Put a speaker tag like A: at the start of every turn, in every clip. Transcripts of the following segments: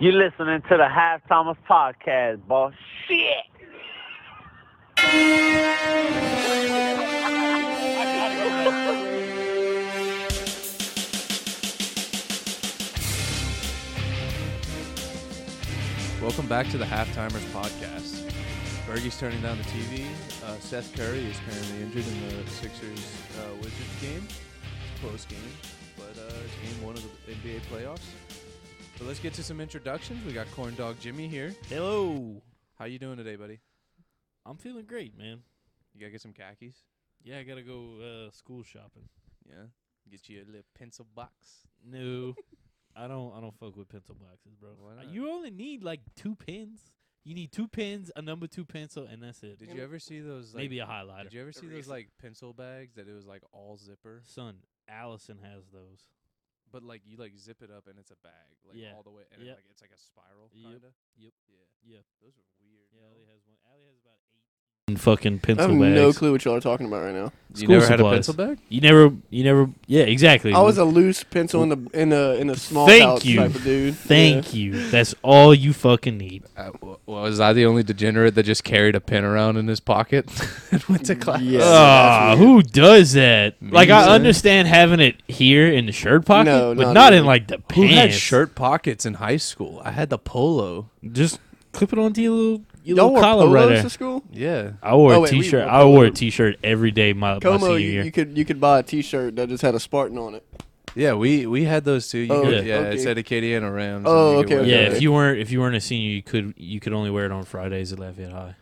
A: You're listening to the Half Thomas podcast, boss. Shit.
B: Welcome back to the Halftimers podcast. Bergie's turning down the TV. Uh, Seth Curry is currently injured in the Sixers uh, Wizards game. It's a close game, but uh, it's game one of the NBA playoffs. So let's get to some introductions. We got Corn Dog Jimmy here.
C: Hello.
B: How you doing today, buddy?
C: I'm feeling great, man.
B: You gotta get some khakis.
C: Yeah, I gotta go uh, school shopping.
B: Yeah. Get you a little pencil box.
C: No, I don't. I don't fuck with pencil boxes, bro.
B: Why
C: Uh,
B: not?
C: You only need like two pins. You need two pins, a number two pencil, and that's it.
B: Did you ever see those? Like,
C: Maybe a
B: Did
C: highlighter.
B: you ever see those like pencil bags that it was like all zipper,
C: Son, Allison has those.
B: but like you like zip it up and it's a bag, like
C: Yeah.
B: all the way, and it,
C: Yep.
B: like it's like a spiral
C: Yep.
B: kinda.
C: Yep.
B: Yeah.
C: Yeah.
B: Those are weird.
C: Yeah,
B: yo.
C: Allie has one. Allie has about eight fucking
D: I
C: pencil
D: have
C: bags.
D: no clue what y'all are talking about right now.
B: You
C: School
B: never had a
C: supplies.
B: pencil bag?
C: You never. You never. Yeah, exactly.
D: I was a loose pencil in the in a in a small
C: Thank
D: pouch
C: you.
D: type of dude.
C: Thank you. That's all you fucking need.
B: Uh, w- was I the only degenerate that just carried a pen around in his pocket and went to class? Oh,
D: Yeah.
C: Ah,
D: that's weird.
C: who does that?
B: Me
C: like,
B: neither.
C: I understand having it here in the shirt pocket,
D: No,
C: but
D: not
C: not in
D: really.
C: like the pants.
B: Who had shirt pockets in high school? I had the polo.
C: Just clip it onto your little, your
D: Y'all
C: little
D: wore
C: collar
D: polos
C: right there.
D: to school?
B: Yeah.
C: I wore
D: Oh,
C: a
D: wait, we
C: t-shirt.
D: wore
C: I wore a
D: polos.
C: t-shirt every day my, my
D: Como,
C: senior
D: you,
C: year.
D: you could you could buy a T-shirt that just had a Spartan on it.
B: Yeah, we, we had those too. You
D: Oh,
B: could-
C: okay,
B: yeah, it
D: okay.
B: said Acadiana Rams.
D: Oh,
B: and you could
D: okay,
B: wear
C: yeah,
B: that.
C: if you weren't if you weren't a senior, you could you could only wear it on Fridays at Lafayette High.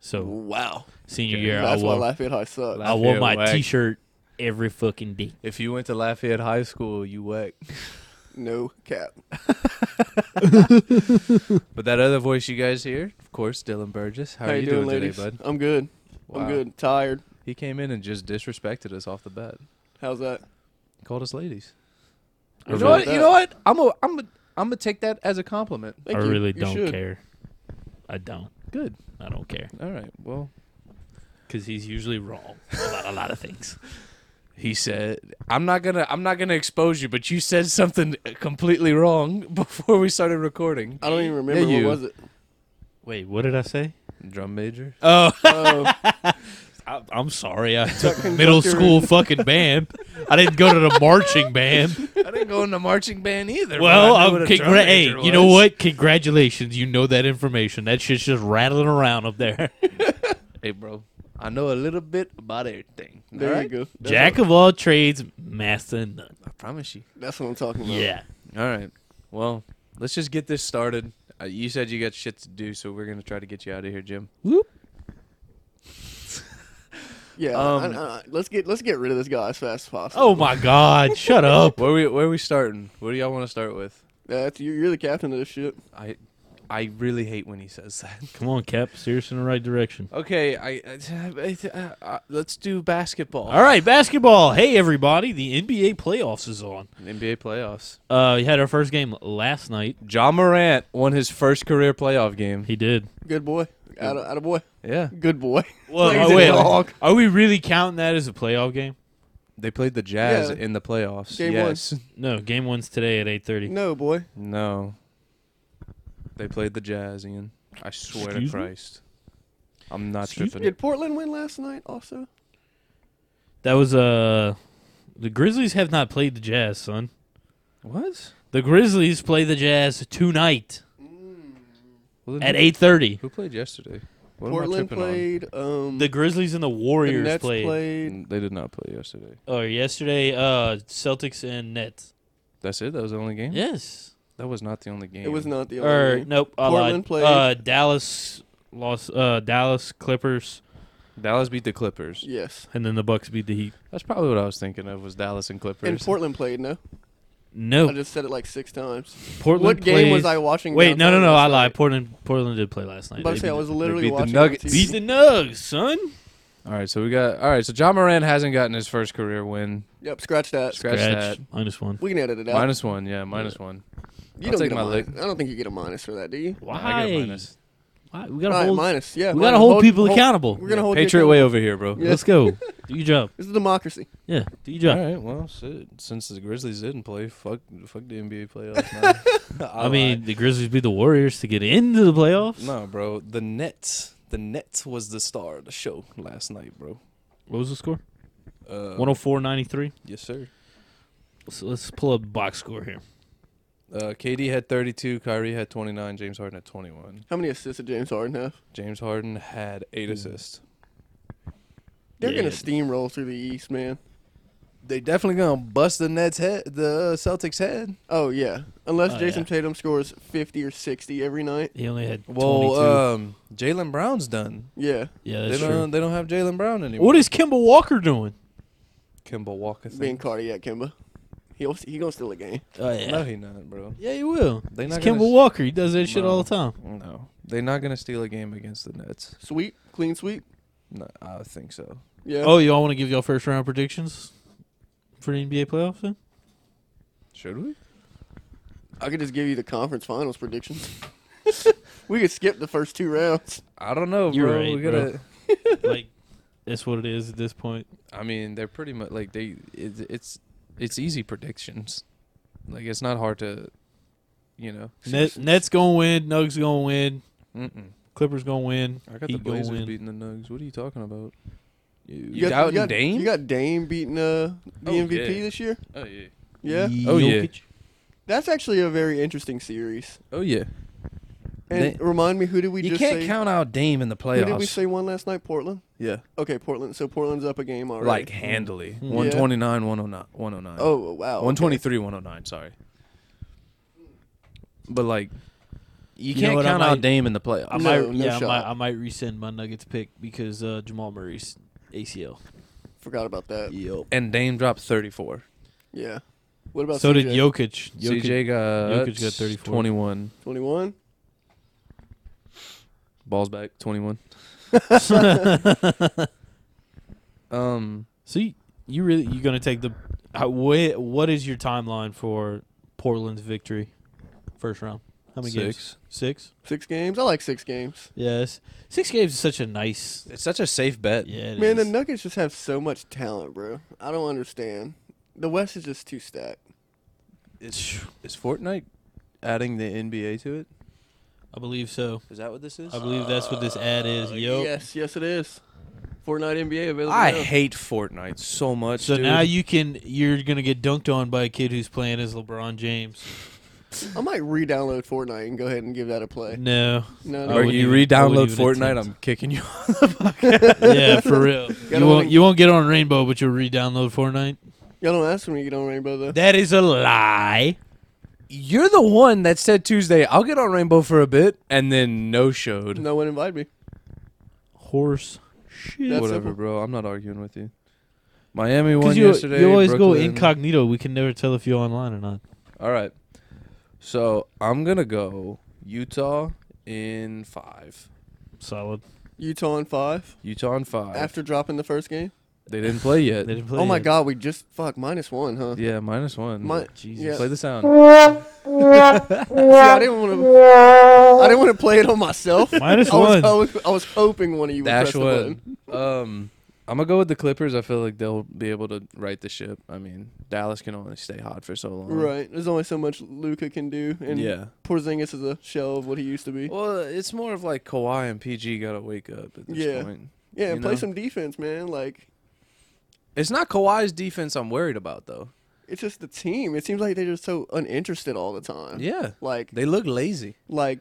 C: So
D: Wow,
C: senior year, I
D: that's why
C: wore
D: Lafayette High sucked.
B: La-
C: I wore
B: Lafayette
C: my
B: whack.
C: t-shirt every fucking day.
B: If you went to Lafayette High School, you whack.
D: no cap.
B: But that other voice you guys hear, of course, Dylan Burgess. How,
D: How,
B: are you doing,
D: ladies?
B: today, bud?
D: I'm good.
B: Wow.
D: I'm good. Tired.
B: He came in and just disrespected us off the bat.
D: How's that?
B: Called us ladies.
C: I
B: You
D: What's
B: know
D: wrong
B: what?
D: with
B: You
D: that?
B: know what? I'm a, I'm a, I'm gonna take that as a compliment.
D: Thank
C: I
D: you.
C: really
D: You
C: don't
D: should.
C: care. I don't.
B: Good.
C: I don't care
B: All right. Well,
C: because he's usually wrong about a lot of things.
B: he said, "I'm not gonna, I'm not gonna expose you, but you said something completely wrong before we started recording."
D: I don't even remember
B: you.
D: what was it.
C: Wait, what did I say?
B: Drum major.
C: Oh,
D: Oh,
C: I, I'm sorry. I took
D: Tuck
C: middle
D: conductor.
C: school fucking band. I didn't go to the marching band.
B: I didn't go into marching band either. but
C: Well,
B: I knew
C: I'm
B: what a
C: congra-
B: drum
C: hey,
B: major
C: you know
B: was.
C: what? Congratulations. You know that information. That shit's just rattling around up there.
B: Hey, bro, I know a little bit about everything.
D: there
B: all right?
D: you go. That's
C: Jack
D: What,
C: of all trades, master of none.
B: I promise you.
D: that's what I'm talking about.
C: Yeah.
B: All right. Well, let's just get this started. Uh, you said you got shit to do, so we're gonna try to get you out of here, Jim.
D: Yeah.
B: Um,
D: I- I- I- let's get let's get rid of this guy as fast as possible.
C: Oh my God! Shut up.
B: Where we, where we starting? What do y'all want to start with?
D: That's you. You're the captain of this shit.
B: I, I really hate when he says that.
C: Come on, Cap. Serious in the right direction.
B: Okay, I, I, I, I let's do basketball.
C: All right, basketball. Hey, everybody. The NBA playoffs is on.
B: NBA playoffs.
C: Uh, we had our first game last night.
B: John Morant won his first career playoff game.
C: He did.
D: Good boy. Out of boy.
B: Yeah,
D: Good boy.
C: Well,
D: Plays
C: oh,
D: a
C: wait,
D: dog.
C: are we really counting that as a playoff game?
B: they played the Jazz
D: Yeah.
B: in the playoffs.
D: Game one.
B: yes.
C: No, game one's today at eight thirty.
D: No boy.
B: No. They played the Jazz, Ian. I swear
C: Excuse me?
B: to Christ. I'm not
C: Excuse
B: tripping.
D: Did Portland win last night also?
C: That was uh, the Grizzlies have not played the Jazz, son.
B: What?
C: The Grizzlies play the Jazz tonight
B: Well, then
C: at
B: who-
C: eight thirty.
B: Who played yesterday? What
D: Portland
B: am I tripping
D: played. Um,
C: The Grizzlies and the
D: the
C: Warriors
D: Nets
C: played.
D: played.
B: on? They did not play yesterday.
C: Oh, yesterday, uh, Celtics and Nets.
B: That's it. That was the only game.
C: Yes.
B: That was not the only game.
D: It was not the only.
C: Or
D: game.
C: nope. I
D: Portland
C: lied.
D: played.
C: Uh, Dallas lost. Uh, Dallas Clippers,
B: Dallas beat the Clippers.
D: Yes.
C: and then the Bucks beat the Heat.
B: That's probably what I was thinking of. Was Dallas and Clippers?
D: And Portland played. No, I
C: No,
D: just said it like six times.
C: Oh. Portland.
D: what game was
C: plays-
D: I watching?
C: Wait, no, no,
D: downtown
C: no. I lied.
D: last night?
C: Portland, Portland did play last night.
D: About to
C: They
D: say I
C: beat
D: was
B: beat
D: literally
B: the
D: watching
B: Nuggets.
D: On TV.
C: Beat the Nugs, son.
B: All right, so we got all right. So John Moran hasn't gotten his first career win.
D: Yep, scratch that.
B: Scratch, that.
C: minus one.
D: We can edit it out.
B: Minus one, yeah, minus one.
D: you
B: I'll
D: don't
B: take
D: get a
B: my lick.
D: minus. I don't think you get a minus for that, do you?
B: Nah, I get a minus.
C: right, we gotta
D: All right,
C: hold.
D: minus. Yeah,
C: we gotta
D: minus.
C: hold people accountable.
D: We're gonna hold you
B: Patriot way over here, bro.
D: Yeah.
C: Let's go. do your job.
D: This is democracy.
C: Yeah, do your job.
B: All right. Well, shit. Since the Grizzlies didn't play, fuck, fuck the NBA playoffs. Now.
C: I mean, the Grizzlies beat the Warriors to get into the playoffs.
B: no, bro. The Nets. The Nets was the star of the show last night, bro.
C: What was the score?
B: Uh,
C: One hundred four ninety three.
B: yes, sir.
C: Let's, let's pull up box score here.
B: Uh, KD had 32, Kyrie had 29, James Harden had 21.
D: How many assists did James Harden have?
B: James Harden had eight assists.
D: They're
C: Yeah.
D: gonna steamroll through the East, man.
B: They definitely gonna bust the Nets head, the uh, Celtics head.
D: Oh yeah, unless
C: Oh,
D: Jason
C: yeah.
D: Tatum scores fifty or sixty every night.
C: He only had twenty
B: Well,
C: two.
B: um, Jalen Brown's done.
D: Yeah,
C: yeah,
B: They
C: that's true.
B: don't. They don't have Jalen Brown anymore.
C: What is Kimball Walker doing?
B: Kimball Walker?
D: being
B: Thing?
D: cardiac, Kimba. He'll he gonna steal a game.
C: Oh
B: No, he not, bro.
C: yeah, he will.
B: They
C: It's
B: not gonna
C: Kimball
B: s-
C: Walker. He does that shit all the time.
B: No, they're not gonna steal a game against the Nets.
D: Sweep, clean sweep.
B: No, I think so.
D: Yeah.
C: Oh, y'all want to give y'all first round predictions for the NBA playoffs? Then?
B: Should we?
D: I could just give you the conference finals predictions. we could skip the first two rounds.
B: I don't know,
C: You're
B: bro.
C: right,
B: we
C: bro.
B: gotta.
C: like, that's what it is at this point.
B: I mean, they're pretty much like they. It, it's it's easy predictions. Like it's not hard to, you know.
C: Net, Nets gonna win. Nugs gonna win.
B: Mm-mm.
C: Clippers gonna win.
B: I got the
C: Heat gonna
B: Blazers
C: win.
B: beating the Nugs. What are you talking about? You, you,
D: got,
B: doubting
D: you got,
B: Dame?
D: You got Dame beating uh, the
B: Oh,
D: MVP
B: yeah.
D: this year.
B: oh yeah.
D: Yeah,
B: Oh, yeah.
C: Jokic.
D: that's actually a very interesting series.
B: Oh yeah. They-
D: And remind me, who did we
B: you
D: just
B: can't
D: say?
B: count out Dame in the
D: who did we
B: playoffs.
D: say one last night? Portland.
B: yeah.
D: Okay, Portland. So Portland's up a game already.
B: Like handily.
C: Yeah.
B: 129, 109, 109.
D: Mm-hmm. oh wow, okay.
B: 123, 109, sorry. But like you,
C: know
B: can't
C: what, I
B: count out
C: might-
B: Dame in the playoffs.
C: I
D: No,
C: might,
D: no
C: yeah, I
D: shot.
C: might, I might resend my Nuggets pick because uh, Jamal Murray's ACL.
D: Forgot about that. Yeah.
B: and Dame dropped 34.
D: What about
C: So
D: CJ?
C: did Jokic. Jokic.
B: CJ got
C: Jokic got 34.
B: 21.
D: Twenty-one.
B: Balls back 21. um
C: So you, you really you gonna take the? How, what, what is your timeline for Portland's victory? First round. How many games?
B: six.
C: Six.
D: Six games. I like six games.
C: Yes. Six games is such a nice.
B: It's such a safe bet.
C: Yeah. it
D: Man, the
C: is.
D: Nuggets just have so much talent, bro. I don't understand. The West is just too stacked.
B: Is, is Fortnite adding the NBA to it?
C: I believe so.
B: Is that what this is?
C: I believe that's what
D: Uh,
C: this ad is. Yo.
D: Yes, yes, it is. Fortnite NBA available.
B: I
D: now.
B: hate Fortnite so much.
C: So
B: dude.
C: now you can you're gonna get dunked on by a kid who's playing as LeBron James.
D: I might re-download Fortnite and go ahead and give that a play.
C: No.
D: No,
B: Or
C: I
D: no.
C: wouldn't
B: you
C: even- I
B: re-download
C: wouldn't even
B: Fortnite,
C: attempt.
B: I'm kicking you.
C: yeah, for real. You
D: wanna-
C: won't you won't get on Rainbow, but you'll re-download Fortnite.
D: Y'all don't ask me to get on Rainbow though.
C: That is a lie.
B: You're the one that said Tuesday, I'll get on Rainbow for a bit, and then no showed.
D: No one invited me.
C: Horse shit.
D: That's
B: Whatever,
D: simple.
B: bro. I'm not arguing with you. Miami won
C: Because you,
B: yesterday.
C: you always go
B: Brooklyn-
C: incognito. We can never tell if you're online or not.
B: All right. So I'm gonna go Utah in five.
C: Solid.
D: Utah in five
B: Utah in five.
D: after dropping the first game.
B: they didn't play yet.
C: They didn't play
D: Oh my
C: yet.
D: God, we just fuck minus one, huh?
B: yeah, minus one.
D: My-
C: Jesus.
D: yeah.
B: Play the sound.
D: See, I didn't want to. I didn't want to play it on myself.
C: Minus
D: I was,
C: one.
D: I was, I was hoping one of you would
B: Dash
D: press the button.
B: one. Um, I'm gonna go with the Clippers. I feel like they'll be able to right the ship. I mean, Dallas can only stay hot for so long.
D: Right. There's only so much Luca can do, and
B: yeah.
D: Porzingis is a shell of what he used to be.
B: Well, it's more of like Kawhi and PG gotta wake up at this
D: Yeah.
B: point.
D: yeah,
B: you
D: and play
B: know.
D: some defense, man. Like
B: It's not Kawhi's defense I'm worried about though.
D: it's just the team. It seems like they're just so uninterested all the time.
B: Yeah,
D: Like
B: they look lazy.
D: like.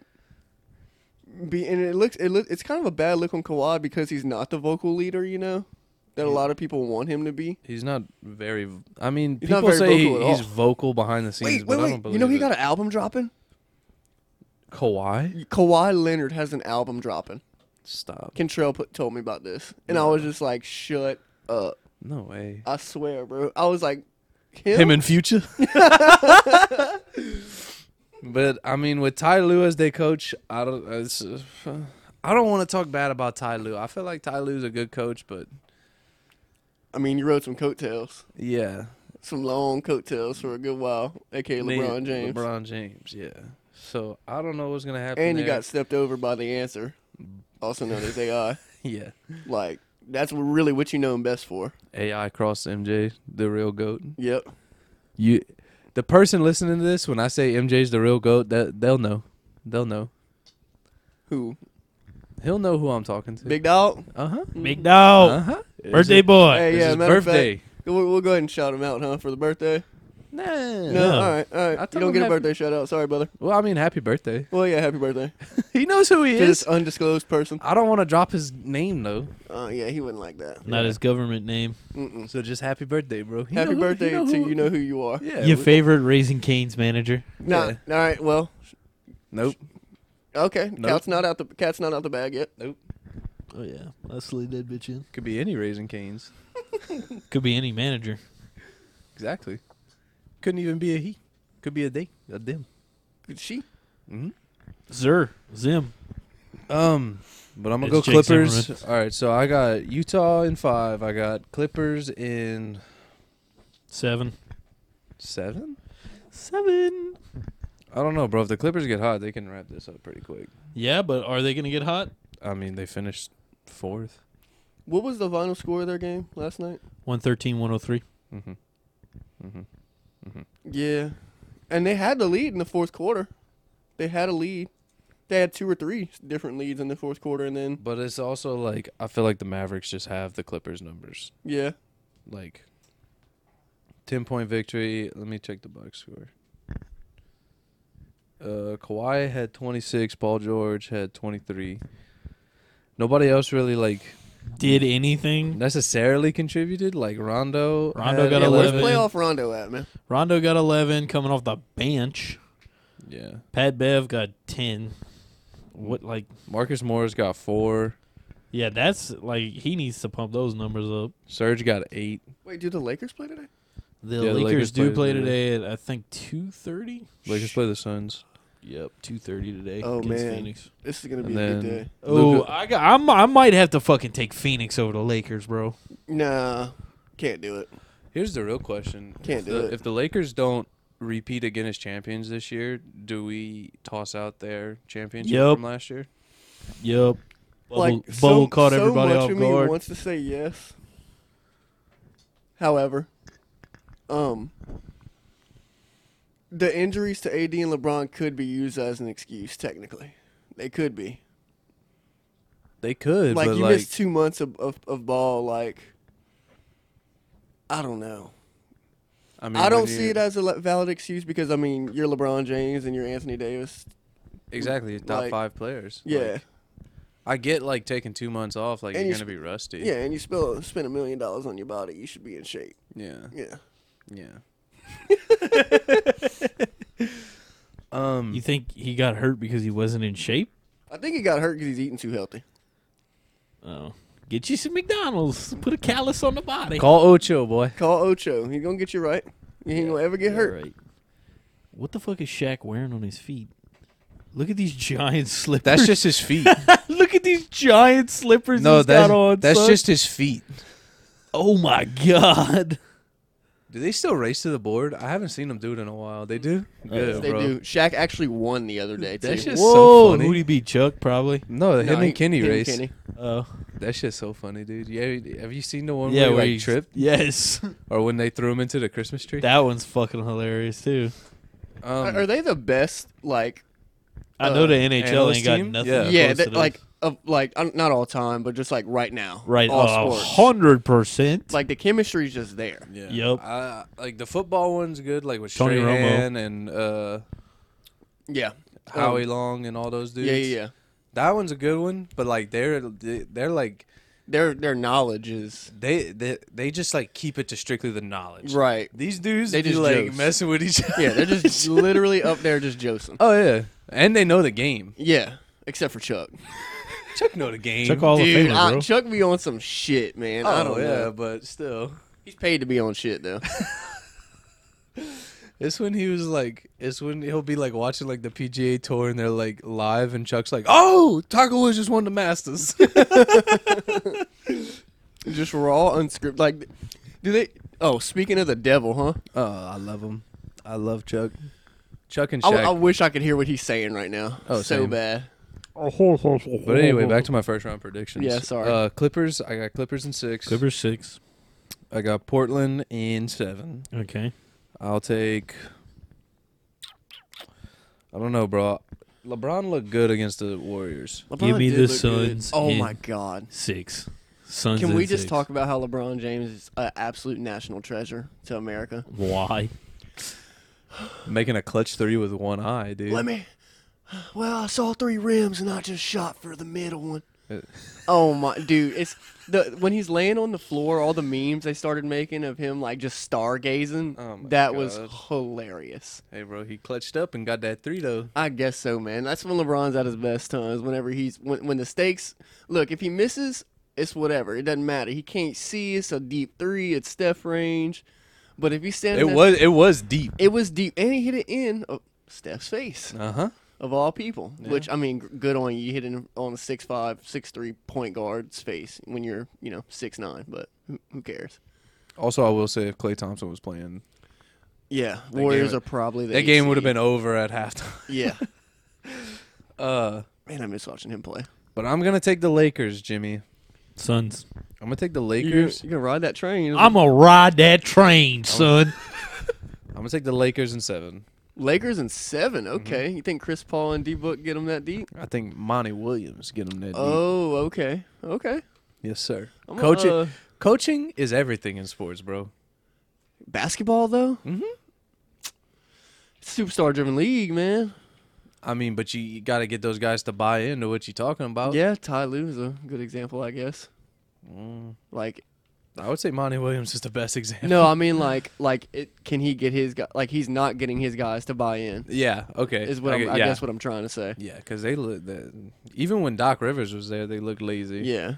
D: Be, and it looks it look, it's kind of a bad look on Kawhi because he's not the vocal leader, you know, that a lot of people want him to be.
B: He's not very. v- I mean,
D: He's not
B: people
D: very
B: say he-
D: vocal at
B: he's
D: all.
B: vocal behind the scenes,
D: Wait,
B: but
D: wait,
B: I don't
D: wait!
B: believe
D: You know he
B: it.
D: got an album dropping.
B: Kawhi.
D: Kawhi Leonard has an album dropping.
B: Stop.
D: Cantrell put, told me about this, and I was just like, "Shut up!"
B: No way.
D: I swear, bro. I was like, "Him,
B: Him and Future. but I mean, with Ty Lue as they coach, I don't. It's, uh, I don't want to talk bad about Ty Lue. I feel like Ty Lue's a good coach, but
D: I mean, you rode some coattails,
B: yeah,
D: some long coattails for a good while, aka
B: I mean,
D: LeBron James,
B: LeBron James. Yeah. So I don't know what's gonna happen.
D: and you
B: there.
D: got stepped over by the answer. also known as AI.
B: Yeah.
D: like that's really what you know him best for.
B: AI cross MJ, the real goat.
D: Yep.
B: You, the person listening to this, when I say MJ's the real goat, that they'll know, they'll know.
D: Who?
B: He'll know who I'm talking to.
D: Big Dog.
B: Uh huh.
C: Big dog.
B: Uh huh.
C: Birthday boy.
D: Uh-huh. Hey,
B: It's
D: yeah.
B: his
D: matter of
B: birthday.
D: Fact, we'll, we'll go ahead and shout him out, huh? For the birthday.
B: Nah.
D: No.
C: No.
D: All right. All right.
B: I
D: You
B: told
D: don't
B: him
D: get a
B: happy-
D: birthday shout out. Sorry, brother.
B: Well, I mean, happy birthday.
D: Well, yeah. Happy birthday
B: He knows who he
D: to this
B: is.
D: undisclosed person.
B: I don't want to drop his name though.
D: Oh yeah, he wouldn't like that.
C: Not
B: Yeah.
C: his government name.
D: Mm-mm.
B: So just happy birthday, bro. He
D: Happy
B: know who- he
D: birthday
B: know
D: to
B: who-
D: you know who you are.
B: Yeah.
C: Your
B: we-
C: favorite Raising Cane's manager.
D: Nah.
B: Yeah.
D: All right. Well.
B: Nope.
D: Okay.
B: Nope.
D: Cat's not out the cat's not out the bag yet.
B: Nope.
C: Oh yeah, I slid that bitch in.
B: Could be any raising canes.
C: Could be any manager.
B: Exactly. Couldn't even be a he. Could be a they. A them.
D: She.
B: Mm-hmm.
C: Zer, Zim.
B: Um, but I'm gonna
C: It's
B: go
C: Jake
B: Clippers.
C: Zimmerman.
B: All right, so I got Utah in five. I got Clippers in
C: Seven.
B: seven.
C: Seven.
B: I don't know, bro. If the Clippers get hot, they can wrap this up pretty quick.
C: Yeah, but are they gonna get hot?
B: I mean, they finished fourth.
D: What was the final score of their game last night?
C: 113, 103.
B: Mm-hmm. Mm-hmm.
D: Yeah. And they had the lead in the fourth quarter. They had a lead. They had two or three different leads in the fourth quarter, and then
B: But it's also like I feel like the Mavericks just have the Clippers numbers.
D: yeah,
B: Like ten point victory. Let me check the box score. Uh, Kawhi had twenty six. Paul George had twenty three. Nobody else really like
C: Did anything?
B: necessarily contributed. Like Rondo.
C: Rondo
B: had
C: got
D: yeah. Where's
C: 11.
D: playoff Rondo at, man?
C: Rondo got 11 coming off the bench.
B: Yeah.
C: Pat Bev got 10. What like
B: Marcus Morris got four.
C: yeah, that's like he needs to pump those numbers up.
B: Serge got eight.
D: Wait, do the Lakers play today?
C: The
B: Yeah, the
C: Lakers,
B: Lakers
C: do
B: play
C: play
B: today.
C: today at I think 2:30.
B: Lakers play the Suns.
C: Yep, 2:30 today
D: Oh,
C: against
D: man.
C: Phoenix.
D: This is gonna be
B: And
D: a
B: then
D: good day.
C: Oh,
B: Luka-
C: I got, I'm, I might have to fucking take Phoenix over the Lakers, bro.
D: Nah, can't do it.
B: Here's the real question:
D: Can't
B: if
D: do
B: the,
D: it.
B: If the Lakers don't repeat again as champions this year, do we toss out their championship
C: Yep.
B: from last year?
C: Yep. Bubble,
D: like so-
C: Bubble caught
D: so
C: everybody
D: much
C: off
D: of
C: guard.
D: Me wants to say yes. However, um, the injuries to AD and LeBron could be used as an excuse. Technically, they could be.
B: They could,
D: like
B: but
D: you
B: like
D: missed two months of, of, of ball like i don't know
B: I mean,
D: i,
B: when
D: don't
B: you-
D: see it as a le- valid excuse because i mean you're lebron james and you're anthony davis
B: exactly top
D: like-
B: five players.
D: yeah
B: Like, I get like taking two months off, like
D: And
B: you're
D: you
B: gonna
D: sp-
B: be rusty.
D: yeah and you spill, spend a million dollars on your body you should be in shape
B: yeah,
D: yeah
B: yeah. um,
C: You think he got hurt because he wasn't in shape?
D: i think he got hurt because he's eating too healthy
C: Oh. Get you some McDonald's. Put a callus on the body.
B: call Ocho, boy.
D: call ocho he's gonna get you right you ain't gonna ever get
C: Yeah,
D: hurt
C: right. What the fuck is Shaq wearing on his feet? Look at these giant slippers.
B: That's just his feet.
C: Look at these giant slippers
B: no,
C: he's
B: that's
C: got on.
B: that's
C: son.
B: just his feet.
C: Oh my god.
B: Do they still race to the board? I haven't seen them do it in a while. They do. Good,
D: they
B: bro.
D: do Shaq actually won the other day too
B: That's just- It's so
C: Whoa.
B: funny.
C: Who'd he beat? Chuck probably.
B: No,
D: No,
B: him
D: he-
B: and Kenny
D: him and
B: race.
D: Kenny.
C: Oh.
B: That shit's so funny, dude. Yeah, have you seen the one where,
C: yeah,
B: he,
C: where
B: like
C: he
B: tripped
C: Yes.
B: or when they threw him into the Christmas tree?
C: that one's fucking hilarious too.
B: um,
D: are, are they the best like
C: I know
D: Uh,
C: the NHL
B: analyst
C: ain't got
B: team?
C: nothing.
B: Yeah.
C: close
D: yeah
C: to
D: that,
C: this.
D: like of like uh, not all time but just like right now
C: right,
D: all
C: a
D: sports
C: hundred percent.
D: like the chemistry's just there.
B: uh, yeah.
C: Yup.
B: I- like the football one's good, like with
C: Tony
B: Tony
C: Romo.
B: Strahan and uh,
D: Yeah. Um,
B: Howie Long and all those dudes.
D: yeah, yeah, yeah.
B: That one's a good one, but like they're they're like
D: Their their knowledge is
B: they they, they just like keep it to strictly the knowledge.
D: right.
B: These dudes
D: They
B: be
D: just
B: like
D: jokes.
B: messing with each other.
D: Yeah, they're just literally up there just josing.
B: Oh yeah, and they know the game.
D: Yeah, except for Chuck.
B: Chuck know the game.
C: Chuck all
D: Dude,
C: the
D: I-
C: famer, bro.
D: Chuck be on some shit, man.
B: Oh
D: I don't
B: yeah,
D: know.
B: but still.
D: He's paid to be on shit though.
B: It's when he was like, it's when he'll be like watching like the PGA tour and they're like live and Chuck's like, oh, Tiger Woods just won the Masters.
D: just raw, unscripted. Like, do they? Oh, speaking of the devil, huh?
B: oh, I love him. I love Chuck. Chuck and
D: I,
B: Shaq.
D: I wish I could hear what he's saying right now.
B: Oh,
D: so
B: same.
D: bad.
B: But anyway, back to my first round predictions.
D: Yeah, sorry.
B: Uh, Clippers. I got Clippers in six.
C: Clippers six.
B: I got Portland in seven.
C: Okay.
B: I'll take. I don't know, bro. LeBron looked good against the Warriors.
D: LeBron
C: Give me
D: did
C: the
D: look good.
C: Suns
D: Oh
C: in-
D: my god.
C: Six. Suns.
D: Can
C: in
D: we just
C: six.
D: talk about how LeBron James is an absolute national treasure to America?
C: Why?
B: Making a clutch three with one eye, dude.
D: Let me. Well, I saw three rims and I just shot for the middle one.
B: Uh,
D: Oh my dude, it's the when he's laying on the floor, all the memes they started making of him like just stargazing.
B: Oh my
D: that was
B: God.
D: hilarious.
B: hey, bro, he clutched up and got that three though.
D: I guess so, man. That's when LeBron's at his best times. Whenever he's when when the stakes look, if he misses, it's whatever. It doesn't matter. He can't see. It's a deep three. It's Steph range. But if he's standing,
B: It
D: there-
B: was it was deep.
D: it was deep, and he hit it in of Steph's face
B: Uh huh.
D: of all people. Which I mean, g- good on you. You hit it in- on a six five, six three point guard's face when you're you know six nine. But who, who cares?
B: Also, I will say if Clay Thompson was playing,
D: Yeah, Warriors
B: game-
D: are probably the
B: that
D: eight
B: game would have
D: seed.
B: been over at halftime.
D: Yeah,
B: Uh,
D: man, I miss watching him play.
B: but I'm gonna take the Lakers, Jimmy.
C: Suns.
B: I'm gonna take the
D: You gonna,
B: Lakers.
D: you gonna ride that train?
C: I'm gonna ride that
D: Oh.
C: train, son.
B: I'm gonna take the Lakers in seven.
D: Lakers in seven.
B: Mm-hmm.
D: Okay, you think Chris Paul and D Book get them that deep?
B: I think Monty Williams get him that. deep.
D: Oh, okay, okay.
B: yes, sir.
D: I'm,
B: coaching,
D: uh,
B: coaching is everything in sports, bro.
D: Basketball though, mm-hmm. superstar driven league, man.
B: I mean, but you, you got to get those guys to buy into what you're talking about.
D: Yeah, Ty Lue is a good example, I guess.
B: Mm.
D: Like,
B: I would say Monty Williams is the best example.
D: no, I mean, like, like, it, can he get his guy? Like, he's not getting his guys to buy in.
B: Yeah. Okay.
D: Is what I,
B: I,
D: am
B: gu-
D: I
B: yeah.
D: guess what I'm trying to say.
B: Yeah, because they look that even when Doc Rivers was there, they looked lazy.
D: Yeah,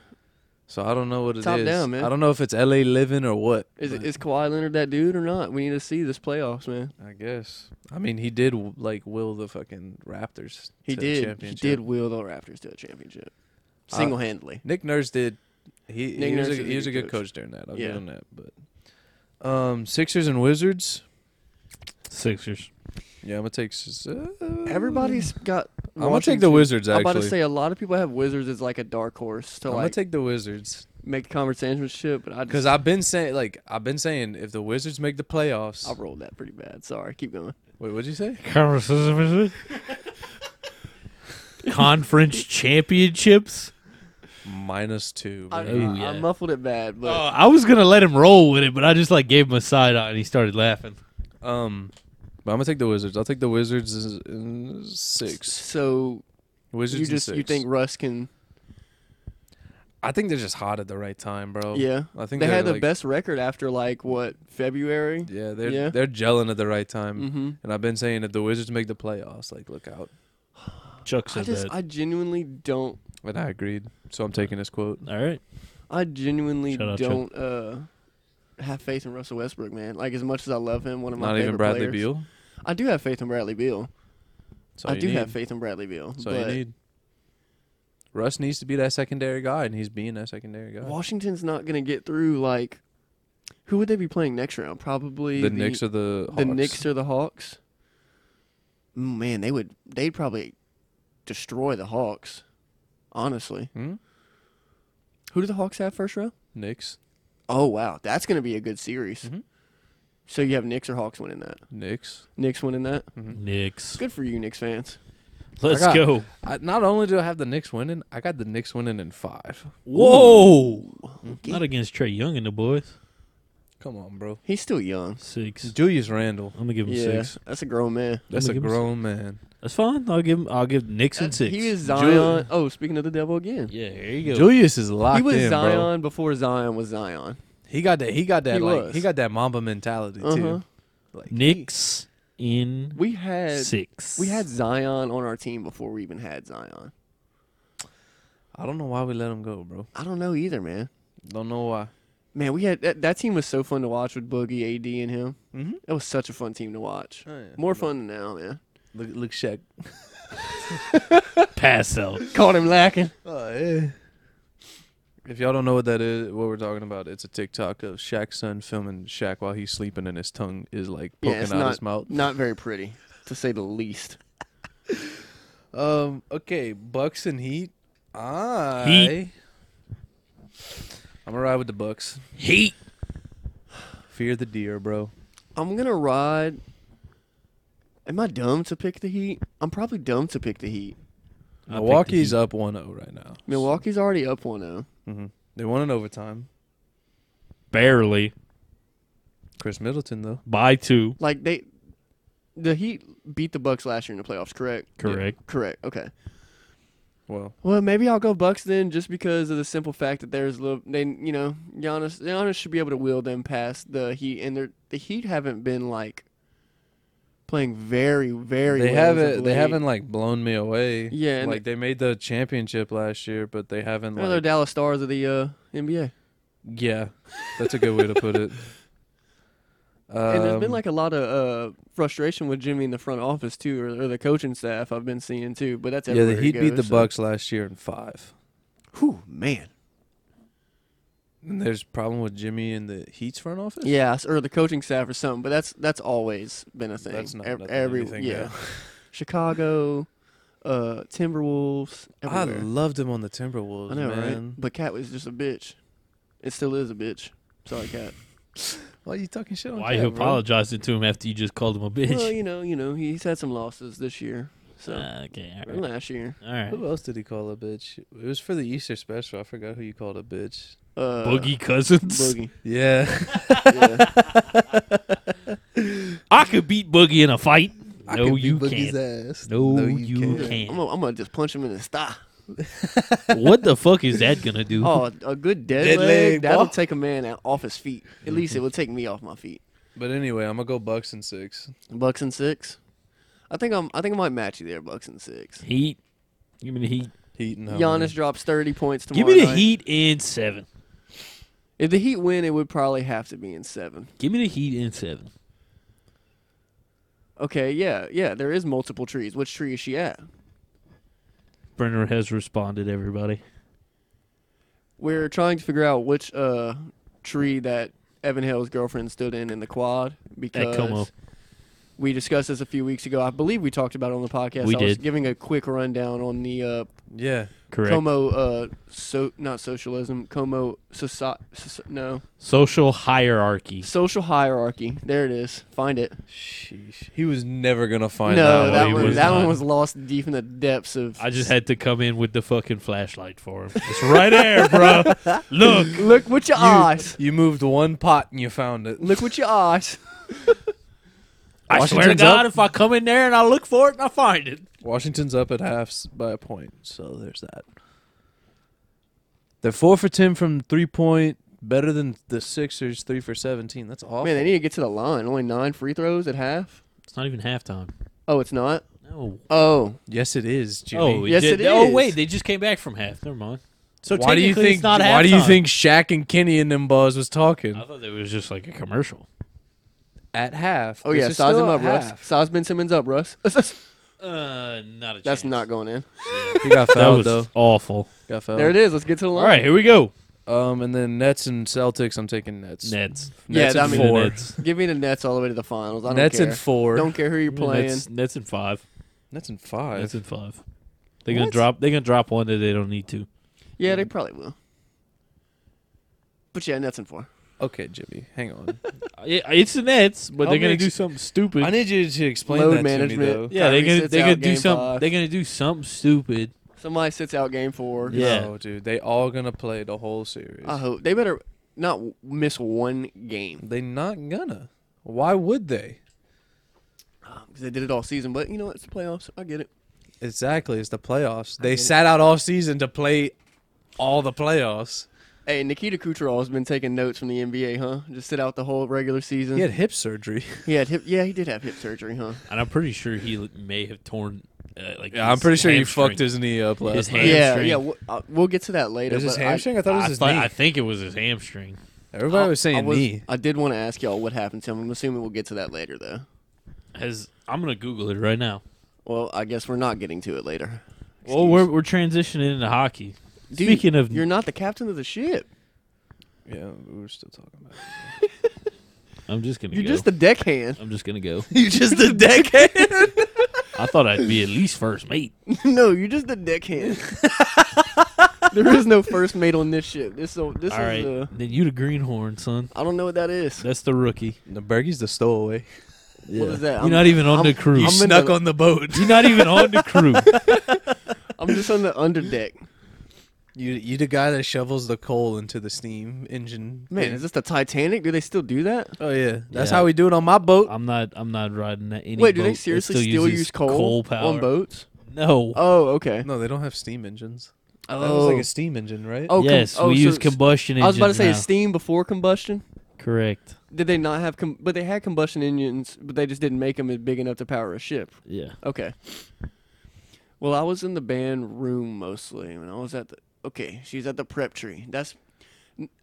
B: So I don't know what it is.
D: Top down, man.
B: I don't know if it's L.A. living or what.
D: is
B: but
D: is Kawhi Leonard that dude or not? We need to see this playoffs, man.
B: I guess. I mean, he did w- like will the fucking Raptors.
D: He
B: to The
D: did. He
B: championship.
D: did will the Raptors to a championship
B: Uh,
D: single handedly.
B: Nick Nurse did. He, he
D: Nick
B: was,
D: Nurse
B: a,
D: is
B: he was a good coach. during that. I'll
D: Yeah.
B: give him that. But um, Sixers and Wizards.
C: Sixers.
B: Yeah, I'm gonna take. s- Uh,
D: Everybody's got.
B: I'm gonna take the
D: Washington-
B: Wizards.
D: I'm
B: Actually,
D: about to say a lot of people have Wizards as like a dark horse to
B: I'm gonna
D: like
B: take the Wizards
D: make the conversation shit, but I
B: because
D: just
B: I've been saying like I've been saying if the Wizards make the playoffs.
D: I rolled that pretty bad. Sorry, keep going.
B: wait, what'd you say?
C: Conference championships.
B: Minus two.
D: I,
B: bro.
C: Ooh,
D: I, I
C: yeah.
D: muffled it bad,
C: Oh,
D: but
C: I was gonna let him roll with it, but I just like gave him a side eye and he started laughing.
B: Um, but I'm gonna take the Wizards. I'll take the Wizards is- in six.
D: so
B: Wizards.
D: you
B: in
D: just you
B: six.
D: think Russ can?
B: I think they're just hot at the right time, bro.
D: yeah,
B: I think
D: they
B: they're,
D: had the
B: like-
D: best record after like what February.
B: Yeah, they're
D: Yeah.
B: they're gelling at the right time.
D: Mm-hmm.
B: And I've been saying if the Wizards make the playoffs, like look out.
C: Chuck
D: I
C: said
D: just
C: that.
D: I genuinely don't
B: And I agreed, so I'm taking this quote.
C: All right.
D: I genuinely
C: Shout out, Chuck.
D: don't uh have faith in Russell Westbrook, man. Like as much as I love him, one of my
B: Not
D: favorite
B: even Bradley
D: players.
B: Beal.
D: I do have faith in Bradley Beal.
B: So
D: I
B: you
D: do
B: need.
D: have faith in Bradley Beal.
B: So you
D: but
B: need. Russ needs to be that secondary guy, and he's being that secondary guy.
D: Washington's not going to get through. Like, who would they be playing next round? Probably
B: the, Knicks or the Hawks.
D: the Knicks or the Hawks. Mm, Man, they would. They'd probably destroy the Hawks. Honestly,
B: Hmm?
D: who do the Hawks have first round?
B: Knicks.
D: Oh wow, that's going to be a good series.
B: Mhm.
D: So you have Knicks or Hawks winning that?
B: Knicks.
D: Knicks winning that.
B: Hmm.
C: Knicks.
D: Good for you, Knicks fans.
C: Let's
B: got-
C: go.
B: I, not only do I have the Knicks winning, I got the Knicks winning in five.
C: Whoa. Not against Trey Young and the boys.
B: Come on, bro.
D: He's still young.
C: Six.
B: Julius Randle.
C: I'm gonna give him
D: Yeah,
C: six.
D: that's a grown man.
B: That's a
C: give him
B: grown man.
C: That's fine. I'll give him. I'll give Nixon six.
D: He is Zion.
B: Jul-
D: oh, speaking of the devil again.
C: Yeah. There you go.
B: Julius is locked
D: He was
B: in,
D: Zion
B: bro.
D: before Zion was Zion.
B: He got that. He got that.
D: He
B: like
D: was.
B: he got that Mamba mentality
D: Uh-huh.
B: too. Like
C: Knicks in
D: We had
C: six.
D: we had Zion on our team before we even had Zion.
B: I don't know why we let him go, bro.
D: I don't know either, man.
B: Don't know why.
D: Man, we had that, that team was so fun to watch with Boogie, AD, and him.
B: Mm-hmm.
D: It was such a fun team to watch.
B: Oh, yeah.
D: More fun than now, man.
B: Look, look, Shaq.
C: pass out.
D: Caught him lacking.
B: Uh, eh. If y'all don't know what that is, what we're talking about, it's a TikTok of Shaq's son filming Shaq while he's sleeping, and his tongue is like
D: Yeah,
B: poking
D: it's
B: out
D: not
B: his mouth.
D: not very pretty, to say the least.
B: Um. Okay. Bucks and Heat. I. I'm gonna ride with the Bucks.
C: Heat.
B: Fear the deer, bro.
D: I'm gonna ride. Am I dumb to pick the Heat? I'm probably dumb to pick the Heat.
B: Milwaukee's up 1-0 right now.
D: Milwaukee's already up oh. 1-0.
B: They won in overtime.
C: barely
B: Chris Middleton though.
C: by two.
D: Like they, the Heat beat the Bucks last year in the playoffs. Correct.
C: Correct.
D: Correct. Okay.
B: Well,
D: Well, maybe I'll go Bucks then, just because of the simple fact that there's a little. They, you know, Giannis, Giannis should be able to wheel them past the Heat, and they're, the Heat haven't been like playing very, very.
B: they
D: well as of
B: haven't. They
D: late.
B: haven't like blown me away.
D: Yeah, and-
B: Like they made the championship last year, but they haven't.
D: They're the
B: Like,
D: Dallas Stars of the uh, NBA,
B: yeah, that's a good way to put it. Um,
D: and there's been like a lot of uh, frustration with Jimmy in the front office too, or, or the coaching staff. I've been seeing too, but that's
B: yeah, the
D: everywhere he
B: Heat beat the
D: goes, so.
B: Bucks last year in five.
D: Whew, man.
B: And there's a problem with Jimmy in the Heat's front office.
D: Yeah, s- or the coaching staff or something. But that's that's always been a thing.
B: That's not
D: Ev-
B: nothing,
D: every
B: anything
D: yeah,
B: new.
D: Chicago, uh, Timberwolves.
B: I
D: everywhere.
B: loved him on the Timberwolves,
D: I know,
B: man.
D: right? But Cat was just a bitch. It still is a bitch. Sorry, Cat.
B: Why are you talking shit on
C: Why
B: Cat,
C: you
B: bro?
C: apologizing to him after you just called him a bitch?
D: well, you know, you know, he's had some losses this year. So
C: Ah, okay, all
D: and
C: right.
D: last year,
C: All right.
B: Who else did he call a bitch? It was for the Easter special. I forgot who you called a bitch.
D: uh,
C: Boogie Cousins.
D: Boogie.
B: Yeah.
D: Yeah.
C: I could beat Boogie in a fight. no, you
B: Boogie's
C: can't.
B: ass.
C: No, you
B: can't.
D: I'm,
C: can't.
D: gonna, I'm gonna just punch him in the star.
C: what the fuck is that gonna do?
D: Oh, a good dead,
B: Dead
D: leg.
B: leg,
D: That'll
B: boy. Mhm.
D: take a man out off his feet. At least it will take me off my feet.
B: But anyway, I'm gonna go Bucks and six.
D: Bucks and six. I think I'm. I think I might match you there. Bucks and six.
C: Heat. Give me the heat.
B: Heat and
D: Giannis drops thirty points tomorrow.
C: Oh, Give me the
D: night.
C: heat in seven.
D: If the Heat win, it would probably have to be in seven.
C: Give me the heat in seven.
D: Okay, yeah, yeah. There is multiple trees. Which tree is she at?
C: Brenner has responded, everybody.
D: We're trying to figure out which uh tree that Evan Hale's girlfriend stood in in the quad
C: At Como.
D: because we discussed this a few weeks ago. I believe we talked about it on the podcast.
C: We
D: I was
C: did.
D: giving a quick rundown on the uh,
B: Yeah.
C: Correct.
D: Como uh so not socialism Como soci- so, no
C: Social hierarchy.
D: social hierarchy. There it is. Find it.
B: Sheesh. He was never gonna find
D: no,
C: out.
D: that
C: He
D: one
C: was
D: that
C: not.
D: one was lost deep in the depths of.
C: I just had to come in with the fucking flashlight for him. It's right there, bro. Look.
D: look with your eyes.
B: You moved one pot and you found it.
D: Look with your eyes.
C: I swear to
B: Washington's
C: God,
B: up.
C: if I come in there and I look for it and I find it.
B: Washington's up at halves by a point, so there's that. They're four for ten from three point, better than the Sixers three for seventeen. That's awful.
D: Oh, Man, they need to get to the line. Only nine free throws at half.
C: It's not even halftime.
D: Oh, it's not.
C: No.
D: Oh,
B: yes, it is, Jimmy.
C: Oh,
D: Yes,
C: did-
D: it
C: Oh,
D: is.
C: wait. They just came back from half. Never mind. So
B: why do you
C: technically, it's
B: think?
C: not
B: why do you
C: halftime.
B: think Shaq and Kenny and them buzz was talking
C: I thought it was just like a commercial.
B: at half?
D: oh
B: This
D: yeah.
B: is
D: Size
B: still
D: him
B: at
D: up, Russ.
B: half.
D: Size Ben Simmons up, Russ. That's
C: Uh, not a
D: not going in.
B: He got
C: That
B: fouled
C: was
B: though.
C: awful.
B: Got fouled.
D: There it is. Let's get to the line.
C: All right, here we go.
B: Um, and then Nets and Celtics. I'm taking Nets.
C: Nets.
D: Yeah,
B: Nets
D: that
B: in
D: mean-
B: four.
C: Nets.
D: Give me the Nets all the way to the finals. I don't
B: Nets
D: care.
B: in four.
D: Don't care who you're playing.
C: Nets, Nets in five.
B: Nets in five.
C: Nets in five. They're gonna
D: What?
C: drop. They're gonna drop one that they don't need to.
D: Yeah, they probably will. But yeah, Nets in four.
B: okay, Jimmy, hang on.
C: I- It's the Nets, but
B: How
C: they're gonna
B: many
C: do
B: ex-
C: something stupid.
B: I need you to explain
D: Load
B: that to me
D: management.
B: though.
C: yeah, they're
D: Kyrie
C: gonna
D: sits
C: they're
D: out
C: gonna do
D: game
C: something.
D: five.
C: They're gonna do something stupid.
D: Somebody sits out game four.
C: Yeah.
B: No, dude, they all gonna play the whole series.
D: I hope they better not w- miss one game
B: They not gonna. Why would they?
D: because they did it all season. But you know what? It's the playoffs. I get it.
B: Exactly, it's the playoffs. They sat out all season to play all the playoffs.
D: Hey, Nikita Kucherov has been taking notes from the NBA, huh? Just sit out the whole regular season.
B: He had hip surgery.
D: He had hip, yeah, he did have hip surgery, huh?
C: And I'm pretty sure he l- may have torn. Uh, like
B: Yeah, I'm
C: his
B: pretty sure he
C: hamstring.
B: fucked his knee up last
C: His
B: night.
C: hand-
D: Yeah,
C: Hamstring.
D: yeah. We'll, uh, we'll get to that
B: It
D: later.
B: was his
D: but I-
B: hamstring. I, thought it was
C: I,
B: his
C: thought-
B: knee.
C: I think it was his hamstring.
B: Everybody
D: I-
B: was saying
D: I was-
B: knee.
D: I did want to ask y'all what happened to him. I'm assuming we'll get to that later, though.
C: Has I'm gonna Google it right now.
D: Well, I guess we're not getting to it later.
C: Well, we're we're transitioning into hockey.
D: Dude,
C: Speaking of
D: you're not the captain of the ship.
B: Yeah, we were still talking about. it.
C: I'm just gonna.
D: You're
C: go.
D: just the deckhand.
C: I'm just gonna go.
B: you just a deckhand.
C: I thought I'd be at least first mate.
D: no, you're just a dickhead. there is no first mate on this ship. This so this
C: All right,
D: is uh,
C: then you the greenhorn, son.
D: I don't know what that is.
C: That's the rookie.
B: The Bergie's the stowaway.
D: What is that?
C: You're
D: I'm,
C: not even on
D: I'm-
C: the crew.
D: I'm in the-
B: on the boat.
C: You're not even on the crew.
D: I'm just on the under deck.
B: You you the guy that shovels the coal into the steam engine.
D: Man, is this the Titanic? Do they still do that?
B: Oh yeah, that's
C: Yeah.
B: how we do it on my boat.
C: I'm not. I'm not riding that. Any
D: Wait, do
C: boat
D: they
C: that
D: seriously
C: still,
D: still
C: uses
D: use coal,
C: power.
D: on boats?
C: No.
D: Oh, okay.
B: No, they don't have steam engines.
D: Oh,
B: That was like a steam engine, right?
D: oh, com-
C: yes,
D: oh,
C: we
D: so
C: use
D: it's-
C: combustion engines.
D: I was about to say
C: now.
D: is steam before combustion.
C: Correct.
D: Did they not have? Com- but they had combustion engines, but they just didn't make them big enough to power a ship.
C: Yeah.
D: Okay. Well, I was in the band room mostly when I was at the. Okay, she's at the prep tree. That's.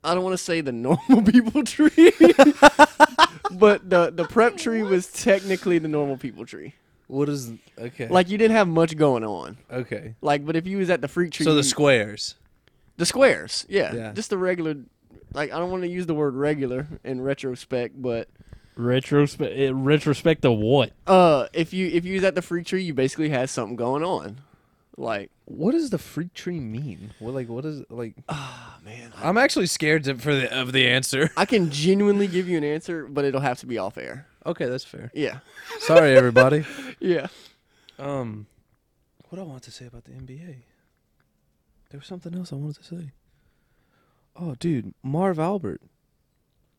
D: I don't want to say the normal people tree, but the the prep tree was technically the normal people tree.
B: What is okay?
D: Like you didn't have much going on.
B: okay.
D: Like, but if you was at the freak tree,
B: So
D: you-
B: the squares.
D: the squares, yeah,
B: Yeah.
D: just the regular. Like I don't want to use the word regular in retrospect, but
C: Retrospect. eh, Retrospect to what?
D: uh, if you if you was at the freak tree, you basically had something going on. Like,
B: What does the freak tree mean? What like what is like? Ah,
D: oh man,
B: I'm actually scared to, for the of the answer.
D: I can genuinely give you an answer, but it'll have to be off air.
B: Okay, that's fair.
D: Yeah.
B: Sorry, everybody.
D: Yeah.
B: um, what do I want to say about the NBA? There was something else I wanted to say. Oh, dude, Marv Albert.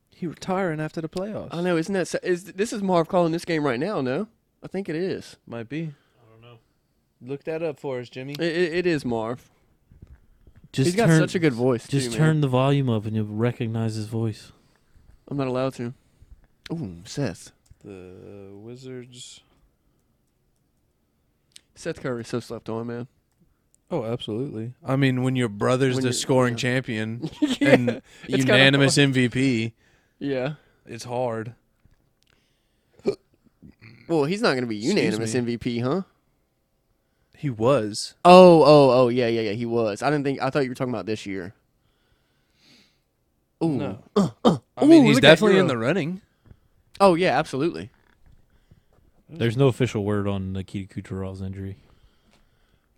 B: He retiring after the playoffs.
D: I know, isn't that sa- is this is Marv calling this game right now, no? I think it is.
B: Might be.
C: I don't know.
B: Look that up for us, Jimmy.
D: It, it, it is Marv.
C: Just
D: He's got
C: turn,
D: such a good voice.
C: Just
D: too, man.
C: turn the volume up and you'll recognize his voice.
D: I'm not allowed to. Ooh, Seth.
B: The Wizards.
D: Seth Curry so slept on, man.
B: Oh, absolutely. I mean, when your brother's
D: When
B: the
D: you're-
B: scoring
D: yeah.
B: champion
D: Yeah,
B: and
D: kinda
B: unanimous MVP,
D: Yeah.
B: it's hard.
D: Well, he's not going to be
B: Excuse
D: unanimous
B: me.
D: MVP, huh?
B: He was.
D: Oh, oh, oh, yeah, yeah, yeah, he was. I didn't think I thought you were talking about this year. Ooh.
B: No. I mean,
D: Ooh,
B: he's
D: look at
B: definitely in
D: Hero.
B: the running.
D: Oh, yeah, absolutely. Mm.
C: There's no official word on Nikita Kucherov's injury.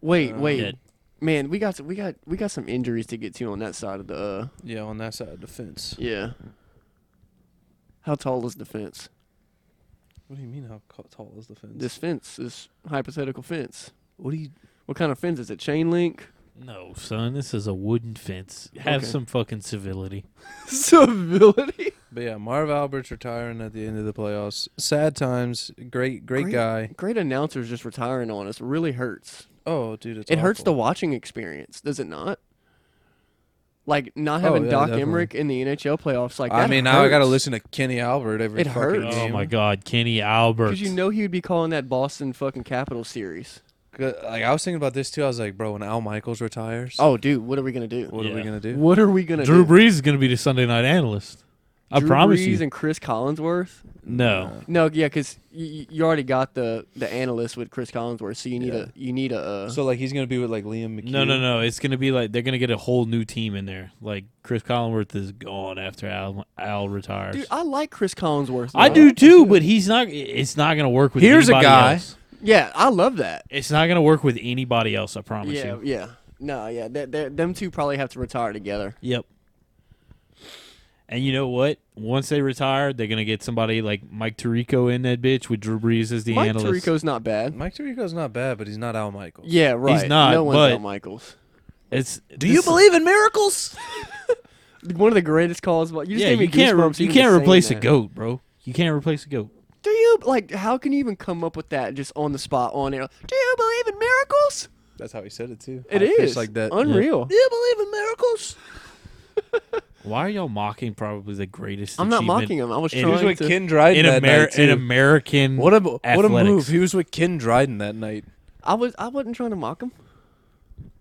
D: Wait,
B: Uh,
D: wait.
C: Yeah.
D: Man, we got we got we got some injuries to get to on that side of the uh,
B: Yeah, on that side of the fence.
D: yeah. How tall is the fence?
B: What do you mean? How ca- tall is the fence?
D: This fence, this hypothetical fence.
B: What do you?
D: What kind of fence is it? Chain link?
C: No, son, this is a wooden fence. Have
D: Okay.
C: some fucking civility.
D: Civility.
B: But yeah, Marv Albert's retiring at the end of the playoffs. Sad times. Great, great,
D: Great.
B: guy.
D: Great announcers just retiring on us really hurts.
B: Oh, dude, it's
D: it hurts the
B: awful.
D: watching experience, does it not? Like not
B: Oh,
D: having
B: yeah,
D: Doc
B: definitely.
D: Emmerich in the NHL playoffs like that.
B: I mean, now I got to
D: hurts.
B: listen to Kenny Albert every
D: It
B: fucking
D: hurts.
C: Oh
B: game.
C: my God, Kenny Albert.
D: Because you know he would be calling that Boston fucking Capital series.
B: Good- Like I was thinking about this too. I was like, bro, when Al Michaels retires,
D: Oh, dude, what are we gonna do?
B: what are we
C: Yeah.
B: gonna do?
D: What are we gonna
C: Drew
D: do?
C: Brees is going to be the Sunday night analyst. I
D: Drew
C: promise
D: Brees
C: you.
D: and Chris Collinsworth.
C: no,
D: No, yeah, because you, you already got the the analyst with Chris Collinsworth, so you need
B: Yeah.
D: a you need a. Uh,
B: So like he's gonna be with like Liam McHugh.
C: no, no, no. It's going to be like they're going to get a whole new team in there. Like Chris Collinsworth is gone after Al, Al retires.
D: dude, I like Chris Collinsworth.
C: I
D: though.
C: do too, but he's not. It's not going to work with.
B: Here's a
C: anybody
B: guy.
C: Else.
D: Yeah, I love that.
C: It's not going to work with anybody else. I promise
D: Yeah,
C: you.
D: yeah. No, yeah. That, that, them two probably have to retire together.
C: Yep. And you know what? Once they retire, they're gonna get somebody like Mike Tirico in that bitch with Drew Brees as the
D: Mike
C: analyst.
D: Tirico's not bad.
B: Mike Tirico's not bad, but he's not Al Michaels.
D: Yeah, right.
C: not,
D: No one's
C: but-
D: Al Michaels.
C: It's
B: Do you
C: this-
B: believe in miracles?
D: One of the greatest calls. But you just
C: Yeah,
D: gave me
C: you can't. re-
D: goosebumps
C: you
D: even
C: can't
D: saying
C: replace a
D: that.
C: goat, bro. You can't replace a goat.
D: Do you like? How can you even come up with that just on the spot on air? Do you believe in miracles?
B: That's how he said it too.
D: It
B: High
D: is
B: pitch like that.
D: Unreal.
B: Do you believe in miracles?
C: Why are y'all mocking probably the greatest?
D: I'm not
C: achievement
D: mocking him. I was
C: in-
D: trying
B: He was with
D: to.
B: Ken Dryden
C: in,
B: that night
C: Amer- in
B: too.
C: American.
B: what a what a move!
C: athletics.
B: He was with Ken Dryden that night.
D: I was. I wasn't trying to mock him.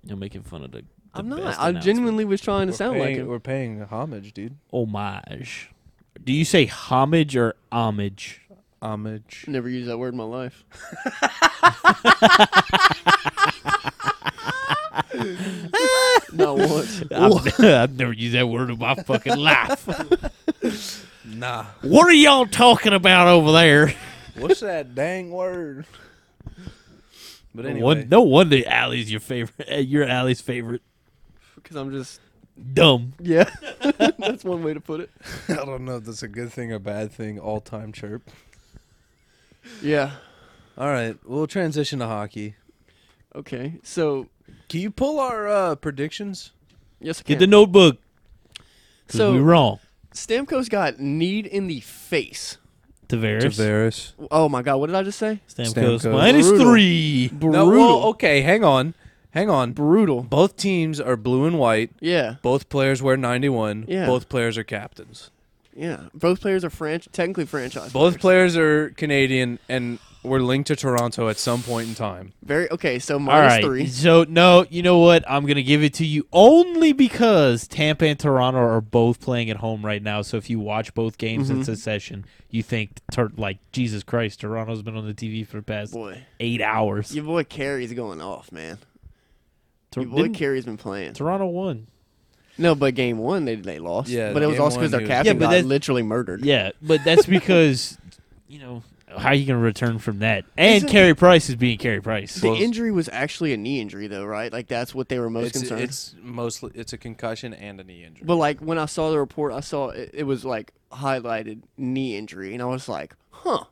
C: You're making fun of the. the
D: I'm
C: best
D: not. I
C: announcement.
D: genuinely was trying to
B: We're
D: sound
B: paying,
D: like him.
B: We're paying homage, dude.
C: homage. Do you say homage or homage?
B: Homage.
D: Never used that word in my life. Not once.
C: I've, I've never used that word in my fucking life.
B: Nah.
C: What are y'all talking about over there?
B: What's that dang word? But anyway,
C: One, no wonder Allie's your favorite. Your Allie's favorite.
D: because I'm just
C: Dumb.
D: yeah. That's one way to put it.
B: I don't know if that's a good thing or bad thing. All time chirp.
D: Yeah.
B: All right, we'll transition to hockey.
D: Okay. So
B: Can you pull our uh, predictions?
D: yes, I
C: Get the
D: can.
C: notebook. 'cause
D: So-
C: we wrong.
D: Stamkos got kneed in the face.
C: Tavares.
B: Tavares.
D: Oh my God! What did I just say?
C: Stamkos.
B: Stamkos.
C: Minus
D: Brutal.
C: three.
D: Brutal.
B: okay, hang on, hang on.
D: Brutal.
B: Both teams are blue and white.
D: Yeah.
B: Both players wear 91.
D: Yeah.
B: Both players are captains.
D: Yeah. Both players are French, technically franchise.
B: Both
D: players.
B: players are Canadian and were linked to Toronto at some point in time.
D: Very okay. So
C: All
D: minus
C: right.
D: three.
C: So no, you know what? I'm gonna give it to you only because Tampa and Toronto are both playing at home right now. So if you watch both games
D: Mm-hmm.
C: in succession, you think tur- like Jesus Christ, Toronto's been on the TV for the past
D: Boy,
C: eight hours.
D: your boy Carey's going off, man.
C: Tor-
D: Your boy
C: didn't-
D: Carey's been playing.
C: Toronto won.
D: No, but game one they they lost.
B: Yeah,
D: but it was
B: game
D: also
B: one,
D: because their
B: he was-
D: captain
C: Yeah, but
D: got
C: that's-
D: literally murdered.
C: Yeah, but that's because you know how you gonna return from that. And
D: Isn't-
C: Carey Price is being Carey Price.
D: The injury was actually a knee injury, though, right? Like that's what they were most
B: It's,
D: concerned.
B: it's mostly it's a concussion and a knee injury.
D: but like when I saw the report, I saw it, it was like highlighted knee injury, and I was like, "Huh,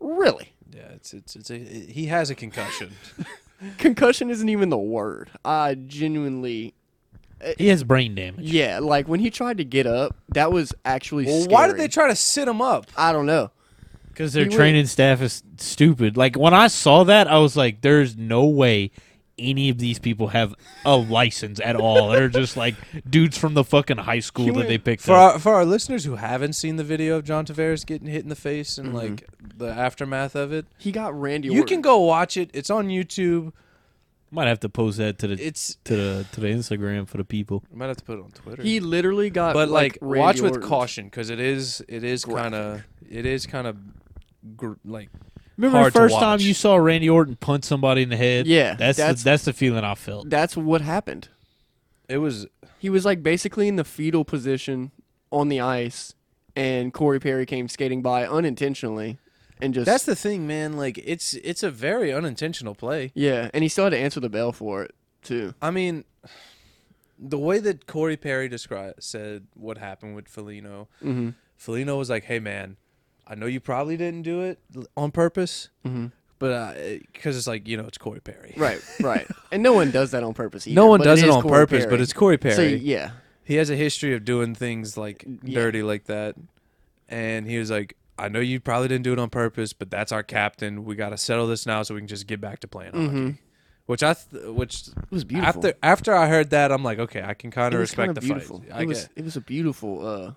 D: really?
B: Yeah, it's it's it's a, he has a concussion.
D: Concussion isn't even the word." I genuinely,
C: he has brain damage.
D: yeah. Like when he tried to get up, that was actually.
B: well, why did
D: scary.
B: they try to sit him up?
D: I don't know.
C: Because their
D: He would-
C: training staff is stupid. Like when I saw that, I was like, "There's no way any of these people have a license at all. They're just like dudes from the fucking high school that
D: would-
C: they picked
B: For
C: up."
B: our, for our listeners who haven't seen the video of John Tavares getting hit in the face
D: Mm-hmm.
B: and like the aftermath of it,
D: He got Randy.
B: you
D: Orton.
B: can go watch it. It's on YouTube.
C: Might have to post that to the
B: It's
C: to the to the Instagram for the people.
B: I might have to put it on Twitter.
D: He literally got.
B: but like,
D: Randy
B: watch with
D: Orton.
B: caution because it is it is kind of it is kind of gr- like
C: Remember
B: Hard
C: the
B: to
C: first time
B: watch.
C: you saw Randy Orton punch somebody in the head?
D: Yeah,
C: that's
D: that's-
C: the, that's the feeling I felt.
D: That's what happened.
B: it was
D: He was like basically in the fetal position on the ice, and Corey Perry came skating by unintentionally, and just
B: That's the thing, man. Like it's it's a very unintentional play.
D: yeah, and he still had to answer the bell for it too.
B: I mean, the way that Corey Perry described said what happened with Felino.
D: Mhm.
B: Felino was like, "Hey, man, I know you probably didn't do it l- on purpose, but because it's like you know it's Corey Perry.
D: Right, right, and no one does that on purpose. Either,
B: No one
D: but
B: does it,
D: is
B: on
D: Corey
B: purpose,
D: Perry.
B: but it's Corey Perry.
D: so yeah,
B: he has a history of doing things like
D: Yeah.
B: dirty like that, and he was like." I know you probably didn't do it on purpose, but that's our captain. We got to settle this now so we can just get back to playing hockey. Which I, th- which
D: Mm-hmm. it was beautiful.
B: After after I heard that, I'm like, okay, I can kind
D: it
B: of
D: was
B: respect
D: kind
B: the
D: of beautiful.
B: fight.
D: It
B: I
D: was
B: get
D: it was a beautiful. uh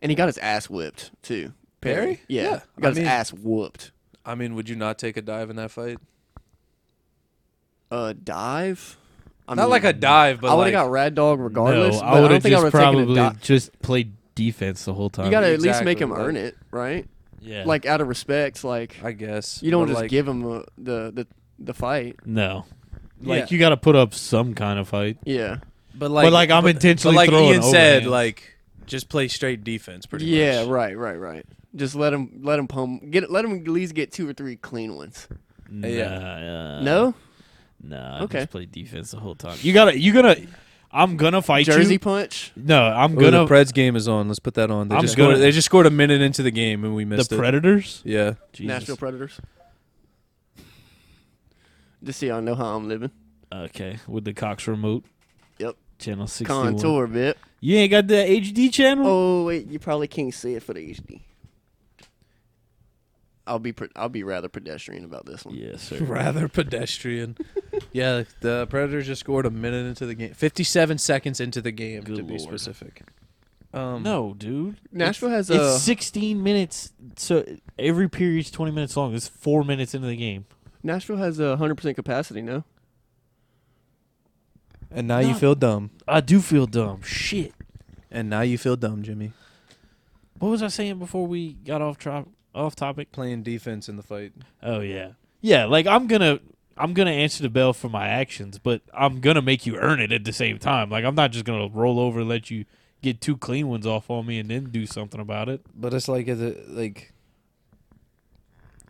D: And he got his ass whipped too.
B: Perry?
D: yeah,
B: Yeah,
D: He got
B: I
D: his
B: mean-
D: ass whooped.
B: I mean, would you not take a dive in that fight?
D: Uh, dive. I
B: not like a dive, but
D: I would
B: like
D: have got Rad Dog regardless.
C: no,
D: but
C: I would
D: don't
C: have
D: think I
C: just
D: would have taken a
C: probably
D: dive.
C: just played defense the whole time.
D: You gotta at least make
B: Exactly,
D: him earn
B: like-
D: it, right?
C: yeah.
D: Like out of respect, like
B: I guess
D: you don't
B: but
D: just
B: like,
D: give him a, the the the fight.
C: no, like
B: Yeah.
C: you gotta put up some kind of fight.
D: Yeah,
B: But like,
C: but like I'm
B: but
C: intentionally
B: like
C: throwing
B: Ian said,
C: overhands.
B: like just play straight defense, pretty
D: yeah,
B: much.
D: right, right, right. Just let him let him pump, get let him at least get two or three clean ones.
C: Nah, yeah.
D: no
C: Nah,
D: Okay.
C: I just played defense the whole time. You gotta, you gonna, I'm gonna fight
D: jersey
C: you.
D: punch.
C: No, I'm
B: Ooh,
C: gonna
B: the Preds game is on. Let's put that on. They
C: I'm
B: just
C: gonna-
B: scored, they just scored a minute into the game and we
C: the
B: missed it.
C: Predators.
B: Yeah,
C: Jesus.
D: Nashville Predators. Just so y'all know how I'm living.
C: okay, with the Cox remote.
D: Yep.
C: Channel 61.
D: Contour bit.
C: You ain't got the HD channel.
D: Oh wait, you probably can't see it for the HD. I'll be pre- I'll be rather pedestrian about this one.
C: Yes, sir.
B: rather pedestrian. yeah, the Predators just scored a minute into the game, 57 seconds into the game
C: Good
B: to be
C: lord.
B: specific. Um,
C: No, dude.
D: Nashville has
C: it's uh,
D: a
C: 16 minutes. So every period's 20 minutes long. It's four minutes into the game.
D: Nashville has a hundred percent capacity. No,
B: and now you
C: No.
B: feel dumb.
C: I do feel dumb. Shit.
B: And now you feel dumb, Jimmy.
C: What was I saying before we got off trop- off topic?
B: Playing defense in the fight.
C: Oh yeah, yeah. Like I'm gonna, I'm gonna answer the bell for my actions, but I'm gonna make you earn it at the same time. Like I'm not just gonna roll over and let you get two clean ones off on me and then do something about it.
B: But it's like, is it like?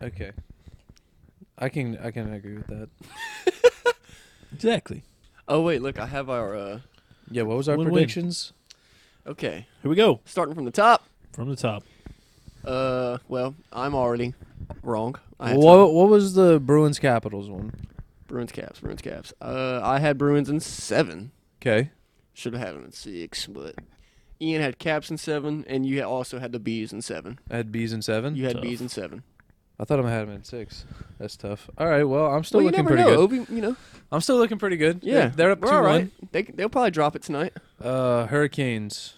B: Okay. I can I can agree with that.
C: Exactly.
D: Oh wait, look, I have our. uh
B: Yeah, what was our
C: Win-win.
B: predictions?
D: Okay,
C: Here we go
D: starting from the top.
C: from the top.
D: Uh, well, I'm already wrong. I had
B: What what was the Bruins Capitals one?
D: Bruins caps, Bruins caps. Uh, I had Bruins in seven.
B: Okay.
D: Should have had them in six, but Ian had caps in seven, and you also had the bees in seven.
B: I had B's in seven.
D: You had
C: Tough.
D: bees in seven.
B: I thought I had him in six. That's tough. All right. Well, I'm still
D: well,
B: looking
D: you never
B: pretty
D: know.
B: good.
D: Obi, you know,
B: I'm still looking pretty good.
D: yeah,
B: They're- they're up
D: we're
B: two
D: all
B: one.
D: right. They they'll probably drop it tonight.
B: Uh, Hurricanes.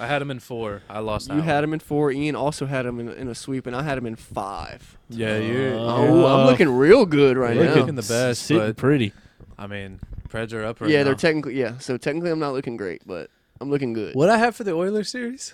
B: I had him in four. I lost.
D: You
B: that
D: had
B: one.
D: him in four. Ian also had him in, in a sweep, and I had him in five.
B: Yeah, you.
C: Uh,
D: Oh, I'm looking real good right
B: Look
D: now.
B: at- Looking the best,
C: sitting
B: but-
C: pretty.
B: I mean, Preds are up right
D: yeah,
B: now.
D: they're technically yeah. So technically, I'm not looking great, but I'm looking good.
B: what I have for the Oilers series?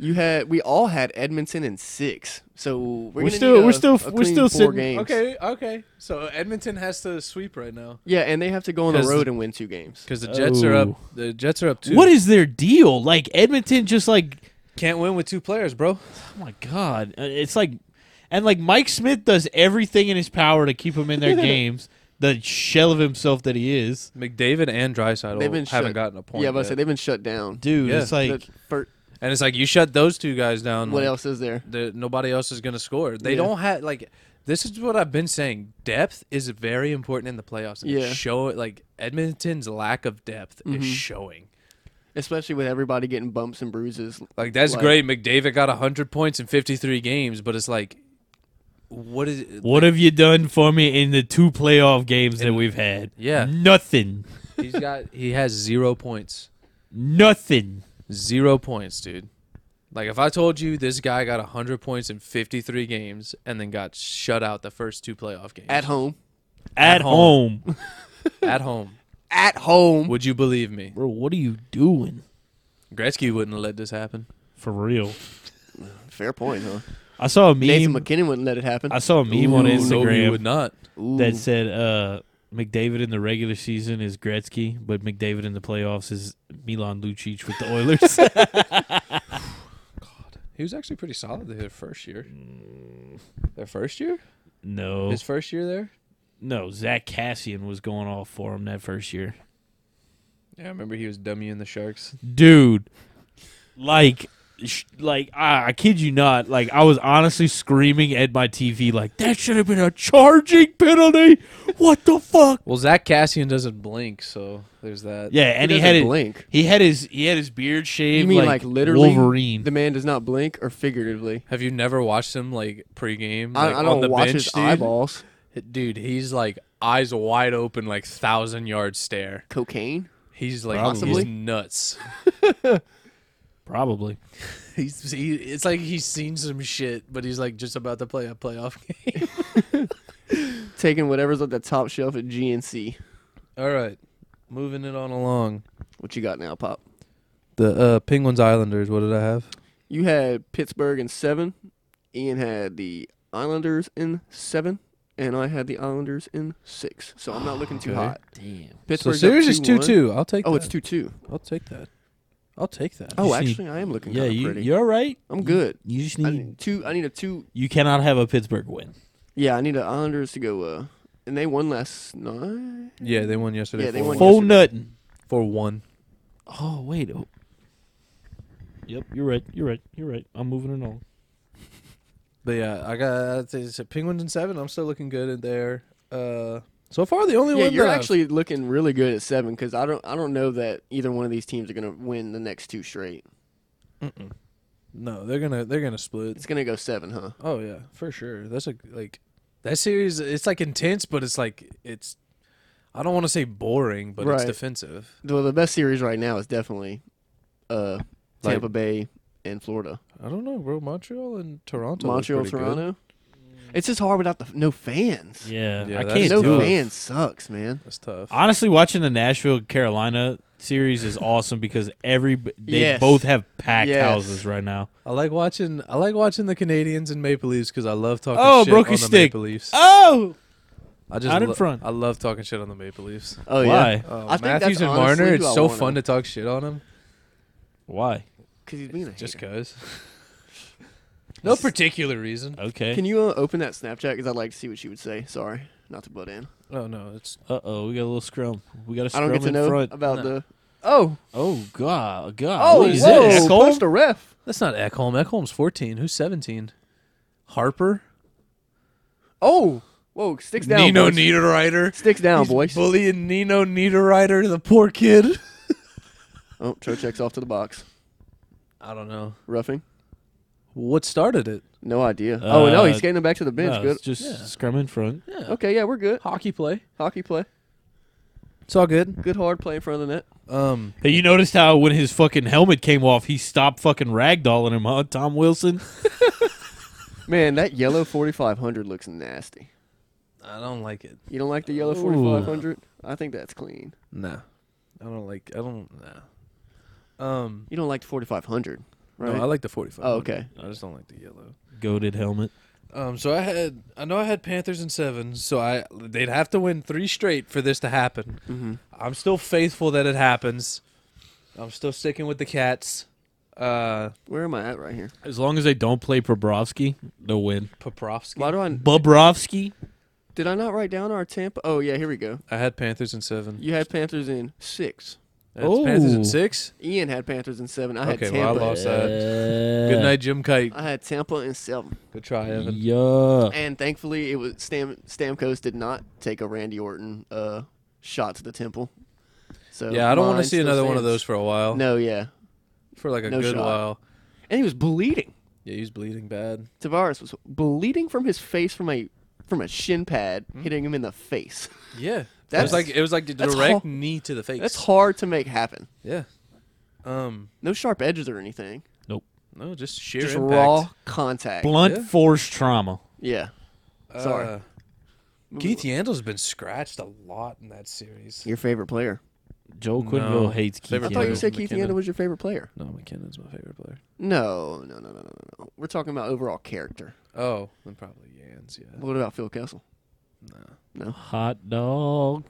D: You had we all had Edmonton in six, so we're,
C: We're
D: gonna
C: still-
D: need a-
C: we're still-
D: a
C: we're
D: clean
C: still
D: four
C: sitting-
D: games.
B: Okay, okay. So Edmonton has to sweep right now
D: Yeah, and they have to go on the
B: 'Cause-
D: road and win two games.
B: because the Jets are
C: Oh.
B: up. The Jets are up two.
C: What is their deal? Like Edmonton, just like
B: Can't win with two players, bro.
C: oh my god, Uh, it's like, and like Mike Smith does everything in his power to keep them in their games. The shell of himself that he is,
B: McDavid and Drysdale
D: They've been
B: haven't
D: shut-
B: gotten a point.
D: Yeah, but I
B: yet.
D: said they've been shut down.
C: dude.
B: Yeah.
C: It's like
D: The fir-
B: and it's like you shut those two guys down.
D: what
B: like,
D: else is there?
B: the, nobody else is going to score. They
D: Yeah.
B: don't have like this is what I've been saying. Depth is very important in the playoffs. And
D: Yeah. Mm-hmm.
B: it's show like Edmonton's lack of depth is showing.
D: Especially with everybody getting bumps and bruises.
B: Like that's
D: Like-
B: great. McDavid got 100 points in 53 games, but it's like what is it?
C: What have you done for me in the two playoff games that we've had?
B: Yeah.
C: Nothing.
B: he's got he has 0 points.
C: Nothing.
B: 0 points, dude. Like if I told you this guy got 100 points in 53 games and then got shut out the first two playoff games
D: At home.
C: At,
B: home.
C: home.
B: at home,
D: At home.
B: would you believe me?
C: Bro, what are you doing?
B: Gretzky wouldn't have let this happen.
C: For real.
D: Fair point, huh?
C: I saw a
D: Nathan
C: meme.
D: McKinnon wouldn't let it happen.
C: I saw a meme on
B: Ooh, No, he
C: Instagram
B: would not.
D: Ooh.
C: that said uh, McDavid in the regular season is Gretzky, but McDavid in the playoffs is Milan Lucic with the Oilers.
B: He was actually pretty solid their first year. Oh. Their Mm. first year?
C: no,
B: His first year there?
C: no. Zach Cassian was going off for him that first year,
B: Yeah, I remember he was dummy in the Sharks.
C: dude. Like, sh- like I, I kid you not. Like I was honestly screaming at my TV, like that should have been a charging penalty. What the fuck?
B: Well, Zach Cassian doesn't blink, so there's that.
C: Yeah, and he,
D: doesn't
C: had it.
D: blink.
C: He had his he had his beard shaved.
D: You mean like, literally?
C: Wolverine?
D: The man does not blink or figuratively.
B: Have you never watched him like pregame?
D: I,
B: like,
D: I
B: on
D: don't
B: the
D: watch
B: bench,
D: his
B: dude?
D: eyeballs.
B: Dude, he's like eyes wide open, like thousand yard stare.
D: Cocaine.
B: He's like
D: Possibly.
B: he's nuts.
C: Probably.
B: he's he, it's like he's seen some shit, but he's like just about to play a playoff game.
D: Taking whatever's at the top shelf at GNC.
B: All right, moving it on along.
D: What you got now, Pop?
B: The uh, Penguins Islanders. What did I have?
D: You had Pittsburgh in seven. Ian had the Islanders in seven, and I had the Islanders in six. So I'm not looking too
B: Okay.
D: hot.
C: Damn.
D: Pittsburgh
B: so series is two two. I'll take.
D: Oh,
B: that.
D: it's two two.
B: I'll take that. I'll take that.
D: Oh,
C: see-
D: actually, I am looking
C: Yeah,
D: kind of
C: you,
D: pretty.
C: you're right.
D: I'm good.
C: You just
D: I
C: need.
D: need two. I need a two.
C: You cannot have a Pittsburgh win.
D: Yeah, I need the Islanders to go. Uh, and they won last night.
B: Yeah, they won yesterday.
D: Yeah, they
B: four
D: won
B: one.
C: Full nothing.
B: for one.
C: Oh wait. Oh. Yep, you're right. You're right. You're right. I'm moving it on.
B: But yeah, I got it's Penguins and seven. I'm still looking good in there. Uh, so far the only
D: Yeah,
B: one
D: you're
B: that I've-
D: actually looking really good at seven because I don't. I don't know that either one of these teams are gonna win the next two straight.
B: no, they're gonna they're gonna split.
D: It's gonna go seven, huh?
B: Oh yeah, for sure. That's a like that series. It's like intense, but it's like it's. I don't want to say boring, but it's
D: Right.
B: defensive.
D: Well, the best series right now is definitely uh,
B: Like-
D: Tampa Bay and Florida.
B: I don't know, bro. Montreal and Toronto. look
D: Montreal,
B: pretty good.
D: Toronto. It's just hard without the no fans.
C: Yeah,
B: Yeah,
C: I
B: that's
C: can't
D: no
C: do it.
D: fans sucks, man.
B: That's tough.
C: Honestly, watching the Nashville Carolina series is awesome because every they
D: Yes.
C: both have packed
D: Yes.
C: houses right now.
B: I like watching. I like watching the Canadians and Maple Leafs because I love talking.
C: Oh,
B: shit
C: broke
B: on
C: your
B: the
C: stick.
B: Maple Leafs.
C: Oh,
B: I just
C: out in
B: lo-
C: front.
B: I love talking shit on the Maple Leafs.
D: Oh
C: why?
B: Oh,
D: I think that's
B: Matthews and
D: honestly
B: Marner.
D: who
B: It's
D: I
B: so
D: wanna-
B: fun to talk shit on them.
C: Why?
D: because he's being a
B: Just
D: hater.
B: cause. No particular reason.
C: Okay.
D: Can you uh, open that Snapchat? Because I'd like to see what she would say. Sorry, not to butt in.
B: Oh no, it's
C: uh oh, we got a little scrum. We got a
D: I
C: scrum
D: don't get to
C: in
D: know
C: front.
D: about
B: No.
D: the. Oh,
C: Oh god, god.
D: oh,
C: what is
D: whoa!
C: this? Skull?
D: Punched a ref.
B: that's not Eckholm. Eckholm's fourteen. Who's seventeen? Harper.
D: Oh, whoa! Sticks down.
B: Nino
D: boys.
B: Niederreiter.
D: Sticks down,
B: He's
D: boys.
B: bullying Nino Niederreiter, the poor kid.
D: oh, Cho checks off to the box.
B: I don't know
D: Roughing.
B: what started it.
D: No idea. oh no,
C: Uh,
D: he's getting them back to the bench.
C: No,
D: good.
C: it's just
B: Yeah.
C: scrum in front.
B: Yeah,
D: Okay, yeah, we're good.
B: hockey play.
D: Hockey play.
B: It's all good.
D: Good hard play in front of the net.
B: Um,
C: Hey, you noticed how when his fucking helmet came off, he stopped fucking ragdolling him, huh, Tom Wilson?
D: Man, that yellow 4500 looks nasty.
B: I don't like it.
D: You don't like the yellow
C: Ooh.
D: 4500? I think that's clean.
B: No, I don't like. I don't. Nah. Um,
D: You don't like the 4500, right?
B: no, I like the forty-five.
D: Oh, okay.
B: I just don't like the yellow.
C: Goaded helmet.
B: Um, so I had, I know I had Panthers and sevens, so I they'd have to win three straight for this to happen.
D: Mm-hmm.
B: I'm still faithful that it happens. I'm still sticking with the Cats. Uh,
D: Where am I at right here?
C: As long as they don't play Bobrovsky, they'll win.
B: Poprovsky.
D: Why do I
C: Bobrovsky?
D: Did I not write down our Tampa? Oh, yeah, here we go.
B: I had Panthers and seven.
D: You had Panthers in 6.
B: That's Panthers
C: Oh.
B: and six.
D: Ian had Panthers in 7. I
B: Okay,
D: had
B: well, I
D: Tampa.
B: lost that. Good night, Jim Kite.
D: I had Tampa in 7.
B: Good try, Evan.
C: Yeah.
D: And thankfully, it was Stam- Stamkos did not take a Randy Orton uh, shot to the temple. So
B: Yeah, I don't want
D: mine
B: to see
D: still
B: another one of those
D: stands.
B: for a while.
D: No, yeah.
B: for like a
D: no
B: good
D: shot.
B: while.
D: And he was bleeding.
B: Yeah, he's bleeding bad.
D: Tavares was bleeding from his face from a from a shin pad
B: Hmm.
D: hitting him in the face.
B: Yeah, that
D: That's-
B: was like it was like the
D: that's
B: direct
D: ho-
B: knee to the face.
D: That's hard to make happen.
B: yeah. Um,
D: No sharp edges or anything.
B: no, just sheer
D: Just
B: impact.
D: raw contact.
C: Blunt
B: Yeah.
C: force trauma.
D: yeah. Sorry.
B: Uh, Keith Yandel's been scratched a lot in that series.
D: Your favorite player.
C: Joel
B: No.
C: Quinville hates Keith.
B: Favorite
D: I thought you
C: Yandel.
D: said Keith
B: McKinnon.
D: Yandel was your favorite player.
B: No, McKinnon's my favorite player.
D: No, no, no, no, no, no, no. We're talking about overall character.
B: Oh, then probably Yans. Yeah.
D: What about Phil Kessel?
C: Hot dog.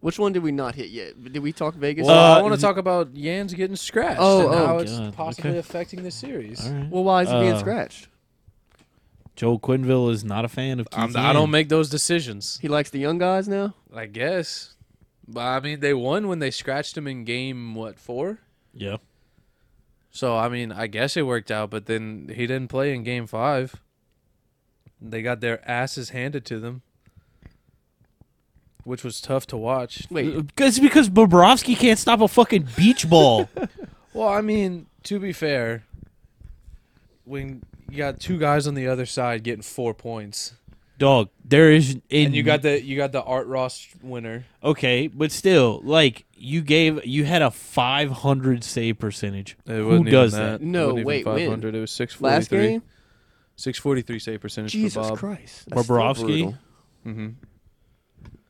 D: Which one did we not hit yet? Did we talk Vegas?
B: Well, I
C: Uh,
B: want to talk about Yans getting scratched
D: Oh,
B: and
D: oh,
B: how it's
C: God,
B: possibly
C: okay.
B: affecting the series.
C: All right.
D: well, why is he being
C: uh,
D: scratched?
C: Joel Quinville is not a fan of Keith.
B: I'm, I don't
C: Yandel.
B: make those decisions.
D: He likes the young guys now.
B: I guess, but I mean, they won when they scratched him in game what four.
C: Yeah.
B: So I mean, I guess it worked out, but then he didn't play in game five. They got their asses handed to them, which was tough to watch.
D: Wait,
C: Uh, It's because Bobrovsky can't stop a fucking beach ball.
B: Well, I mean, to be fair, when you got two guys on the other side getting four points,
C: Dog, there is in
B: and you got the you got the Art Ross winner.
C: Okay, but still, like you gave you had a 500 save percentage. Who does that?
D: No, wait, when? 500,
B: It was six
D: last game.
B: Six forty three save percentage
D: Jesus Christ, that's still
C: Bobrovsky?
D: brutal.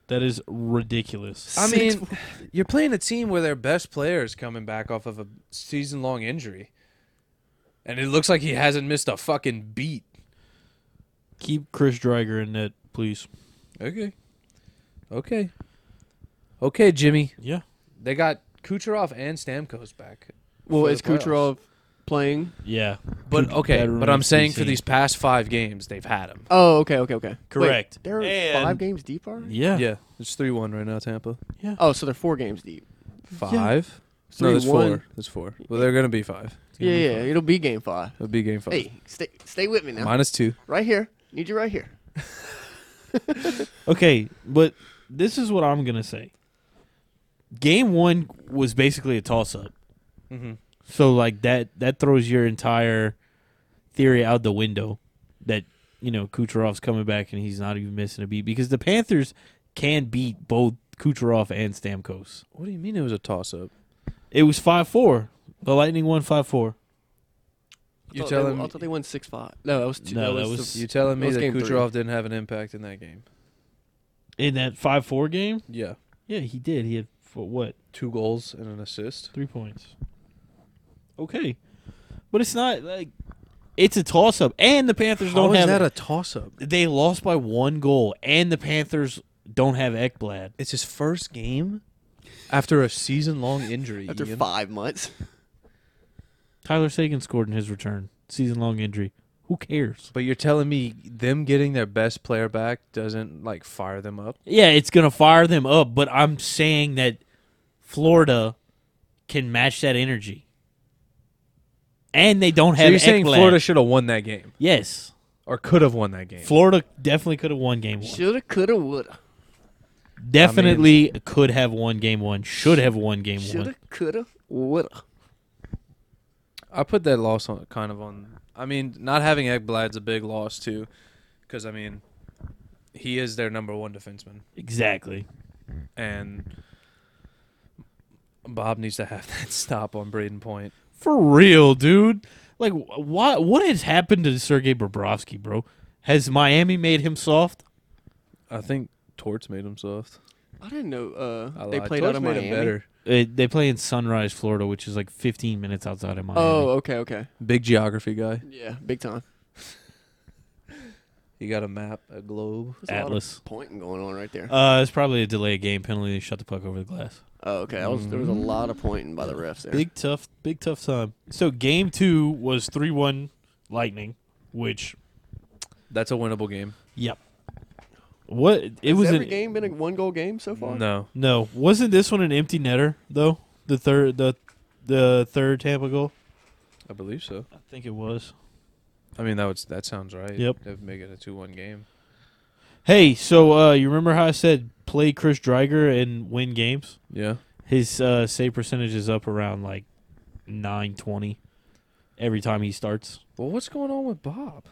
C: That is ridiculous.
B: I
D: Six
B: mean, you're playing a team where their best player is coming back off of a season long injury. And it looks like he hasn't missed a fucking beat.
C: Keep Chris Drager in net, please.
B: Okay. Okay. Okay, Jimmy.
C: Yeah.
B: They got Kucherov and Stamkos back.
D: Well,
B: for
D: is
B: the playoffs.
D: Kucherov playing?
C: Yeah.
B: But
C: Kuch-
B: okay,
C: better
B: but
C: than
B: I'm saying for
C: CC.
B: these past five games, they've had him.
D: Oh, okay, okay, okay. Wait,
C: Correct.
D: they're
C: And-
D: five games deep already.
C: Yeah.
B: Yeah, it's three one right now, Tampa.
D: Oh, so they're four games deep.
B: Five.
D: Three,
B: no, there's
D: one.
B: four. There's four. Well, they're gonna be five.
D: Yeah, yeah, it'll be game five.
B: It'll be game five.
D: Hey, stay, stay with me now.
B: Minus two.
D: Right here, need you right here.
C: Okay, but this is what I'm going to say. Game 1 was basically a toss up.
B: Mhm.
C: So like that that throws your entire theory out the window that you know Kucherov's coming back and he's not even missing a beat because the Panthers can beat both Kucherov and Stamkos.
B: What do you mean it was a toss up?
C: It was 5-4. The Lightning won 5-4.
B: You
D: Thought
B: telling
D: Oh, they,
B: me?
D: I thought they won six five. No, that was two.
C: No,
D: that
C: that
D: was,
C: was-
D: the-
B: You telling
D: That
B: me
D: was
B: that
D: game three.
B: Kucherov didn't have an impact in that game?
C: In that 5-4 game?
B: Yeah,
C: Yeah, he did. He had for what?
B: two goals and an assist.
C: 3 points. Okay. But it's not like it's a toss up and the Panthers don't have
B: a toss up?
C: they lost by one goal, and the Panthers don't have Ekblad.
B: It's his first game after a season long injury.
D: after
B: Ian.
D: five months.
C: Tyler Sagan scored in his return, season long injury. Who cares?
B: But you're telling me them getting their best player back doesn't like fire them up?
C: Yeah, it's gonna fire them up, but I'm saying that Florida can match that energy, and they don't
B: So
C: have.
B: you're saying
C: Ekblad.
B: Florida should have won that game
C: Yes,
B: or could have won that game?
C: Florida definitely could have won game one.
D: Shoulda, coulda, woulda.
C: Definitely could have won game one. Should have won game
D: Shoulda,
C: one.
D: coulda, woulda.
B: I put that loss on kind of on. I mean, not having Ekblad's a big loss too, because I mean, he is their number one defenseman,
C: Exactly.
B: and Bob needs to have that stop on Braden Point.
C: For real, dude. Like, what what has happened to Sergei Bobrovsky, bro? Has Miami made him soft?
B: I think Torts made him soft.
D: I didn't know
B: I
D: uh, they
B: lied.
D: played
B: Torts
D: out of
B: made
D: Miami.
B: him better.
C: Uh, they play in Sunrise, Florida, which is like 15 minutes outside of Miami.
D: Oh, okay, okay.
B: Big geography guy.
D: Yeah, big time.
B: He got a map, a globe.
D: There's a lot of
C: Atlas.
D: pointing going on right there.
C: Uh, it's probably a delay of game penalty. They shut the puck over the glass.
D: oh, okay. That was, there
B: Mm.
D: was a lot of pointing by the refs there.
C: Big tough, big tough time. So game two was three one Lightning, which
B: That's a winnable game.
C: yep. What it
D: Has
C: was
D: every
C: an,
D: game been a one goal game so far?
B: No,
C: no wasn't this one an empty netter though the third the the third Tampa goal
B: I believe so.
C: I think it was.
B: I mean, that would that sounds right.
C: Yep.
B: That'd make it a two-one game.
C: Hey, so uh, you remember how I said play Chris Dreiger and win games?
B: Yeah.
C: His uh, save percentage is up around like nine twenty every time he starts.
B: Well, what's going on with Bob?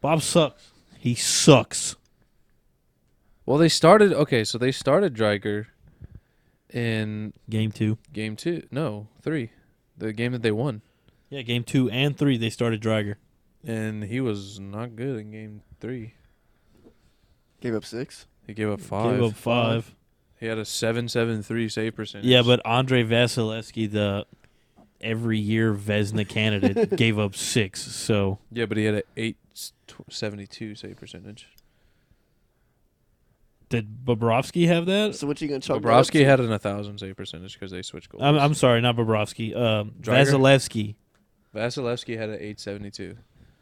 C: Bob sucks. He sucks.
B: Well, they started. Okay, so they started Dreiger in
C: Game two.
B: game two. No, three. The game that they won,
C: Yeah, game two and three they started Dreiger.
B: and he was not good in game three.
D: Gave up six.
B: He gave up five.
C: Gave up five.
B: He had a seven-seven-three save percentage.
C: Yeah, but Andre Vasilevsky, the every year Vesna candidate, gave up six. So
B: yeah, but he had an eight s- tw- seventy-two save percentage.
C: did Bobrovsky have that?
D: So what you gonna chalk that up
B: Bobrovsky
D: to?
B: had an thousand save percentage because they switched goals.
C: I'm, I'm sorry, not Bobrovsky. Um,
B: Dreiger?
C: Vasilevsky
B: Vasilevsky had an eight seventy-two.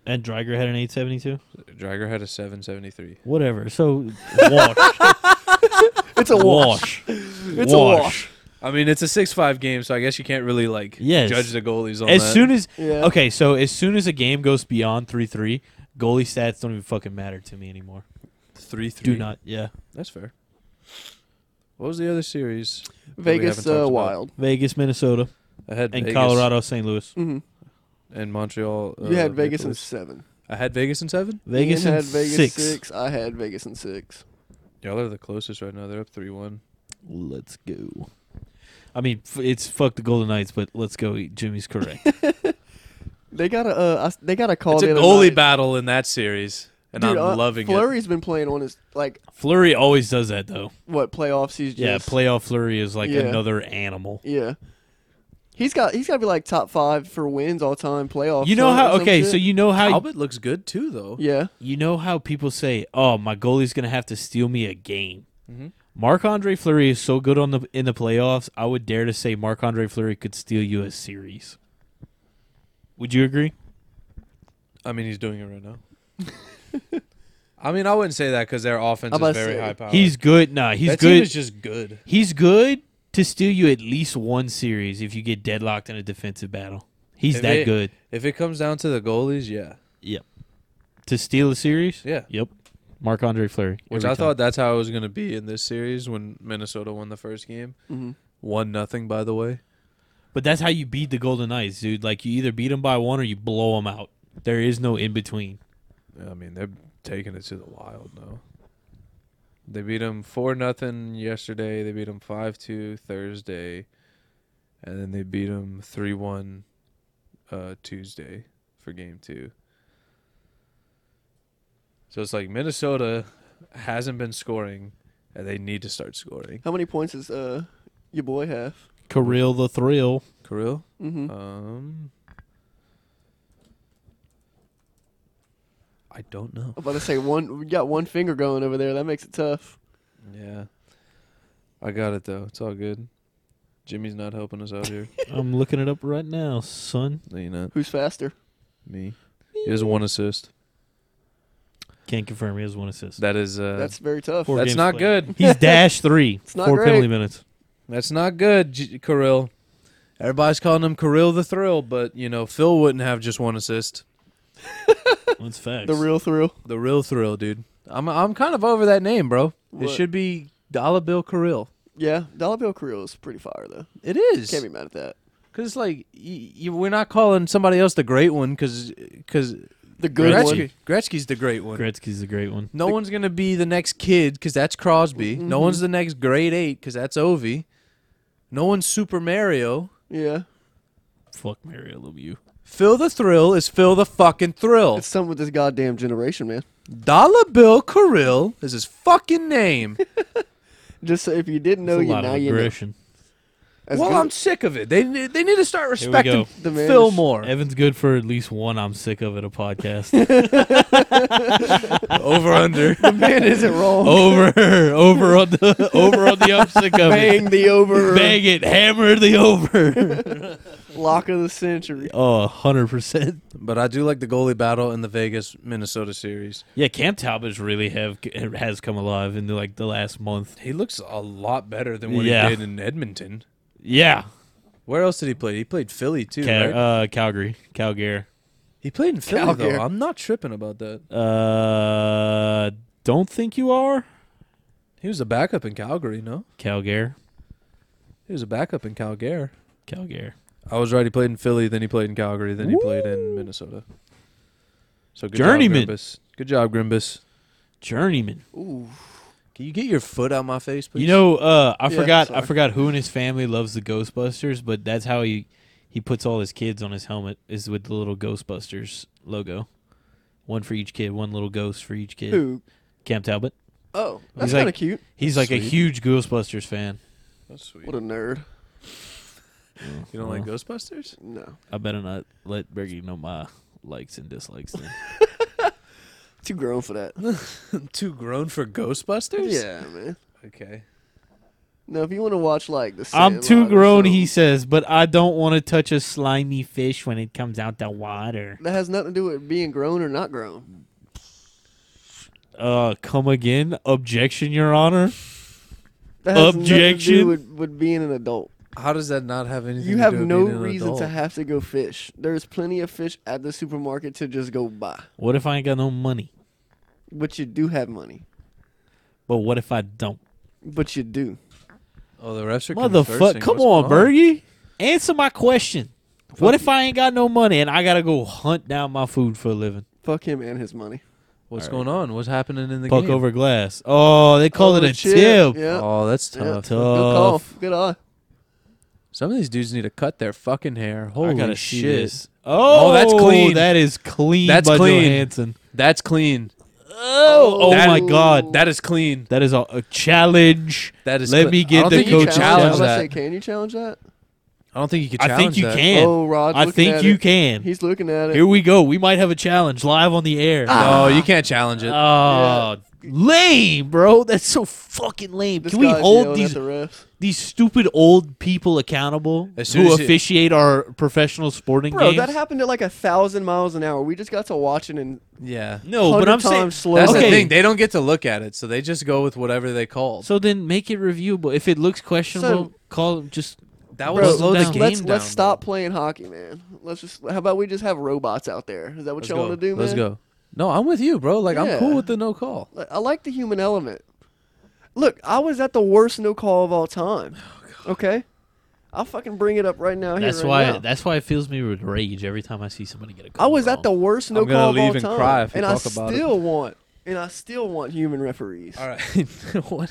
C: and Dreiger had an 872.
B: Dreiger had a seven seventy-three.
C: Whatever. So wash,
D: It's a
C: wash,
D: wash. It's a wash.
B: I mean, it's a six-five game, so I guess you can't really like
C: Yes.
B: judge the goalies on
C: As
B: that.
C: soon as
D: Yeah.
C: okay, so as soon as a game goes beyond three three, goalie stats don't even fucking matter to me anymore.
B: three-three.
C: Do not. Yeah.
B: That's fair. What was the other series? that we
D: Vegas
B: haven't talked
D: uh,
B: about?
D: Wild.
C: Vegas, Minnesota,
B: I had
C: and
B: Vegas
C: Colorado, St. Louis.
D: Mm-hmm.
B: and Montreal. Uh,
D: You had Vegas
B: Maple
D: in
B: Leafs.
D: seven.
B: I had Vegas in seven.
C: Vegas
D: Ian
C: and
D: had Vegas
C: six.
D: I had Vegas in six.
B: Y'all are the closest right now. They're up three-one.
C: Let's go. I mean, f- it's fuck the Golden Knights, but let's go. Jimmy's correct.
D: They got a uh, I s- they got a call.
B: It's a
D: the other
B: goalie
D: night.
B: battle in that series, and
D: Dude,
B: I'm
D: uh,
B: loving it.
D: Fleury's been playing on his like
C: Flurry always does that though.
D: what playoffs? He's
C: Yeah,
D: just,
C: playoff Flurry is like
D: Yeah.
C: another animal.
D: Yeah, he's got he's got to be like top five for wins all time playoffs.
C: You know
D: or
C: how?
D: some
C: Okay,
D: shit.
C: so you know how
B: Albert looks good too, though.
D: yeah,
C: you know how people say, "Oh, my goalie's gonna have to steal me a game."
B: Mhm.
C: Marc Andre Fleury is so good on the in the playoffs. I would dare to say Marc Andre Fleury could steal you a series. Would you agree?
B: I mean, he's doing it right now. I mean, I wouldn't say that because their offense
D: I'm
B: is
D: about to
B: very
D: say,
B: high powered.
C: He's good. Nah, he's
B: Uh, that
C: good.
B: Team is just good.
C: He's good to steal you at least one series if you get deadlocked in a defensive battle. He's
B: If
C: that
B: it-
C: good.
B: If it comes down to the goalies, yeah,
C: Yep. To steal a series?
B: yeah.
C: Yep. Marc Andre Fleury.
B: Which I
C: every time.
B: thought that's how it was going to be in this series when Minnesota won the first game,
D: Mhm.
B: one nothing. By the way,
C: But that's how you beat the Golden Knights, dude. Like, you either beat them by one or you blow them out. There is no in between.
B: I mean they're taking it to the wild now. They beat them four nothing yesterday. They beat them five two Thursday, and then they beat them three one uh, Tuesday for game two. So it's like Minnesota hasn't been scoring, and they need to start scoring.
D: how many points does uh your boy have?
C: Kirill the Thrill.
B: Kirill,
D: Mm-hmm.
B: um, I don't know.
D: I'm about to say one. We got one finger going over there. That makes it tough.
B: Yeah. I got it though. It's all good. Jimmy's not helping us out here.
C: I'm looking it up right now, son.
B: no, you're not.
D: Who's faster?
B: Me. He has one assist.
C: Can't confirm. He has one assist.
B: That is uh,
D: That's very tough.
C: Four
B: that's
C: games
B: not
C: played.
B: good.
C: He's dash three.
D: It's not
C: four
D: great.
C: penalty minutes.
B: That's not good, J- Kirill. Everybody's calling him Kirill the Thrill, but you know Phil wouldn't have just one assist.
C: That's facts.
D: The real thrill.
B: The real Thrill, dude. I'm I'm kind of over that name, bro. It
D: What?
B: should be Dollar Bill Kirill.
D: Yeah, Dollar Bill Creel is pretty fire though.
B: It is.
D: Can't be mad at that.
B: Because like y- y- we're not calling somebody else the great one because
D: The good
B: Gretzky,
D: one.
B: Gretzky's the great one.
C: Gretzky's a great one.
B: no one's gonna be the next kid because that's Crosby. No one's the next grade eight because that's Ovi. No one's Super Mario.
D: Yeah,
C: Fuck Mario Lemieux.
B: Phil the Thrill is Phil the fucking Thrill.
D: it's something with this goddamn generation, man.
B: Dollar Bill Kirill is his fucking name.
D: Just so if you didn't
C: That's
D: know,
C: a
D: you
C: lot
D: now
C: of
D: you know.
C: aggression.
D: As
B: well,
D: good-
B: I'm sick of it. They need- they need to start
C: Here we
B: respecting
C: go.
D: The man
B: Phil
D: is-
B: more.
C: Evan's good for at least one. I'm sick of it. A podcast
B: Over under.
D: the man isn't
C: Oh,
D: wrong.
C: over over on the over on the upsick of
D: Bang
C: it.
D: the over
C: Bang it, hammer the over.
D: lock of the century.
C: oh, 100 percent.
B: But I do like the goalie battle in the Vegas Minnesota series.
C: Yeah, Cam Talbot's really have has come alive in the, like the last month.
B: He looks a lot better than what
C: Yeah.
B: he did in Edmonton.
C: Yeah,
B: Where else did he play? He played Philly too,
C: Cal-
B: right?
C: uh, Calgary, Calgary.
B: he played in Philly
D: Calgary.
B: though. I'm not tripping about that.
C: Uh, don't think you are
B: He was a backup in Calgary, no?
C: Calgary,
B: He was a backup in Calgary.
C: Calgary.
B: I was right. He played in Philly, then he played in Calgary, then he played in Minnesota. So good
C: Journeyman.
B: job, Grimbus. Good job, Grimbus.
C: Journeyman.
D: Ooh,
B: Can you get your foot out of my face, please?
C: You know, uh, I
D: Yeah,
C: forgot. I
D: sorry.
C: forgot who in his family loves the Ghostbusters, but that's how he he puts all his kids on his helmet is with the little Ghostbusters logo. One for each kid, one little ghost for each kid.
D: who?
C: Cam Talbot.
D: Oh, that's
C: He's like-
D: kind of cute.
C: He's like a
B: Sweet.
C: huge Ghostbusters fan.
B: That's sweet.
D: What a nerd.
B: You don't like Ghostbusters?
D: No,
C: I better not let Bergie know my likes and dislikes. Then.
D: too grown for that.
B: Too grown for Ghostbusters?
D: yeah, man.
B: Okay.
D: No, if you want to watch like the,
C: I'm
D: Sandlot
C: too
D: or
C: grown,
D: something,
C: he says, but I don't want to touch a slimy fish when it comes out the water.
D: That has nothing to do with being grown or not grown.
C: Uh, come again? Objection, Your Honor.
D: That has Nothing to
C: Objection.
D: do with, with being an adult.
B: How does that not have anything
D: You
B: to
D: have
B: do with
D: no
B: being an
D: reason to
B: adult?
D: have to go fish. There's plenty of fish at the supermarket to just go buy.
C: What if I ain't got no money?
D: But you do have money.
C: But what if I don't?
D: But you do.
B: Oh, the refs are
C: Motherfucker,
B: conversing.
C: come
B: What's
C: on,
B: going
C: Bergie. Answer my question. What if I ain't got no money and I gotta go hunt down my food for a living?
D: Fuck him and his money.
B: What's
C: All right.
B: going on? What's happening in the
C: Puck
B: game?
C: over glass. Oh, they call it
D: Holy
C: a
D: shit.
C: tip. Uh,
D: Yeah.
B: Oh, that's
D: Yeah.
B: tough.
C: Tough.
D: Good call. Good eye.
B: Some of these dudes need to cut their fucking hair.
C: I
B: Holy
C: gotta see
B: shit.
C: this. Oh,
B: that's clean.
C: That is clean.
B: That's
C: by
B: clean.
C: Johansson.
B: That's clean.
C: Oh, oh
B: That-
C: my God.
B: That is clean.
C: That is a, a challenge.
B: That is
C: Let
B: clean.
C: me
B: I
C: get
B: don't
C: the
B: think you
C: coach
B: can challenge
C: out.
D: I was about to
B: that.
D: say, can you challenge that?
B: I don't think you can
C: I
B: challenge
C: think you
B: that.
C: can.
D: Oh, Rod's
C: I
D: looking
C: think
D: at
C: you
D: it.
C: can.
D: He's looking at it.
C: Here we go. We might have a challenge live on the air.
B: No, you can't challenge it.
C: Oh, lame, bro. That's so fucking lame.
D: This
C: Can we
D: guy's
C: hold
D: yelling
C: these
D: at the refs?
C: these stupid old people accountable
B: As soon
C: who
B: as you-
C: officiate our professional sporting
D: Bro,
C: games?
D: that happened at like a thousand miles an hour. We just got to watching and
B: yeah.
C: no, but
D: 100
C: I'm saying
D: times slower.
B: That's
C: okay.
B: the thing. They don't get to look at it, so they just go with whatever they call.
C: So then make it reviewable. If it looks questionable, call just
B: that
C: Bro,
B: would slow the
C: let's-
B: game
D: let's
B: down.
D: let's stop playing hockey, man. Let's just how about we just have robots out there? Is that what
B: Let's
D: y'all
B: go.
D: want to do, man?
B: Let's go. No, I'm with you, bro. Like I'm cool
D: Yeah.
B: with the no call.
D: Like, I like the human element. Look, I was at the worst no call of all time.
B: Oh,
D: okay, I'll fucking bring it up right now. here
C: That's
D: right
C: why
D: now.
C: that's why it fills me with rage every time I see somebody get a call.
D: I was at the
C: wrong.
D: worst no
B: I'm gonna
D: call of all
B: leave and
D: time,
B: cry if you
D: and I
B: talk about it.
D: still want and I still want human referees.
B: All right. what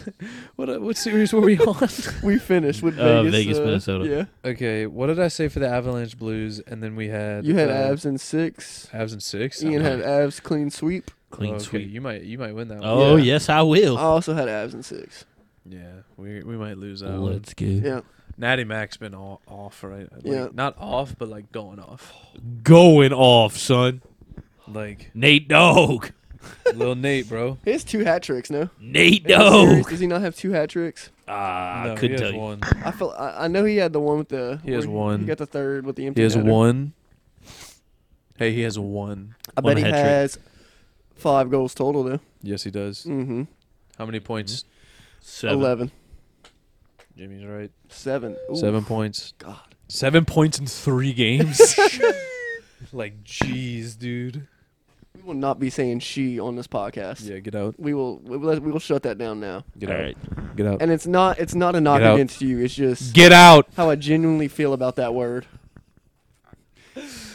B: what what series were we on?
D: We finished with
C: Uh,
D: Vegas,
C: Vegas,
D: uh,
C: Minnesota.
D: Yeah,
B: okay, what did I say for the Avalanche Blues? And then we had
D: you had
B: uh,
D: abs in six.
B: Abs and six.
D: Ian
B: I'm
D: had
B: like,
D: abs clean sweep.
C: clean
B: okay,
C: sweep.
B: You might you might win that. one.
C: Oh
D: Yeah.
C: yes, I will.
D: I also had abs in six.
B: Yeah, we we might lose that one.
C: Let's go.
D: Yeah,
B: Natty Mac's been all, off, right? Like,
D: Yeah.
B: Not off, but like going off.
C: Going off, son.
B: Like
C: Nate Dog.
B: little Nate, bro.
D: he has two hat tricks. No,
C: Nate
D: Are you serious?
C: Dog.
D: does he not have two hat tricks?
C: Ah,
B: No,
C: I
B: he
C: couldn't
B: has
C: tell you.
B: one.
D: I feel I, I know he had the one with the.
B: He has
D: where
B: one.
D: He got the third with the empty.
B: He has
D: netter.
B: one. Hey, he has one.
D: I
C: One
D: bet he
C: hat trick.
D: has Five goals total, though.
B: Yes, he does.
D: Mm-hmm.
B: How many points?
C: Mm-hmm. Seven.
D: Eleven.
B: Jimmy's right.
D: Seven. Ooh,
B: Seven points.
D: God.
C: Seven points in three games. like, jeez, dude.
D: We will not be saying she on this podcast.
B: Yeah, get out.
D: We will. We will, we will shut that down now.
B: Get
C: All
B: out.
C: right.
B: Get out.
D: And it's not. It's not a knock
B: Get out.
D: against you. It's just
C: Get out.
D: how I genuinely feel about that word.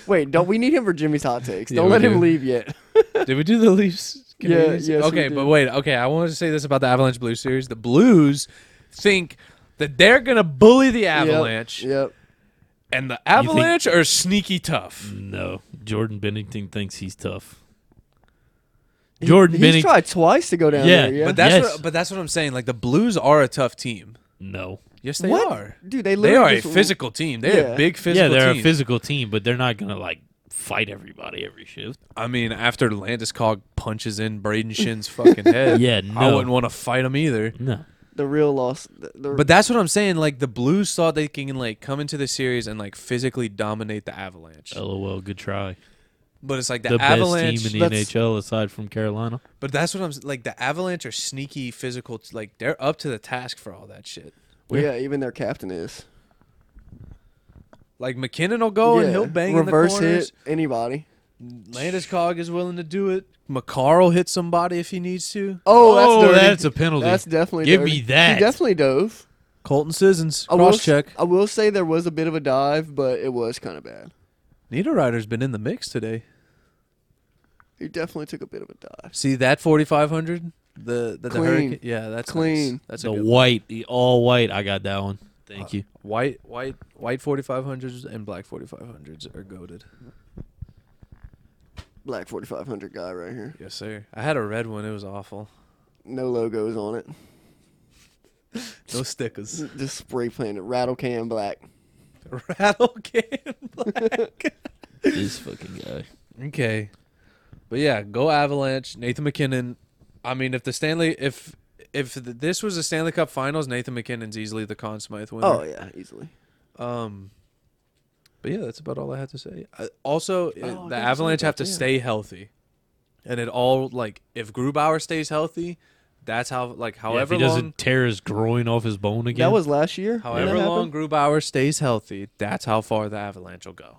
D: Wait, don't we need him for Jimmy's hot takes?
B: Yeah,
D: Don't
B: we
D: let
B: do.
D: him leave yet.
B: did we do the Leafs?
D: Yeah,
B: Canadians?
D: yes, we
B: Okay, but
D: did.
B: wait. Okay, I wanted to say this about the Avalanche Blue Series. The Blues think that they're gonna bully the Avalanche,
D: Yep.
B: and the Avalanche are sneaky tough.
C: No, Jordan Bennington thinks he's tough.
D: He-
C: Jordan
D: he's
C: Bennington.
D: tried twice to go down
C: Yeah,
D: there. Yeah.
B: But that's
C: Yes.
B: what, but that's what I'm saying. Like the Blues are a tough team.
C: no.
B: Yes, they
D: what?
B: are.
D: Dude,
B: They are
D: they literally
B: a
D: just-
B: physical team. They're a
D: Yeah.
B: big physical
C: yeah, they're
B: team.
C: a physical team, but they're not gonna like fight everybody every shift.
B: I mean, after Landis Cog punches in Braden Shin's fucking head,
C: Yeah,
B: I
C: no.
B: wouldn't want to fight him either.
C: No.
D: The real loss. The, the,
B: But that's what I'm saying. Like the Blues thought they can like come into the series and like physically dominate the Avalanche.
C: LOL, good try.
B: But it's like the,
C: Oh. The,
B: Avalanche.
C: best team in the
D: that's-
C: NHL aside from Carolina.
B: but that's what I'm s- like. The Avalanche are sneaky, physical. t- Like they're up to the task for all that shit.
D: well, yeah, even their captain is.
B: Like McKinnon will go Oh, and
D: Yeah.
B: he'll bang
D: Reverse
B: in the corners.
D: hit anybody.
B: Landis Cog is willing to do it. McCarr will hit somebody if he needs to.
D: Oh, that's dirty.
C: a penalty.
D: That's definitely
C: Give
D: dirty.
C: me that.
D: He definitely dove.
B: Colton Sissons
D: I will
B: cross
D: s-
B: check.
D: I will say there was a bit of a dive, but it was kind of bad.
B: Niederreiter's been in the mix today.
D: He definitely took a bit of a dive.
B: See that 4500? The the, the
D: Clean.
B: hurricane. Yeah, that's nice.
D: Clean.
B: That's a
C: the
B: good Uh,
C: white, the all white. I got that one. Thank you.
B: White, white, white 4500s and black 4500s are goaded.
D: Black 4500 guy right here.
B: Yes, sir. I had a red one. It was awful.
D: No logos on it.
B: No stickers.
D: Just spray painted rattle can black.
B: Rattle can black.
C: this fucking guy.
B: okay, but yeah, go Avalanche. Nathan McKinnon. I mean, if the Stanley, if if th- this was the Stanley Cup Finals, Nathan McKinnon's easily the Conn Smythe winner.
D: Oh yeah, easily.
B: Um, but yeah, that's about all I have to say. I, also,
C: Oh,
B: it-
D: I didn't
B: the
D: say
B: Avalanche have
D: that,
B: to
D: yeah.
B: stay healthy, and it all like if Grubauer stays healthy, that's how like
C: Yeah, if
B: however
C: he doesn't
B: long
C: tear his groin off his bone again.
D: That was last year. when
B: however
D: that
B: long
D: happened?
B: Grubauer stays healthy, that's how far the Avalanche will go.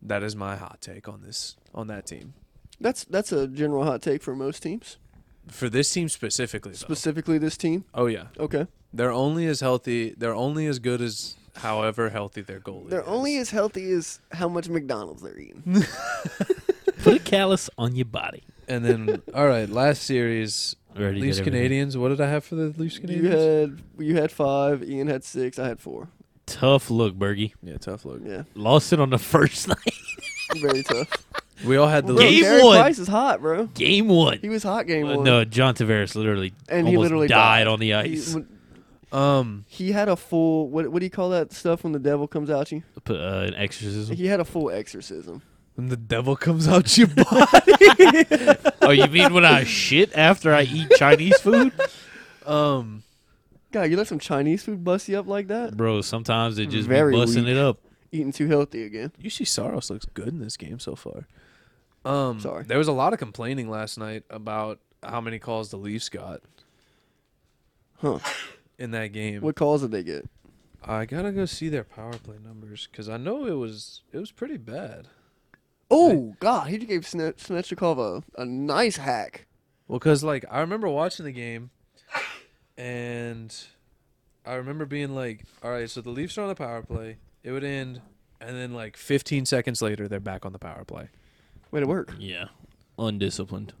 B: That is my hot take on this on that team.
D: That's that's a general hot take for most teams,
B: For this team specifically, though.
D: specifically this team.
B: oh yeah,
D: Okay,
B: they're only as healthy. They're only as good as however healthy their goalie.
D: they're
B: is.
D: only as healthy as how much McDonald's they're eating.
C: Put a callus on your body.
B: And then all right, last series.
C: Already
B: Leafs
C: did everything.
B: Canadians. What did I have for the Leafs
D: you
B: Canadians?
D: had you had five. Ian had six. I had four.
C: Tough look, Bergie.
B: Yeah, tough look.
D: Yeah,
C: Lost it on the first night.
D: very tough.
B: We all had the
D: Bro,
C: Game
B: Leafs.
D: Carey
C: one.
D: Price is hot, bro.
C: Game one.
D: He was hot game
C: Uh,
D: one.
C: no, John Tavares literally
D: and
C: almost
D: he literally
C: died,
D: died,
C: on the
D: He-
C: ice.
D: when-
B: Um,
D: He, had a full what? What do you call that stuff when the devil comes out you?
C: P- uh, an exorcism.
D: He had a full exorcism.
B: when the devil comes out your butt.
C: oh, you mean when I shit after I eat Chinese food?
B: um,
D: God, you let some Chinese food bust you up like that?
C: Bro, sometimes it just
D: Very
C: be busting
D: weak.
C: it up.
D: Eating too healthy again.
B: UC Saros looks good in this game so far. Um,
D: Sorry.
B: There was a lot of complaining last night about how many calls the Leafs got
D: Huh.
B: in that game.
D: What calls did they get?
B: I gotta go see their power play numbers because I know it was it was pretty bad.
D: Oh God, he gave Sne- Snetchnikov a, a nice hack.
B: Well, because like I remember watching the game, and I remember being like, "All right, so the Leafs are on the power play. It would end." And then, like 15 seconds later, they're back on the power play.
D: Way to work.
C: Yeah. Undisciplined.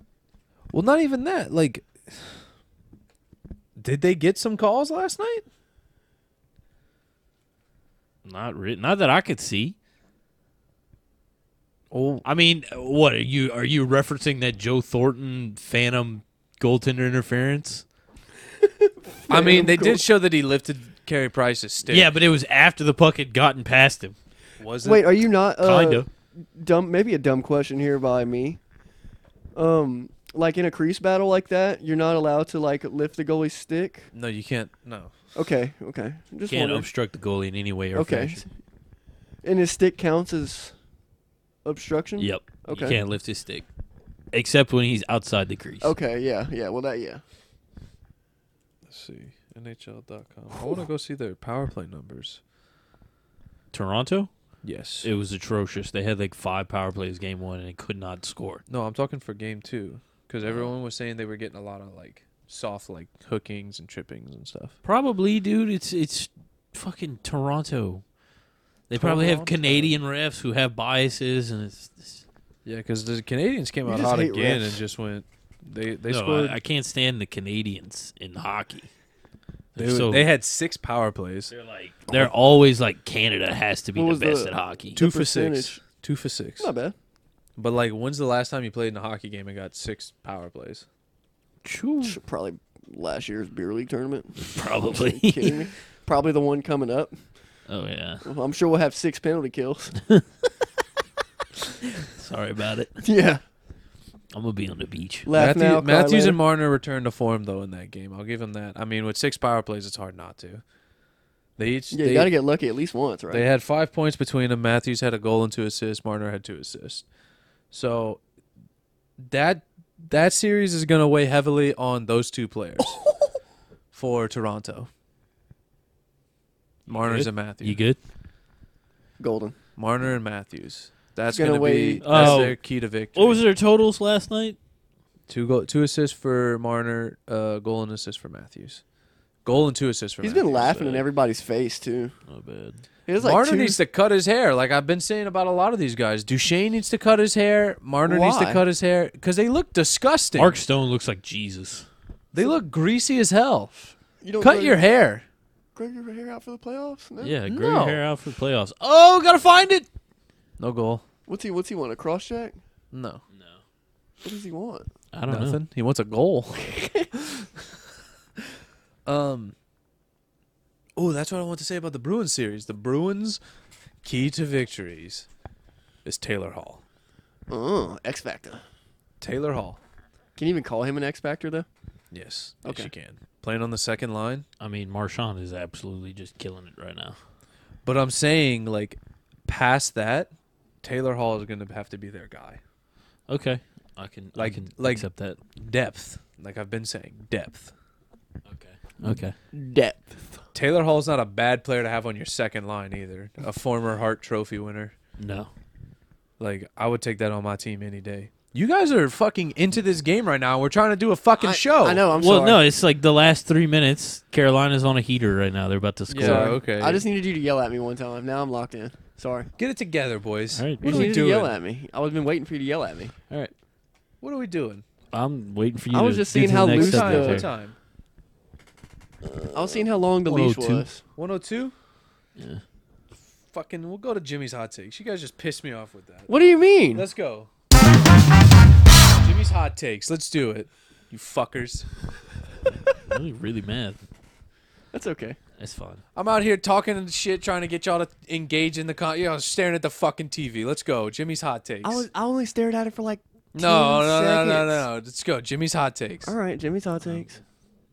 B: Well, not even that. Like, did they get some calls last night?
C: Not written. Not that I could see.
B: Oh,
C: I mean, what are you are you referencing that Joe Thornton phantom goaltender interference?
B: I mean, they did show that he lifted Carey Price's stick.
C: Yeah, but it was after the puck had gotten past him.
B: was it?
D: Wait, are you not uh,
C: Kinda.
D: dumb? Maybe a dumb question here by me. Um, like in a crease battle like that, you're not allowed to like lift the goalie's stick.
B: no, you can't. No,
D: Okay, okay. I'm Just
C: Can't
D: wondering.
C: obstruct the goalie in any way or
D: Okay.
C: fashion.
D: And his stick counts as obstruction.
C: Yep.
D: Okay.
C: You can't lift his stick. except when he's outside the crease.
D: Okay, yeah, yeah. Well, that yeah.
B: Let's see. NHL.com. I want to go see their power play numbers.
C: Toronto,
B: Yes.
C: it was atrocious. They had like five power plays game one and they could not score.
B: no, I'm talking for game two because everyone was saying they were getting a lot of like soft like hookings and trippings and stuff.
C: Probably, dude. It's it's fucking Toronto. They probably have
B: Toronto.
C: Canadian refs who have biases, and it's. it's
B: Yeah, because the Canadians came
D: You
B: out
D: just
B: hot
D: hate
B: again
D: refs.
B: and just went. They they
C: no,
B: scored.
C: I, I can't stand the Canadians in hockey.
B: they,
C: They're
B: were-
C: so
B: they had six power plays.
C: they're like they're always like Canada has to be
D: What
C: the
D: was
C: best
D: the-
C: at hockey.
B: Two
D: The
B: for six.
D: percentage.
B: Two for six.
D: Not bad.
B: But like, when's the last time you played in a hockey game and got six power plays?
C: Hmm.
D: Should probably last year's beer league tournament.
C: probably.
D: Kidding me? Probably the one coming up.
C: oh yeah,
D: Well, I'm sure we'll have six penalty kills.
C: sorry about it.
D: yeah.
C: I'm gonna be on the beach.
D: Laugh now. cry
B: Matthews
D: later.
B: and Marner returned to form though in that game. I'll give him that. I mean, with six power plays, it's hard not to. They each
D: yeah,
B: they,
D: you gotta get lucky at least once, right?
B: they had five points between them. Matthews had a goal and two assists. Marner had two assists. So that that series is going to weigh heavily on those two players for Toronto. Marner's
C: good?
B: and Matthews.
C: You good?
D: Golden.
B: Marner and Matthews. That's
D: gonna
B: going to be
D: weigh-
B: that's
C: Oh.
B: their key to victory.
C: What was their totals last night?
B: Two goal, two assists for Marner, uh, goal and assist for Matthews. Goal and two assists for.
D: He's
B: Matthews.
D: been laughing in
B: Uh,
D: everybody's face too.
C: Not bad.
D: It was like
B: Marner
D: two-
B: needs to cut his hair, like I've been saying about a lot of these guys. Duchesne needs to cut his hair. Marner needs to
D: Why?
B: cut his hair because they look disgusting.
C: Mark Stone looks like Jesus.
B: They look greasy as hell.
D: you don't
B: Cut
D: grow-
B: your hair.
D: grow your hair out for the playoffs. No?
C: Yeah, grow
B: No.
C: your hair out for the playoffs.
B: Oh, gotta find it. No goal.
D: What's he? What's he want? A cross check?
B: No,
D: What does he want?
C: I don't
B: nothing.
C: know.
B: He wants a goal. um. Oh, that's what I want to say about the Bruins series. The Bruins' key to victories is Taylor Hall.
D: Oh, X Factor.
B: Taylor Hall.
D: Can you even call him an X Factor though?
B: Yes.
D: Okay.
B: Yes, you can. Playing on the second line.
C: I mean, Marshawn is absolutely just killing it right now.
B: But I'm saying, like, past that, Taylor Hall is going to have to be their guy.
C: Okay, I can
B: Like-
C: I can
B: like-
C: accept that.
B: Depth. Like I've been saying, depth.
C: Okay, okay.
D: Depth.
B: Taylor Hall's not a bad player to have on your second line either. A former Hart Trophy winner.
C: No,
B: Like, I would take that on my team any day. You guys are fucking into this game right now. We're trying to do a fucking
D: I,
B: show.
D: I know. I'm
C: well,
D: sorry.
C: no, it's like the last three minutes. Carolina's on a heater right now. They're about to score.
B: Yeah,
D: Sorry.
B: okay.
D: I just needed you to yell at me one time. Now I'm locked in. Sorry.
B: Get it together, boys.
C: All right,
B: What
D: What
B: are
D: do you
B: we
D: need to yell
B: doing?
D: at me? I was been waiting for you to yell at me.
B: All right. What are we doing?
C: I'm waiting for you.
D: I was
C: to
D: just
C: get
D: seeing
C: to the
D: how
C: next
D: loose
B: What
D: Who's
C: subject
D: the-
B: time?
C: there.
B: What time?
D: I was seeing how long the leash
C: 102.
D: was.
B: 102?
C: Yeah.
B: Fucking, we'll go to Jimmy's hot takes. You guys just pissed me off with that.
D: What do you mean?
B: Let's go. Jimmy's hot takes. Let's do it. You fuckers.
C: I'm really- really mad.
D: That's okay.
C: That's fine.
B: I'm out here talking and shit, trying to get y'all to engage in the con. You know, staring at the fucking TV. Let's go. Jimmy's hot takes.
D: I was I only stared at it for like 10
B: no, no, no,
D: seconds.
B: no, no, Let's go. Jimmy's hot takes.
D: All right, Jimmy's hot takes.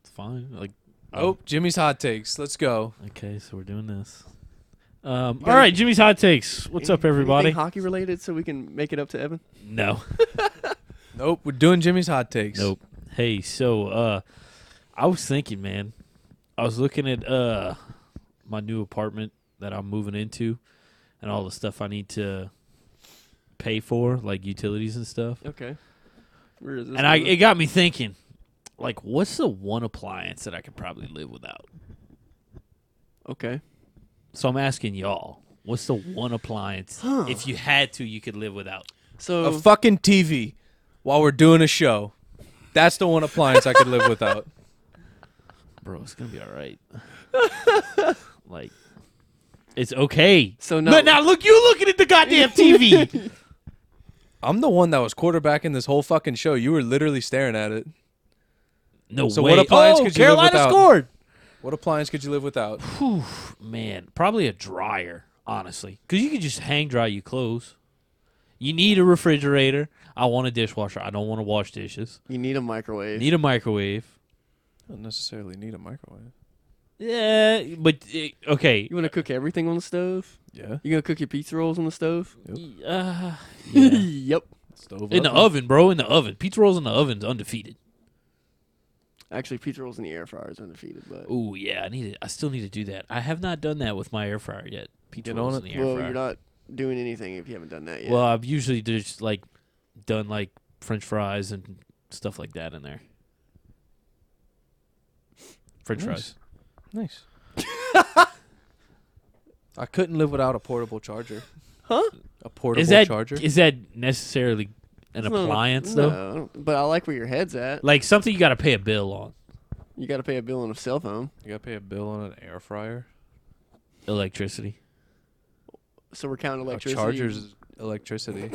C: It's fine. Like,
B: Oh, Jimmy's hot takes. Let's go.
C: okay, so we're doing this. Um, all right, Jimmy's hot takes. What's up,
D: Anything
C: everybody?
D: Hockey related, so we can make it up to Evan.
C: No.
B: Nope, we're doing Jimmy's hot takes.
C: Nope. Hey, so uh I was thinking, man. I was looking at uh my new apartment that I'm moving into and all the stuff I need to pay for, like utilities and stuff.
D: Okay. Where is this?
C: And I
D: going?
C: it got me thinking, like what's the one appliance that I could probably live without?
D: okay.
C: So I'm asking y'all, what's the one appliance
D: Huh.
C: if you had to you could live without?
D: So
B: A fucking TV while we're doing a show. That's the one appliance I could live without.
C: Bro, it's going to be all right. like it's okay.
D: so no.
C: No, now look, you looking at the goddamn TV.
B: I'm the one that was quarterbacking this whole fucking show. You were literally staring at it.
C: No
B: So
C: way.
B: what appliance
C: oh,
B: could you live
C: Carolina
B: without?
C: scored.
B: What appliance could you live without?
C: Whew, man, probably a dryer, honestly, because you could just hang dry your clothes. You need a refrigerator. I want a dishwasher. I don't want to wash dishes.
D: you need a microwave.
C: Need a microwave.
B: Don't necessarily need a microwave.
C: Yeah, but eh, okay.
D: you want to cook everything on the stove?
B: Yeah.
D: You gonna cook your pizza rolls on the stove?
C: Uh, yeah.
D: yep.
B: Stove
C: In the
B: oven.
C: oven, bro. In the oven. Pizza rolls in the oven's undefeated.
D: Actually, pizza rolls in the air fryer is undefeated, but
C: Oh yeah, I need. To, I still need to do that. I have not done that with my air fryer yet. Pizza
B: Get on
C: rolls
B: it.
C: in the air
D: well,
C: fryer.
D: you're not doing anything if you haven't done that yet.
C: Well, I've usually just like done like French fries and stuff like that in there. French
B: Nice.
C: fries.
B: Nice. I couldn't live without a portable charger.
D: Huh?
B: A portable
C: is that
B: charger.
C: is that necessarily an
D: It's not-
C: appliance
D: no,
C: though?
D: I don't- but I like where your head's at.
C: Like something you got to pay a bill on.
D: You got to pay a bill on a cell phone.
B: you gotta pay a bill on an air fryer.
C: Electricity.
D: So we're
C: Oh,
D: counting electricity.
B: A charger's electricity.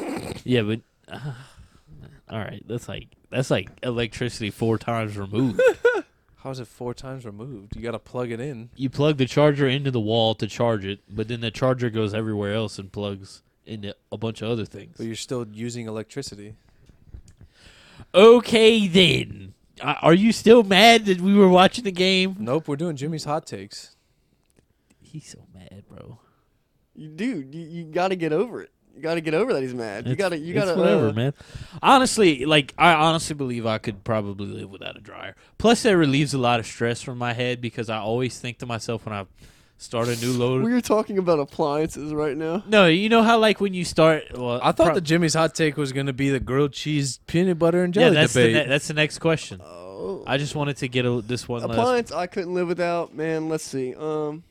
C: Yeah, but uh, all right, that's like that's like electricity four times removed.
B: How is it four times removed? You gotta plug it in.
C: you plug the charger into the wall to charge it, but then the charger goes everywhere else and plugs into a bunch of other things.
B: But you're still using electricity.
C: Okay, then. A- Are you still mad that we were watching the game?
B: Nope, we're doing Jimmy's hot takes.
C: He's so mad, bro.
D: You- dude, you, you got to get over it. You got to get over that he's mad. You
C: It's-
D: got to you
C: it's
D: got to
C: whatever,
D: uh,
C: man. Honestly, like I honestly believe I could probably live without a dryer. Plus, that relieves a lot of stress from my head because I always think to myself when I start a new load.
D: We are talking about appliances right now.
C: No, you know how like when you start. Well,
B: I thought
C: pro-
B: the Jimmy's hot take was gonna be the grilled cheese peanut butter and
C: yeah,
B: jelly
C: that's the
B: debate.
C: ne- that's the next question.
D: Oh.
C: I just wanted to get a, this one last
D: appliance I couldn't live without, man. Let's see. Um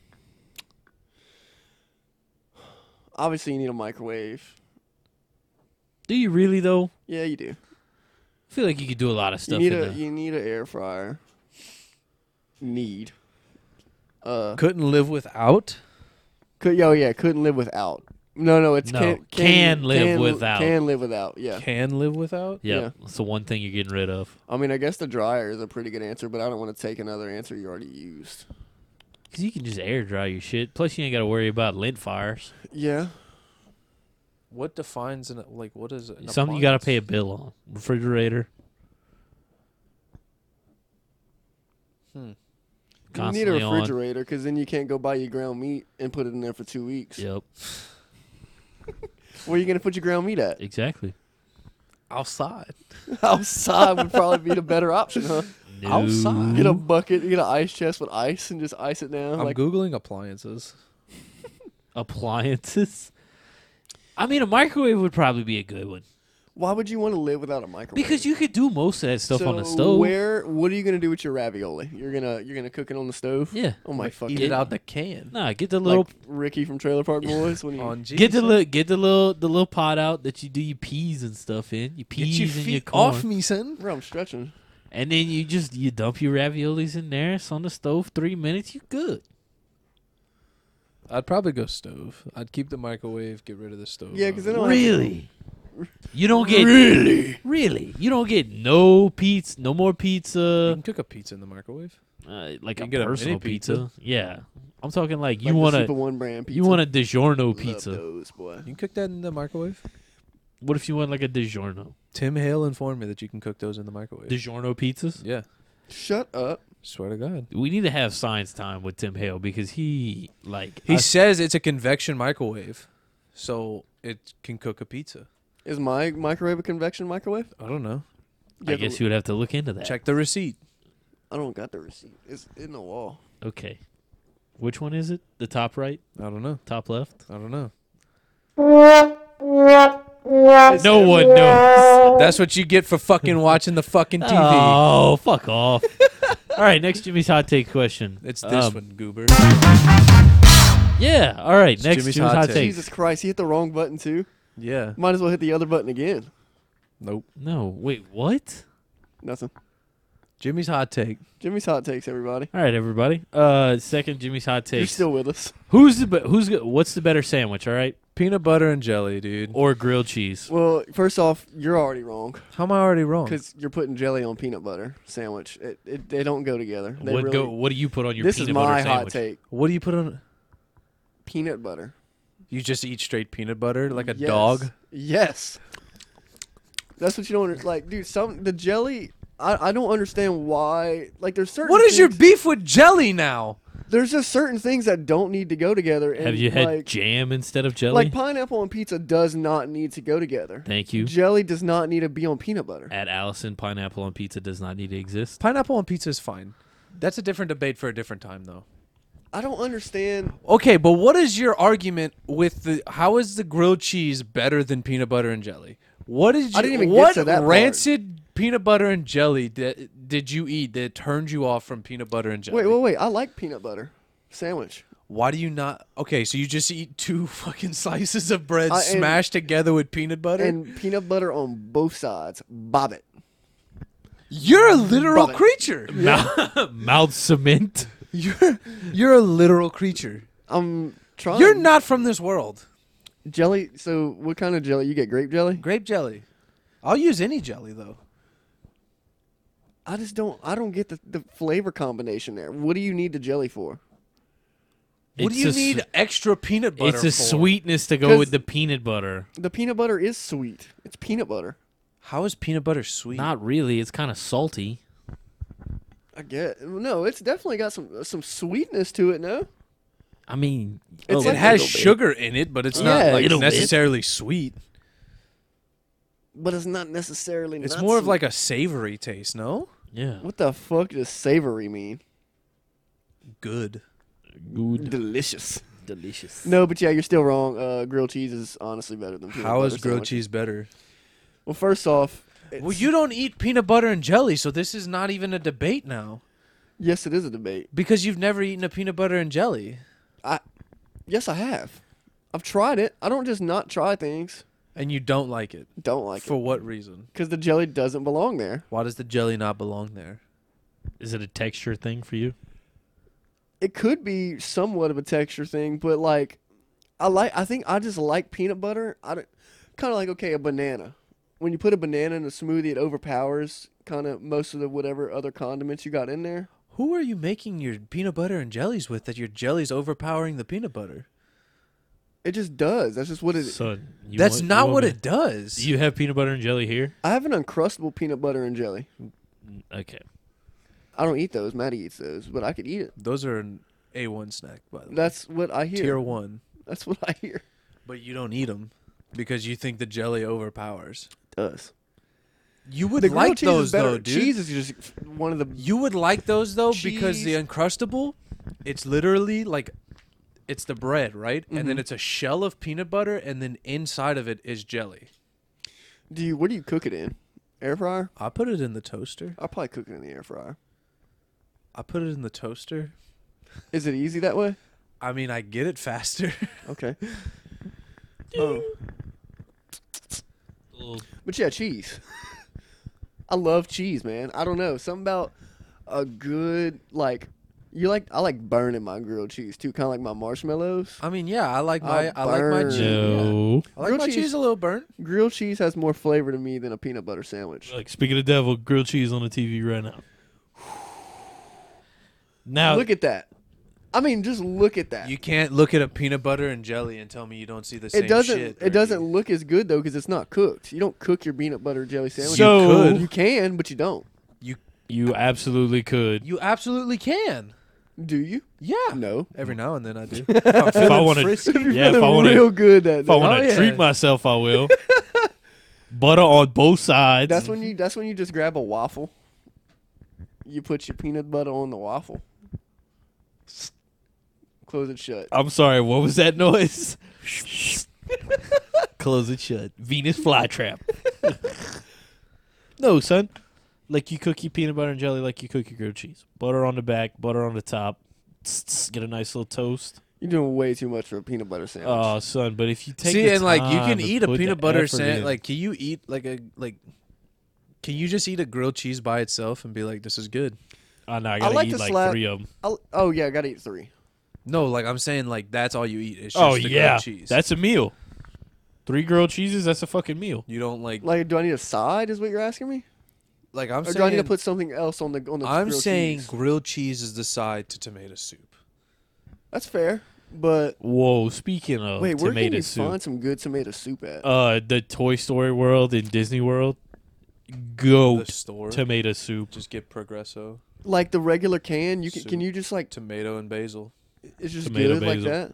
D: Obviously you need a microwave.
C: Do you really though? I
D: Yeah, you do.
C: feel like you could do a lot of stuff.
D: you
C: in
D: need a
C: there.
D: you need an air fryer. Need. Uh
B: Couldn't live without.
D: could yo yeah, couldn't live without. No, no, it's
C: No,
D: can,
C: can live
D: can li-
C: without.
D: Can live without. Yeah.
B: Can live without.
C: Yep,
D: yeah.
C: that's the one thing you're getting rid of.
D: I mean, I guess the dryer is a pretty good answer, but I don't want to take another answer you already used.
C: Cause you can just air dry your shit. Plus, you ain't got to worry about lint fires.
D: Yeah.
B: What defines an like? What is an
C: Something you got to pay a bill on. Refrigerator.
B: Hmm.
C: Constantly
D: you need a refrigerator because then you can't go buy your ground meat and put it in there for two weeks.
C: on. Yep,
D: Where are you gonna put your ground meat at?
C: exactly.
B: outside.
D: Outside would probably be the better option, huh?
C: No.
B: Outside.
C: Uh-huh.
D: Get a bucket, get an ice chest with ice, and just ice it down.
B: I'm
D: like
B: googling appliances.
C: appliances. I mean, a microwave would probably be a good one
D: why would you want to live without a microwave?
C: because you could do most of that stuff
D: so
C: on the stove.
D: Where? What are you gonna do with your ravioli? You're gonna you're gonna cook it on the stove?
C: Yeah.
D: Oh my fucking.
B: Eat it out the can.
C: Nah, get the
D: Like
C: little
D: Ricky from Trailer Park Boys when you
B: On
C: get the
B: Jesus.
C: little get the little the little pot out that you do your peas and stuff in. Your
B: Get
C: peas
B: your
C: and your
B: feet
C: corn.
B: off me, son.
D: bro, I'm stretching.
C: And then you just you dump your raviolis in there. It's on the stove. Three minutes, you good.
B: I'd probably go stove. I'd keep the microwave, get rid of the stove.
D: Yeah, 'cause then I don't have to-
C: Really? You don't get really, really. You don't get no pizza, no more
B: you
C: pizza,
B: can cook a pizza in the microwave.
C: uh, like
B: You
C: a
B: can get a
C: personal
B: mini pizza.
C: Yeah, I'm talking like
D: Like
C: you
D: the
C: want
D: Super
C: to,
D: One brand pizza.
C: you want a DiGiorno
D: Love
C: pizza.
D: those, boy.
B: You can cook that in the microwave.
C: What if you want like a DiGiorno?
B: Tim Hale informed me that you can cook those in the microwave.
C: DiGiorno pizzas.
B: yeah,
D: Shut up.
B: swear to God.
C: We need to have science time with Tim Hale because he like
B: He
C: I-
B: says it's a convection microwave, so it can cook a pizza.
D: Is my microwave a convection microwave?
B: I don't know.
C: I,
D: Yeah, the-
C: guess you would have to look into that.
B: Check the receipt.
D: I don't got the receipt. It's in the wall.
C: Okay, which one is it? The top right,
B: I don't know.
C: top left.
B: I don't know.
C: No one knows.
D: Oh.
B: That's what you get for fucking watching the fucking TV.
C: Oh, fuck off. all right, next Jimmy's hot take question.
B: It's this
C: Um,
B: one, goober.
C: Yeah, all right, next Jimmy's,
B: Jimmy's hot
C: hot,
B: take.
C: take.
D: Jesus Christ, he hit the wrong button too.
B: Yeah.
D: Might as well hit the other button again.
B: Nope.
C: No, wait, what?
D: Nothing.
B: Jimmy's hot take.
D: Jimmy's hot takes, everybody.
C: All right, everybody. Uh, second Jimmy's hot
D: You're
C: take.
D: still with us.
C: who's the be- who's go- what's the better sandwich? All right,
B: Peanut butter and jelly, dude.
C: or grilled cheese?
D: Well, first off, you're already wrong
C: Um,
B: How am I already wrong?
D: because you're putting jelly on peanut butter sandwich. It, it they don't go together. They
C: What
D: really,
C: go? What do you put on your
D: this
C: peanut
D: is my
C: butter
D: hot
C: sandwich?
D: take.
B: What do you put on?
D: Peanut butter.
B: You just eat straight peanut butter like a
D: Yes.
B: dog.
D: Yes. That's what you don't under- like, dude. Some the jelly. I, I don't understand why. Like, there's certain.
B: What is your
D: things-
B: beef with jelly now?
D: there's just certain things that don't need to go together. And
C: Have you had
D: like,
C: jam instead of jelly?
D: like pineapple and pizza does not need to go together.
C: Thank you.
D: Jelly does not need to be on peanut butter.
C: At Allison, pineapple on pizza does not need to exist.
B: Pineapple on pizza is fine. That's a different debate for a different time, though.
D: I don't understand.
B: Okay, but what is your argument with the? How is the grilled cheese better than peanut butter and jelly? What did you?
D: I didn't even get
B: what
D: to that part.
B: rancid peanut butter and jelly did, did you eat that turned you off from peanut butter and jelly?
D: Wait, wait, wait. I like peanut butter sandwich.
B: Why do you not? Okay, so you just eat two fucking slices of bread
D: I- and-
B: smashed together with peanut butter.
D: And peanut butter on both sides. Bob it.
B: you're a literal
D: Bob it.
B: creature.
C: Mouth, mouth cement.
B: You're you're a literal creature.
D: I'm trying.
B: You're not from this world.
D: jelly. So what kind of jelly? You get grape jelly?
B: Grape jelly. I'll use any jelly though.
D: I just don't. I don't get the, the flavor combination there. What do you need the jelly for?
B: What do
C: It's
B: you
C: a su-
B: need extra peanut butter?
C: It's a
B: for?
C: sweetness to go
D: 'Cause-
C: with the peanut butter.
D: The peanut butter is sweet. It's peanut butter.
B: How is peanut butter sweet?
C: Not really. It's kind of salty.
D: I get. No, it's definitely got some some sweetness to it. No.
C: I mean,
D: It's
B: it
D: like-
B: has
D: little bit.
B: sugar in it, but it's not
D: Yeah,
B: like
C: little bit.
B: necessarily sweet.
D: but it's not necessarily.
B: It's
D: not
B: more of
D: sweet.
B: like a savory taste, no?
C: yeah.
D: What the fuck does savory mean?
B: Good.
C: Good,
D: Delicious.
C: delicious.
D: No, but yeah, you're still wrong. Uh, grilled cheese is honestly better than peanut
B: How
D: butter
B: is grilled
D: sandwich.
B: cheese better?
D: Well, first off,
B: Well,
D: it's-
B: you don't eat peanut butter and jelly, so this is not even a debate now
D: yes, it is a debate.
B: because you've never eaten a peanut butter and jelly.
D: I yes, I have. I've tried it. I don't just not try things.
B: And you don't like it.
D: Don't like it
B: For what reason?
D: because the jelly doesn't belong there.
B: Why does the jelly not belong there?
C: Is it a texture thing for you?
D: It could be somewhat of a texture thing, but like, I like. I think I just like peanut butter. I don't, kind of like okay, a banana. When you put a banana in a smoothie, it overpowers kind of most of the whatever other condiments you got in there.
B: Who are you making your peanut butter and jellies with that your jelly's overpowering the peanut butter?
D: It just does. That's just what it is.
C: Son, you
B: That's
C: want- you
B: not
C: want
B: what
C: me-
B: it does.
C: Do you have peanut butter and jelly here?
D: I have an uncrustable peanut butter and jelly.
C: Okay.
D: I don't eat those. Maddie eats those, but I could eat it.
B: Those are an A1 snack, by the way.
D: That's what I hear.
B: Tier 1.
D: That's what I hear.
B: But you don't eat them because you think the jelly overpowers.
D: does.
B: You would
D: The grilled
B: like
D: cheese is
B: those
D: better.
B: though, dude.
D: Cheese is just one of the.
B: You would like those though because the
D: Cheese.
B: uncrustable, it's literally like it's the bread, right? And then it's a shell of peanut butter and then inside of it is jelly.
D: Do you? What do you cook it in? Air fryer?
B: I put it in the toaster.
D: I probably cook it in the air fryer.
B: I put it in the toaster.
D: Is it easy that way?
B: I mean, I get it faster.
D: Okay. Oh,
C: Little
D: but yeah, cheese. I love cheese, man. I don't know something about a good like. You like I like burning my grilled cheese too, kind of like my marshmallows.
B: I mean, yeah, I like my
D: I
B: I like my
D: burn.
B: cheese.
C: No.
B: I like
D: Grilled
B: my cheese.
D: cheese-
B: a little burnt.
D: Grilled cheese has more flavor to me than a peanut butter sandwich.
C: Like speaking of devil, grilled cheese on the TV right now. Now
D: Look at that. I mean, just look at that.
B: You can't look at a peanut butter and jelly and tell me you don't see the same
D: it doesn't.
B: shit.
D: it doesn't look as good though because it's not cooked. You don't cook your peanut butter jelly sandwich.
C: So-
B: you could.
D: you can, but you don't.
C: you absolutely could.
B: You absolutely can.
D: Do you?
B: Yeah.
D: No.
B: Every now and then I do. If I'm
C: If I
B: feeling
C: want to,
B: frisky.
C: yeah, if I
D: Feeling
C: want
D: real
C: to,
D: good at
C: if I
D: that.
C: want to
B: Oh, yeah.
C: treat myself, I will. Butter on both sides.
D: That's when you. That's when you just grab a waffle. You put your peanut butter on the waffle. Close it shut.
C: I'm sorry. What was that noise? Close it shut. Venus flytrap. no, son. Like you cook your peanut butter and jelly, like you cook your grilled cheese. Butter on the back, butter on the top. Tss, tss, Get a nice little toast.
D: You're doing way too much for a peanut butter sandwich.
C: Oh, son! But if you take
B: See,
C: the
B: and like you
C: time
B: can
C: to
B: eat a
C: put the
B: peanut butter
C: effort
B: sandwich.
C: in-
B: Like, can you eat like a like? Can you just eat a grilled cheese by itself and be like, "This is good"?
C: oh no, I gotta
D: like
C: eat
D: to
C: like
D: slap-
C: three of them.
D: I'll- oh yeah, I gotta eat three.
B: No, like I'm saying, like that's all you eat. It's just
C: Oh
B: the
C: yeah,
B: grilled cheese.
C: that's a meal. Three grilled cheeses. That's a fucking meal.
B: you don't like. Like,
D: Like, do I need a side? Is what you're asking me?
B: I'm
D: or
B: saying,
D: do I need to put something else on the on the?
B: I'm
D: grilled
B: saying
D: cheese?
B: grilled cheese is the side to tomato soup.
D: that's fair, but
C: Whoa! Speaking of
D: Wait, where can
C: Oh, tomato
D: you
C: soup,
D: find some good tomato soup at?
C: uh, the Toy Story world in Disney World,
B: The
C: goat
B: store.
C: tomato soup.
B: just get Progresso.
D: like the regular can? You can,
B: Soup.
D: can you just like
B: Tomato and basil.
D: it's just
C: Tomato
D: good like
C: basil.
D: that?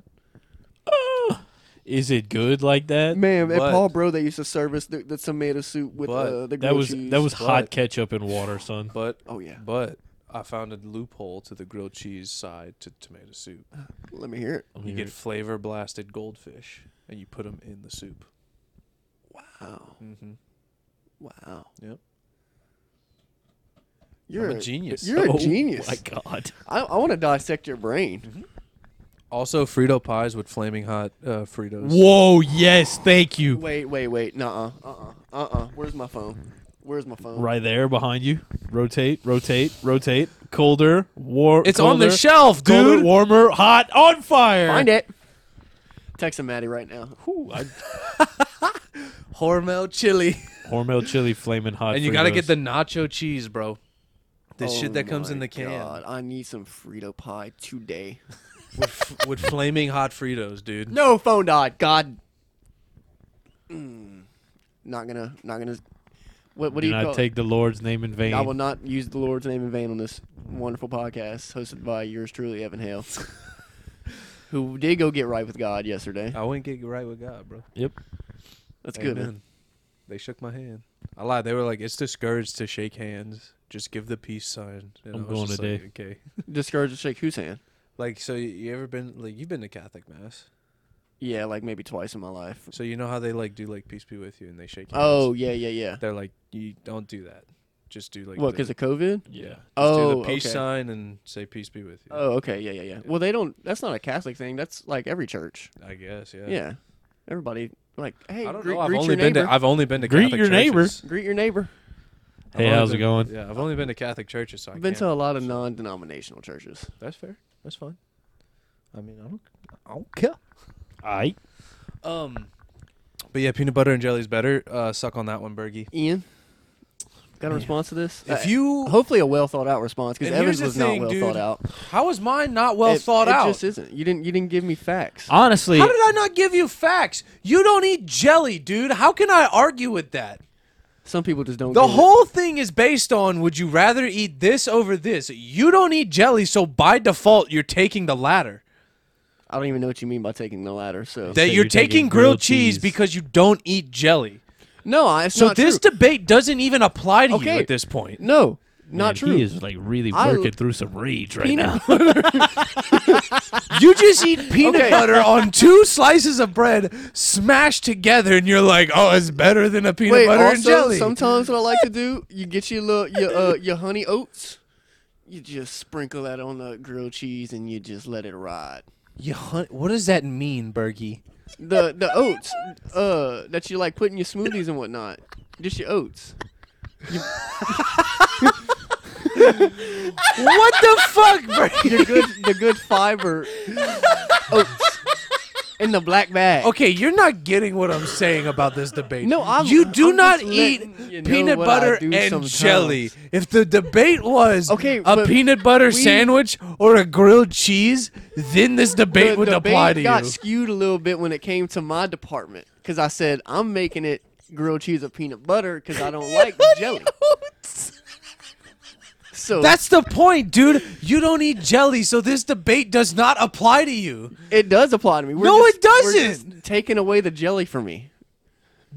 C: Is it good like that?
D: Man, at
B: But-
D: Paul Bro, they used to serve us the, the tomato soup with
B: But
D: uh, the grilled
C: that was
D: cheese.
C: that was hot
B: but-
C: ketchup and water, son.
B: But
D: Oh yeah,
B: but I found a loophole to the grilled cheese side to tomato soup.
C: Oh,
D: let me hear it.
C: Let me
B: You
C: hear
B: get
C: it.
B: flavor blasted goldfish, and you put them in the soup.
D: Wow,
B: Mm-hmm.
D: wow.
B: Yep.
D: You're
B: I'm a genius.
D: You're
C: oh
D: a genius.
C: My Mm-hmm. God,
D: I, I want to dissect your brain.
B: Also, Frito pies with flaming hot uh, Fritos.
C: whoa, yes, thank you.
D: Wait, wait, wait. Nuh-uh. Uh-uh. Uh-uh. Where's my phone? Where's my phone?
C: Right there behind you. Rotate, rotate, rotate. Colder, war.
B: It's on the
C: colder,
B: shelf,
C: colder,
B: dude.
C: warmer, hot, on fire.
D: Find it. Texting Maddie right now.
C: Ooh, I-
B: Hormel chili.
C: Hormel chili, flaming hot.
B: and you gotta
C: Fritos.
B: get the nacho cheese, bro. The
D: Oh
B: shit that comes in
D: my
B: the can
D: God, I need some Frito pie today.
B: with, with flaming hot Fritos, dude.
D: No phone dot. God. Mm. Not gonna. Not gonna. What, what do
C: Do
D: you call
C: not
D: it?
C: take the Lord's name in vain.
D: I will not use the Lord's name in vain on this wonderful podcast hosted by yours truly, Evan Hale, who did go get right with God yesterday.
B: I wouldn't get right with God, bro.
C: Yep.
D: That's good, man.
B: Oh, Amen. They shook my hand. I lied. They were like, it's discouraged to shake hands. Just give the peace sign. And
C: I'm
B: I was
C: going
B: just
C: today.
B: Like, okay.
D: Discouraged to shake whose hand?
B: Like, so you, you ever been, like, you've been to Catholic Mass.
D: Yeah, like maybe twice in my life.
B: So you know how they, like, do, like, peace be with you and they shake hands?
D: Oh yeah, yeah, yeah.
B: They're like, you don't do that. Just do, like,
D: What?
B: the-
D: Because of COVID?
C: Yeah.
B: just do
D: Oh,
B: the peace
D: okay.
B: sign and say peace be with you.
D: Oh, okay, yeah, yeah, yeah. Well, they don't. That's not a Catholic thing. That's like every church.
B: I guess, yeah.
D: Yeah, everybody like, hey,
B: I don't
D: greet,
B: know. I've
D: greet
B: only
D: your
B: been
D: neighbor.
B: to I've only been to
C: Greet
B: Catholic
C: your neighbor.
B: churches.
D: greet your neighbor.
B: I've
C: Hey,
B: only
C: how's it
B: been-
C: going?
B: Yeah, I've only been to Catholic churches, so I
D: I've been
B: can't-
D: to a lot of non-denominational churches.
B: That's fair. That's fine. I mean, I don't, I don't care.
C: I.
B: Um, but yeah, peanut butter and jelly is better. Uh, suck on that one, Bergie.
D: Ian, got a response to this?
B: If
D: Uh,
B: you,
D: hopefully a well thought out response because
B: And here's
D: Evans
B: the
D: was
B: thing,
D: not well
B: dude.
D: thought out.
B: how is mine not well
D: It-
B: thought
D: it
B: out?
D: just isn't. You didn't. You didn't give me facts.
C: Honestly,
B: how did I not give you facts? You don't eat jelly, dude. How can I argue with that?
D: Some people just don't.
B: The
D: get it.
B: whole thing is based on would you rather eat this over this? You don't eat jelly, so by default you're taking the latter.
D: I don't even know what you mean by taking the ladder. So
B: That you're, taking, grilled, cheese because you don't eat jelly.
D: no, I, it's
B: So
D: not
B: this
D: true.
B: debate doesn't even apply to you
D: Okay.
B: at this point.
D: no, not
C: Man,
D: true.
C: He is like really
D: I-
C: working through some reads right
D: Peanut-
C: now.
B: You just eat peanut
D: Okay.
B: butter on two slices of bread smashed together, and you're like, "Oh, it's better than a peanut
D: Wait,
B: butter
D: also,
B: and jelly."
D: sometimes what I like to do, you get your little your uh, your honey oats. You just sprinkle that on the grilled cheese and you just let it ride.
B: You hun- what does that mean, Bergie?
D: The the oats uh that you like put in your smoothies and whatnot. Just your oats.
B: what the fuck, Bergie?
D: The good the good fiber oats in the black bag.
B: Okay, you're not getting what I'm saying about this debate.
D: No, I'm-
B: you do
D: I'm
B: not
D: just
B: eat
D: letting you know
B: peanut
D: what I
B: butter
D: do
B: and
D: sometimes.
B: jelly. If the debate was
D: Okay,
B: a
D: but
B: peanut butter
D: we-
B: sandwich or a grilled cheese, then this debate
D: the
B: would
D: debate
B: apply to
D: got
B: you.
D: skewed a little bit when it came to my department because I said I'm making it grilled cheese and peanut butter because I don't like jelly. So
B: That's the point, dude. You don't eat jelly, so this debate does not apply to you.
D: it does apply to me. We're
B: No,
D: just-
B: it
D: we're just
B: doesn't.
D: taking away the jelly from me.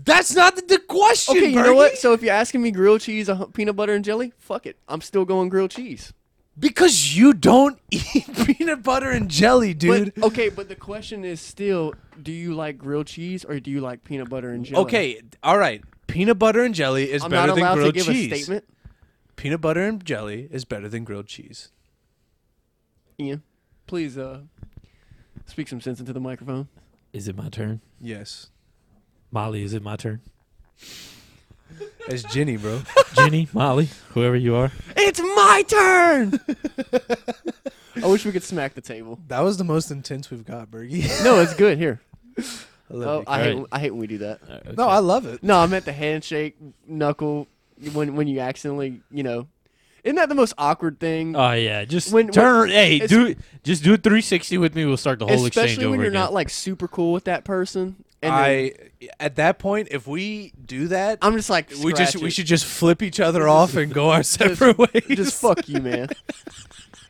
B: That's not the, the question.
D: Okay, you know what?
B: Bergie.
D: So if you're asking me grilled cheese, uh, peanut butter, and jelly, fuck it. I'm still going grilled cheese.
B: Because you don't eat peanut butter and jelly, dude.
D: But, okay, but the question is still, do you like grilled cheese or do you like peanut butter and jelly?
B: okay, all right. Peanut butter and jelly is
D: I'm
B: better
D: not
B: than
D: allowed to
B: grilled
D: give
B: cheese.
D: a statement.
B: Peanut butter and jelly is better than grilled cheese.
D: Ian, please uh, speak some sense into the microphone.
C: Is it my turn?
B: Yes.
C: Molly, is it my turn?
B: As Ginny, bro.
C: Jenny, Molly, whoever you are.
D: It's my turn. I wish we could smack the table.
B: that was the most intense we've got, Bergie.
D: No, it's good. Here.
B: I love
D: Oh,
B: you.
D: I hate,
C: Alright.
D: I hate when we do that.
B: no, I love it.
D: No, I meant the handshake, knuckle, when when you accidentally, you know, isn't that the most awkward thing?
C: Oh yeah, just
D: When-
C: turn. hey,
D: it's-
C: do just do a 360 with me. We'll start the whole exchange
D: Especially
C: over
D: when you're
C: again.
D: not like super cool with that person. And
B: I at that point, if we do that,
D: I'm just like
B: we just
D: scratch
B: we
D: it.
B: should just flip each other off and go our separate ways.
D: just fuck you, man.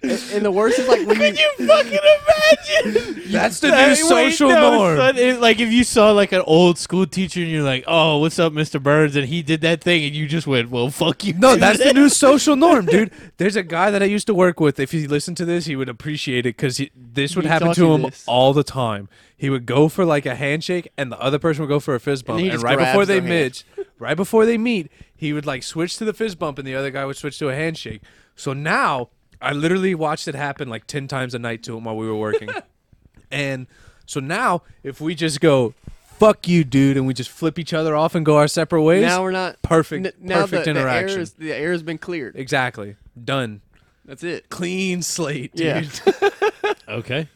D: and, and the worst is like when you,
C: Could you fucking imagine?
B: That's the
C: That-
B: new
C: wait,
B: social
C: no,
B: norm.
C: son, it- like if you saw like an old school teacher and you're like, "Oh, what's up, Mr. Burns?" and he did that thing, and you just went, "Well, fuck you."
B: No,
C: too,
B: that's the
C: then."
B: new social norm, dude. There's a guy that I used to work with. If he listened to this, he would appreciate it because this would
D: You
B: happen
D: taught
B: to
D: you
B: him
D: this.
B: all the time. He would go for like a handshake, and the other person would go for a fist bump.
D: he
B: And,
D: just
B: right
D: grabs
B: before they
D: their hand.
B: meet, right before they meet, he would like switch to the fist bump, and the other guy would switch to a handshake. So now I literally watched it happen like ten times a night to him while we were working. And so now, if we just go, fuck you, dude, and we just flip each other off and go our separate ways,
D: now we're not
B: perfect,
D: n- now
B: perfect
D: the,
B: interaction.
D: The air, is, the air has been cleared.
B: Exactly. Done.
D: That's it.
B: Clean slate, dude.
D: Yeah.
C: Okay.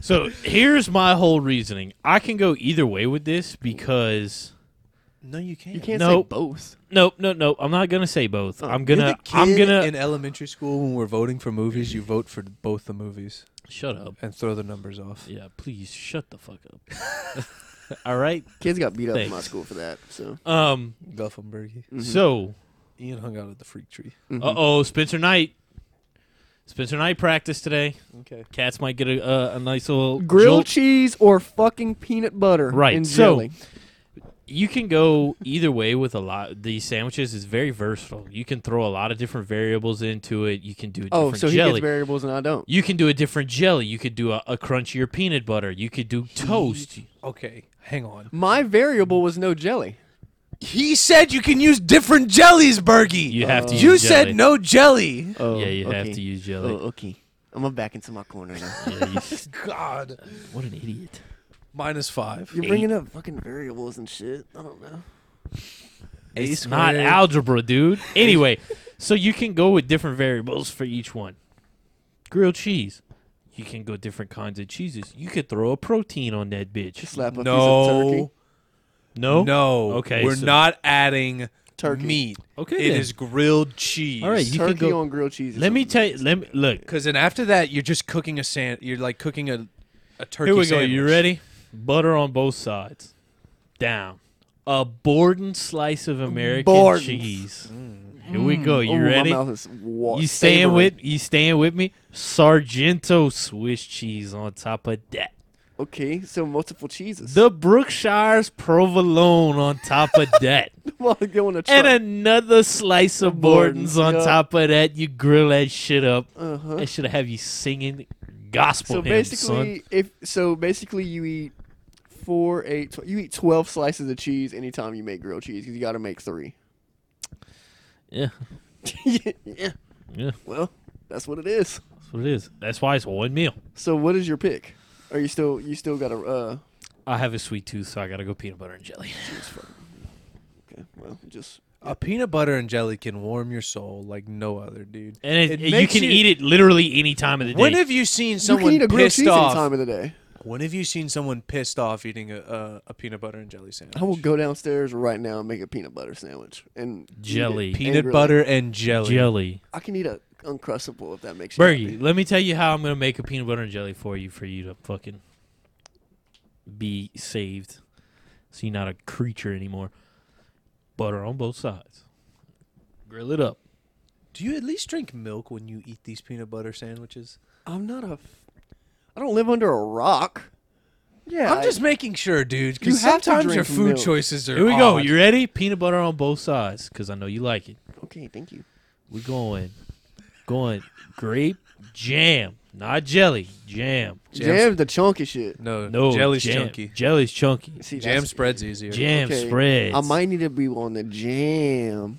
C: so here's my whole reasoning. I can go either way with this because
B: no, you can't.
D: You can't
C: Nope.
D: say both.
C: nope, no, no. I'm not gonna say both. I'm gonna.
B: You're the
C: I'm
B: kid
C: gonna.
B: in elementary school when we're voting for movies, you vote for both the movies
C: shut up.
B: and throw the numbers off.
C: Yeah, please shut the fuck up. All right.
D: Kids got beat up in my
C: Thanks.
D: school for that. So
C: Um.
B: Gothenburg.
D: Mm-hmm.
C: So.
B: Ian hung out at the freak tree.
C: Uh oh, Spencer Knight. Spencer Knight practice today.
B: Okay.
C: Cats might get a uh, a nice little
D: grilled
C: jolt.
D: cheese or fucking peanut butter.
C: Right,
D: And
C: so-
D: jelly.
C: you can go either way with a lot. These sandwiches is very versatile. You can throw a lot of different variables into it. You can do a different
D: oh, so he
C: jelly.
D: gets variables and I don't.
C: you can do a different jelly. You could do a, a crunchier peanut butter. You could do toast.
B: Okay, hang on.
D: My variable was no jelly.
B: He said you can use different jellies, Bergie. Uh,
C: You have to.
B: You
C: use
B: said
C: jelly.
B: no jelly.
D: Oh,
C: Yeah, you have to use jelly.
D: Oh, okay. I'm gonna back into my corner now.
C: Yeah, you-
B: God.
C: what an idiot.
B: Minus five.
D: You're bringing up fucking variables and shit. I don't know.
C: It's not algebra, dude. Anyway, so you can go with different variables for each one. Grilled cheese. You can go different kinds of cheeses. You could throw a protein on that bitch.
D: Slap a piece of turkey.
B: No.
C: No?
B: No.
C: Okay,
B: We're
C: so-
B: not adding
D: Turkey.
B: meat.
C: Okay,
B: It
C: then.
B: is grilled cheese.
C: All right, you
D: turkey
C: can go.
D: on grilled cheese. is
C: let me
D: something.
C: tell you. Let me look.
B: Because then after that, you're just cooking a sand. You're like cooking a, a turkey.
C: Here we go. You
B: sandwich.
C: ready? Butter on both sides. Down. A Borden slice of American
D: Borden's.
C: cheese. Here we go. You
D: Mm. Ooh,
C: ready?
D: My mouth is wa-
C: You staying
D: savory.
C: with you staying with me? Sargento Swiss cheese on top of that.
D: Okay, so multiple cheeses.
C: The Brookshire's provolone on top of that.
D: well, go on a
C: and
D: truck.
C: another slice of Borden's
D: Borden's,
C: on
D: yeah.
C: top of that. You grill that shit up.
D: Uh-huh.
C: That should have you singing gospel
D: So
C: hymns, son.
D: basically, if so, basically you eat four, eight, tw- you eat twelve slices of cheese anytime you make grilled cheese because you got to make three.
C: Yeah,
D: yeah.
C: yeah,
D: Well, that's what it is.
C: that's what it is. That's why it's one meal.
D: So what is your pick? Are you still you still got a uh?
C: I have a sweet tooth, so I gotta go peanut butter and jelly.
D: Okay, well, just
B: A peanut butter and jelly can warm your soul like no other, dude.
C: And it,
B: It
C: you
B: makes
C: can
B: you-
C: eat it literally any time of the day.
B: When have you seen someone
D: you can eat a grilled
B: pissed
D: cheese
B: off?
D: any time of the day.
B: When have you seen someone pissed off eating a, a, a peanut butter and jelly sandwich?
D: I will go downstairs right now and make a peanut butter sandwich and eat it.
C: Jelly.
D: And
B: peanut
D: grill it.
B: butter and jelly.
C: jelly?
D: I can eat a uncrustable if that makes you
C: Bergie,
D: happy.
C: let me tell you how I'm gonna make a peanut butter and jelly for you for you to fucking be saved. So you're not a creature anymore. Butter on both sides. Grill it up.
B: Do you at least drink milk when you eat these peanut butter sandwiches?
D: I'm not a. F- I don't live under a rock. Yeah,
B: I'm just making sure, dude.
D: You
B: Because
D: have to
B: sometimes your
D: drink
B: food
D: milk.
B: choices are.
C: Here we go.
B: odd.
C: You ready? Peanut butter on both sides, because I know you like it.
D: okay. Thank you.
C: We going, going grape jam, not jelly, jam.
B: Jam's-
D: Jam's the chunky shit.
B: No,
C: No,
B: jelly's
C: jam.
B: chunky.
C: Jelly's chunky.
D: See,
B: Jam
D: that's-
B: spreads easier.
C: Jam
D: okay,
C: spreads.
D: I might need to be on the jam.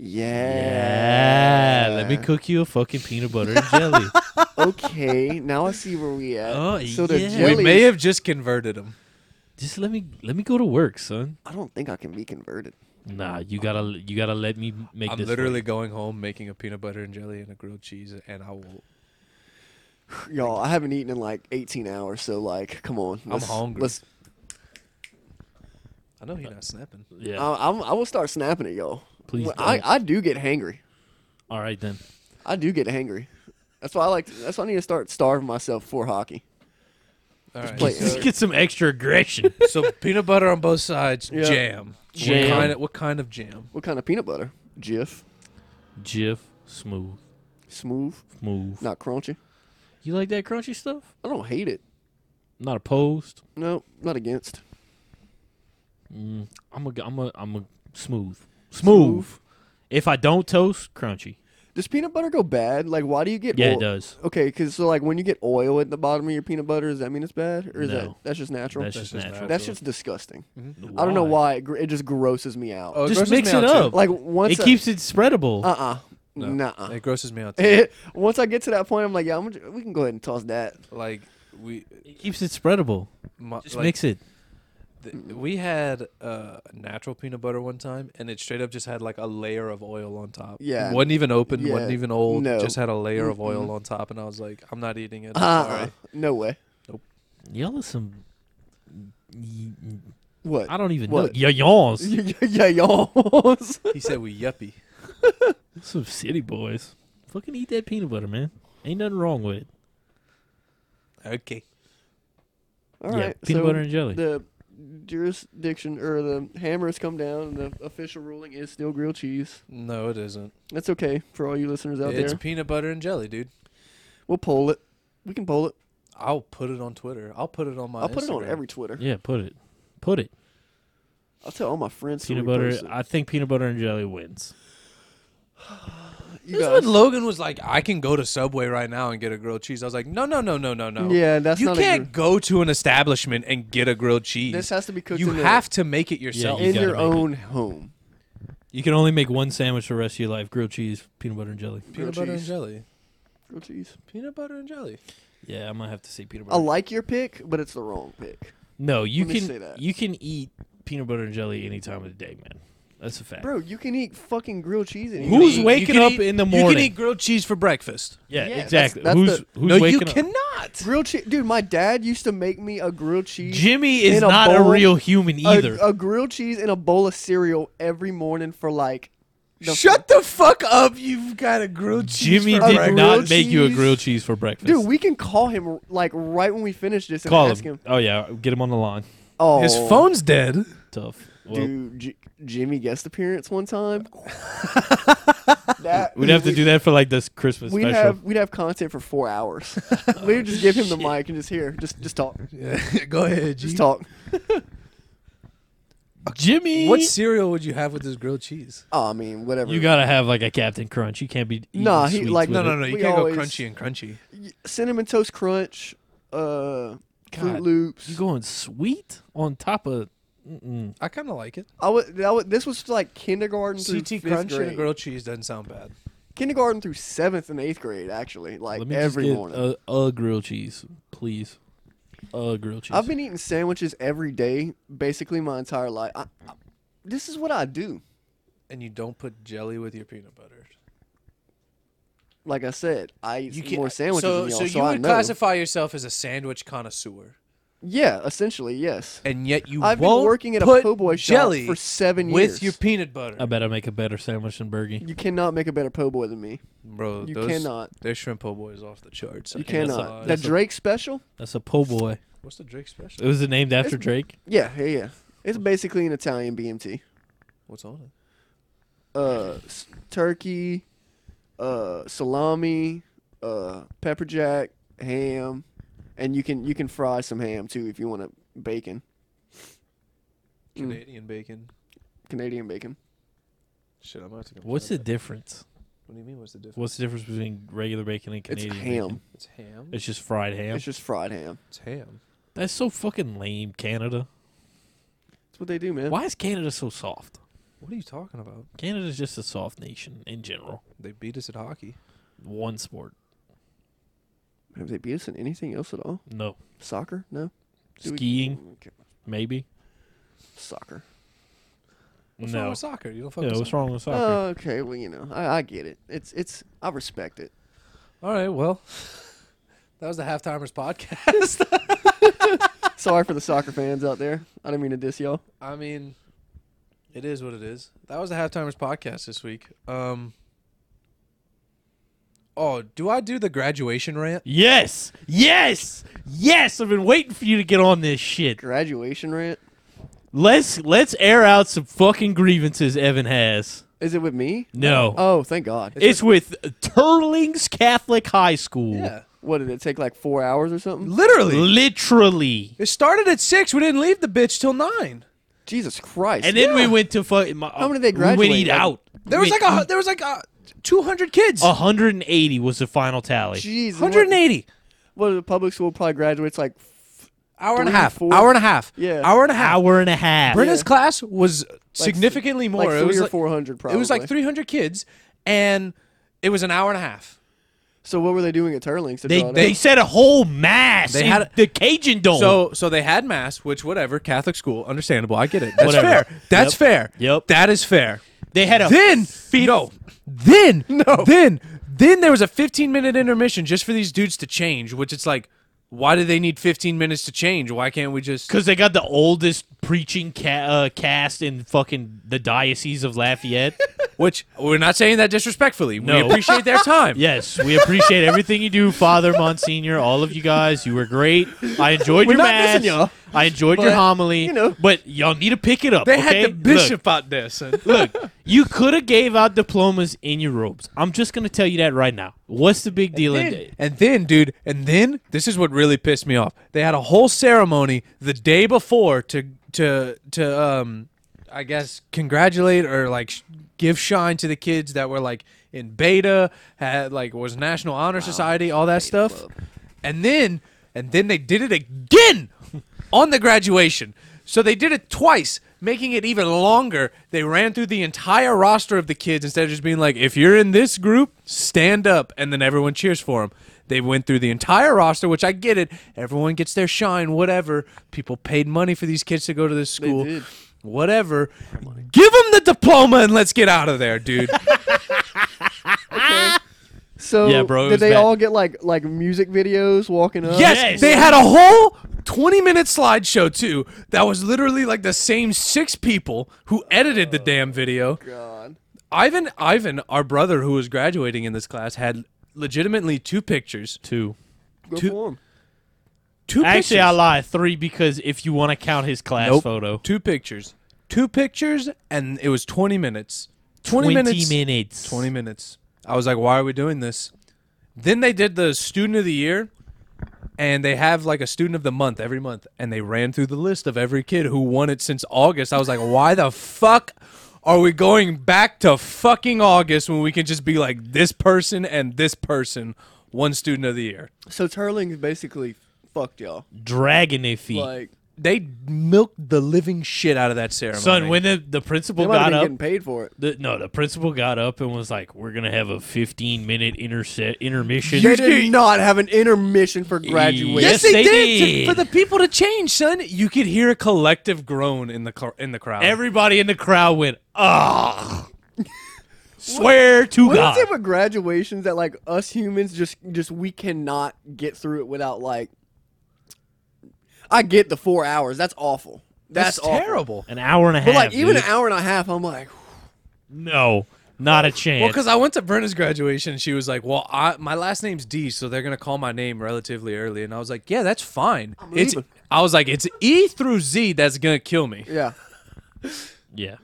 D: Yeah.
C: Yeah, let me cook you a fucking peanut butter and jelly.
D: okay, now I see where we at.
C: Oh,
D: so the
C: yeah.
D: jelly.
B: We may have just converted them.
C: Just let me let me go to work, son.
D: I don't think I can be converted.
C: Nah, you gotta you gotta let me make
B: I'm
C: this.
B: literally
C: work.
B: going home, making a peanut butter and jelly and a grilled cheese, and I will.
D: Y'all, I haven't eaten in like 18 hours, so like, come on.
B: I'm
D: let's-
B: hungry.
D: Let's,
B: I know you're not snapping.
C: Yeah.
D: I, I'm, I will start snapping at y'all.
C: Please
D: Well, I,
C: don't.
D: I do get hangry.
C: All right then.
D: I do get hangry. That's why I like. that's why I need to start starving myself for hockey.
B: All right.
D: play-
B: so,
C: Get some extra aggression.
B: so peanut butter on both sides,
D: Yeah.
B: jam.
C: Jam.
B: What kind, of, what kind of jam?
D: What kind of peanut butter? Jif,
C: Jif, smooth,
D: smooth,
C: move.
D: not crunchy.
C: You like that crunchy stuff?
D: I don't hate it.
C: Not opposed.
D: No, not against.
C: Mm, I'm a, I'm a, I'm a smooth. smooth.
D: Smooth.
C: If I don't toast, crunchy.
D: Does peanut butter go bad? Like, why do you get?
C: Yeah,
D: oil-
C: it does.
D: Okay, because so like when you get oil at the bottom of your peanut butter, does that mean it's bad, or is that
C: No.
D: that's just natural?
C: That's just
B: just
C: natural.
B: natural. Mm-hmm.
D: That's just disgusting. I don't know why it, gr- it just grosses me out.
B: Oh,
C: Just
B: grosses
C: mix
B: me
C: it
B: out, too.
C: up.
D: like once
C: it keeps it spreadable.
D: uh uh
B: No,
D: nah.
B: It grosses me out. Too.
D: once I get to that point, I'm like, yeah, I'm gonna, we can go ahead and toss that.
B: like we,
C: it keeps it spreadable.
B: my,
C: Just
B: like,
C: mix it.
B: th- we had uh, natural peanut butter one time, and it straight up just had like a layer of oil on top.
D: Yeah.
B: wasn't even open, wasn't
D: Yeah.
B: even old.
D: No.
B: just had a layer of oil on top, and I was like, I'm not eating it. I'm
D: Uh-uh.
B: sorry.
D: No way.
C: Y'all are some.
D: What?
C: I don't even
D: What?
C: know. Y'all's
D: yeah, y'all.
B: He said we yuppie.
C: some city boys. Fucking eat that peanut butter, man. Ain't nothing wrong with it.
B: Okay.
D: All
C: yeah,
D: right.
C: peanut
D: so
C: butter and jelly.
D: the jurisdiction or the hammer has come down, and the official ruling is still grilled cheese.
B: No, it isn't.
D: That's okay for all you listeners out
B: it's
D: there.
B: peanut butter and jelly, dude.
D: We'll poll it. We can poll it.
B: I'll put it on Twitter. I'll put it on my.
D: I'll put it on
B: Instagram.
D: every Twitter.
C: Oh, yeah, put it. Put it.
D: I'll tell all my friends. to
C: Peanut butter.
D: repost it.
C: I think peanut butter and jelly wins.
D: You
B: That's what
D: guys-
B: Logan was like. I can go to Subway right now and get a grilled cheese. I was like, no, no, no, no, no, no.
D: Yeah, that's
B: you
D: not a
B: can't
D: gr-
B: go to an establishment and get a grilled cheese.
D: This has to be cooked
B: you
D: in a-
B: have to make it yourself.
C: you
D: in
C: gotta
D: your
C: make
D: own home.
C: You can only make one sandwich the rest of your life: grilled cheese, peanut butter and jelly.
B: peanut
D: grilled
B: butter and
D: cheese.
B: jelly.
C: Oh,
D: Grilled cheese.
B: Peanut butter and jelly.
C: Yeah, I might have to say peanut
D: I
C: butter.
D: like your pick, but it's the wrong pick.
C: no, you
D: Let me
C: can
D: say that.
C: you can eat peanut butter and jelly any time of the day, man. That's a fact.
D: Bro, you can eat fucking grilled cheese in
C: Who's
B: You- you
C: waking
B: can
C: up
B: eat-
C: in the
B: You can
C: morning?
B: eat grilled cheese for breakfast.
C: yeah,
D: Yeah, that's-
C: exactly.
D: that's
C: who's
D: the-
C: who's
B: no,
C: waking
B: you
C: up?
B: cannot.
D: grilled cheese? Dude, my dad used to make me a grilled cheese.
C: Jimmy is
D: in a
C: not a,
D: bowl,
C: real human
D: a-
C: either.
D: A, grilled cheese and a bowl of cereal every morning for like. the-
B: Shut the fuck up. You've got a grilled cheese.
C: Jimmy
B: for
C: did
B: breakfast.
C: not
D: grilled
C: make you a
D: cheese?
C: grilled cheese for breakfast.
D: Dude, we can call him like right when we finish this and
C: call
D: ask
C: him.
D: him.
C: Oh yeah, get him on the line.
D: Oh,
B: His phone's dead.
C: Tough. Well,
D: Dude, J- Jimmy guest appearance one time. that,
C: we'd have to
D: we-
C: do that for like this Christmas
D: We'd
C: special. Oh,
D: have we'd have content for four hours. we'd just give him the mic and just hear, just just talk,
B: Go ahead,
D: just
B: G.
D: talk.
C: Jimmy,
B: What cereal would you have with this grilled cheese?
D: Oh, I mean, whatever.
C: you gotta have like a Captain Crunch. You can't be eating
D: Nah, he-
C: sweets
D: like-
C: with
B: No, no,
C: it.
B: no. You
D: We
B: can't
D: always-
B: go crunchy and crunchy.
D: Y- cinnamon toast crunch, uh, Fruit
C: God,
D: Loops.
C: You going sweet on top of? Mm-mm.
B: I kind of like it.
D: I would, that would, this was like kindergarten through
B: CT
D: fifth
B: crunch and a
D: grade.
B: grilled cheese doesn't sound bad.
D: kindergarten through seventh and eighth grade, actually, like
C: Let me
D: every
C: just get
D: morning.
C: A, a grilled cheese, please. A grilled cheese.
D: I've been eating sandwiches every day, basically my entire life. I, I, this is what I do.
B: And you don't put jelly with your peanut butter.
D: Like I said, I eat
B: You uh,
D: more sandwiches
B: So,
D: than y'all,
B: so
D: so,
B: you
D: I
B: would
D: know.
B: classify yourself as a sandwich connoisseur,
D: yeah, essentially, yes.
B: and yet you
D: I've been
B: won't
D: working at a
B: put
D: po' boy shop
B: jelly
D: for seven
B: with
D: years. Um,
B: your peanut butter,
C: I bet I make a better sandwich than Bergie.
D: you cannot make a better po' boy than me.
B: bro.
D: you
B: those,
D: cannot.
B: Their shrimp po' boy is off the charts. I
D: You
B: can't
D: cannot.
B: lie.
D: That Drake special?
C: That's a po' boy.
B: What's the Drake special?
C: It
D: Uh,
C: was named after
D: It's-
C: Drake.
D: Yeah, yeah, yeah. It's basically an Italian BMT.
B: What's on it?
D: uh, s- turkey, uh, salami, uh, pepper jack, ham, and you can you can fry some ham too if you want to bacon, Mm.
B: Canadian bacon.
D: Canadian bacon.
B: Shit, I'm about to. go
C: What's the
B: find that.
C: difference?
B: What do you mean? What's the difference?
C: What's the difference between regular bacon and Canadian?
D: it's ham.
C: bacon?
B: It's ham.
C: It's just fried ham.
D: It's just fried ham.
B: It's ham.
C: That's so fucking lame, Canada.
D: That's what they do, man.
C: Why is Canada so soft?
B: What are you talking about?
C: Canada's just a soft nation in general.
B: They beat us at hockey.
C: One sport.
D: Have they beat us in anything else at all?
C: No.
D: Soccer? No. Do we- Mm,
C: Skiing,
D: Okay.
C: maybe?
D: Soccer.
B: What's
C: no.
B: wrong with soccer? You don't fuck
C: yeah,
B: with
C: what's
B: soccer?
C: wrong with soccer?
D: Oh, okay. Well, you know, I, I get it. It's it's I respect it.
B: All right, well, that was the Half Timers podcast.
D: Sorry for the soccer fans out there. I didn't mean to diss y'all.
B: I mean, it is what it is. That was the Half Timers podcast this week. Um, oh, do I do the graduation rant?
C: Yes! Yes! Yes, I've been waiting for you to get on this shit.
D: Graduation rant?
C: Let's let's air out some fucking grievances Evan has.
D: Is it with me?
C: No.
D: Oh, thank God.
C: it's with Turlings Catholic High School.
B: Yeah.
D: what did it take? Like four hours or something?
B: Literally.
C: Literally.
B: It started at six. We didn't leave the bitch till nine.
D: Jesus Christ!
C: And then we
B: Yeah.
C: went to fucking. My,
D: How many did they
C: We
D: graduate?
C: went eat
D: Like-
C: out.
B: There was
C: We
B: like a hu- there was like a two hundred kids.
C: Oh. 180 was the final tally.
D: Jeez, and
B: Hundred and eighty.
D: What, what the public school probably graduates like?
B: Hour and a
D: Three,
B: half.
D: four.
B: Hour and a half.
D: Yeah.
B: Hour and a half.
C: Hour and a half.
B: Brenna's class was significantly more.
D: like
B: it
D: three
B: was
D: or
B: like,
D: four hundred, probably.
B: It was like three hundred kids, and it was an hour and a half.
D: So what were they doing at Turlings? To
C: They,
D: draw it
C: they
D: out?
C: said a whole mass.
B: They
C: in
B: had a-
C: the Cajun Dome.
B: So so they had mass, which whatever Catholic school, understandable. I get it. That's
C: Whatever.
B: fair. That's
C: Yep.
B: fair.
C: Yep.
B: That is fair.
C: they had a
B: then
C: fifth-
B: no, then no, then then there was a 15 minute intermission just for these dudes to change, which it's like, why do they need 15 minutes to change? Why can't we just?
C: Because they got the oldest preaching ca- uh, cast in fucking the diocese of Lafayette.
B: Which we're not saying that disrespectfully. We
C: No.
B: appreciate their time.
C: yes, we appreciate everything you do, Father Monsignor. All of you guys, you were great. I enjoyed your
D: not
C: mass.
D: missing y'all,
C: I enjoyed your
D: but,
C: homily.
D: you know.
C: but y'all need to pick it up.
B: They
C: okay?
B: had the bishop out there. Son.
C: Look, look you could have gave out diplomas in your robes. I'm just gonna tell you that right now. What's the big deal? in
B: Then- and then, dude, and then this is what really pissed me off. They had a whole ceremony the day before to to to um, I guess congratulate or like sh- give shine to the kids that were like in beta, had like was National Honor Society, all that stuff. And then and then they did it again on the graduation. So they did it twice, making it even longer. They ran through the entire roster of the kids instead of just being like, if you're in this group, stand up, and then everyone cheers for them. They went through the entire roster, which I get it. Everyone gets their shine, whatever. People paid money for these kids to go to this school.
D: did.
B: Whatever. Give them the diploma and let's get out of there, dude.
D: So
C: Yeah, bro, it was
D: Did they
C: bad.
D: all get like like music videos walking up?
B: Yes,
C: Yes.
B: they had a whole 20 minute slideshow too that was literally like the same six people who edited the damn video.
D: Oh, God.
B: Ivan, Ivan, our brother who was graduating in this class, had legitimately two pictures.
C: Two.
D: Go
B: Two-
D: for 'em.
B: Two
C: Actually,
B: pictures.
C: I lie. Three because if you want to count his class
B: Nope.
C: photo,
B: Two pictures. Two pictures, and it was 20 minutes. 20,
C: 20
B: minutes.
C: minutes.
B: 20 minutes. I was like, why are we doing this? Then they did the student of the year, and they have like a student of the month every month, and they ran through the list of every kid who won it since August. I was like, why the fuck are we going back to fucking August when we can just be like this person and this person one student of the year?
D: So Turlings basically fucked y'all.
C: Dragging their feet.
D: Like
B: They milked the living shit out of that ceremony.
C: Son, when the, the principal
D: they might have
C: got
D: been
C: up,
D: getting paid for it.
C: the, no, the principal got up and was like, "We're gonna have a 15 minute interset intermission."
D: You did not have an intermission for graduation.
B: Yes,
C: Yes,
B: they,
C: they
B: did.
C: did.
B: To- for the people to change, son. You could hear a collective groan in the cl- in the crowd.
C: Everybody in the crowd went, "Ah!" Swear to
D: What is
C: God.
D: it with graduations that like us humans just just we cannot get through it without like? I get the four hours. That's awful. That's,
B: That's
D: awful.
B: terrible.
C: An hour and a half.
D: But like even
C: dude.
D: an hour and a half, I'm like,
C: No, not a
B: Well,
C: chance.
B: because I went to Brenna's graduation, and she was like, "Well, I, my last name's D, so they're gonna call my name relatively early," and I was like, "Yeah, that's fine." it's
D: leaving.
B: I was like, "It's E through Z that's gonna kill me."
D: yeah.
C: yeah.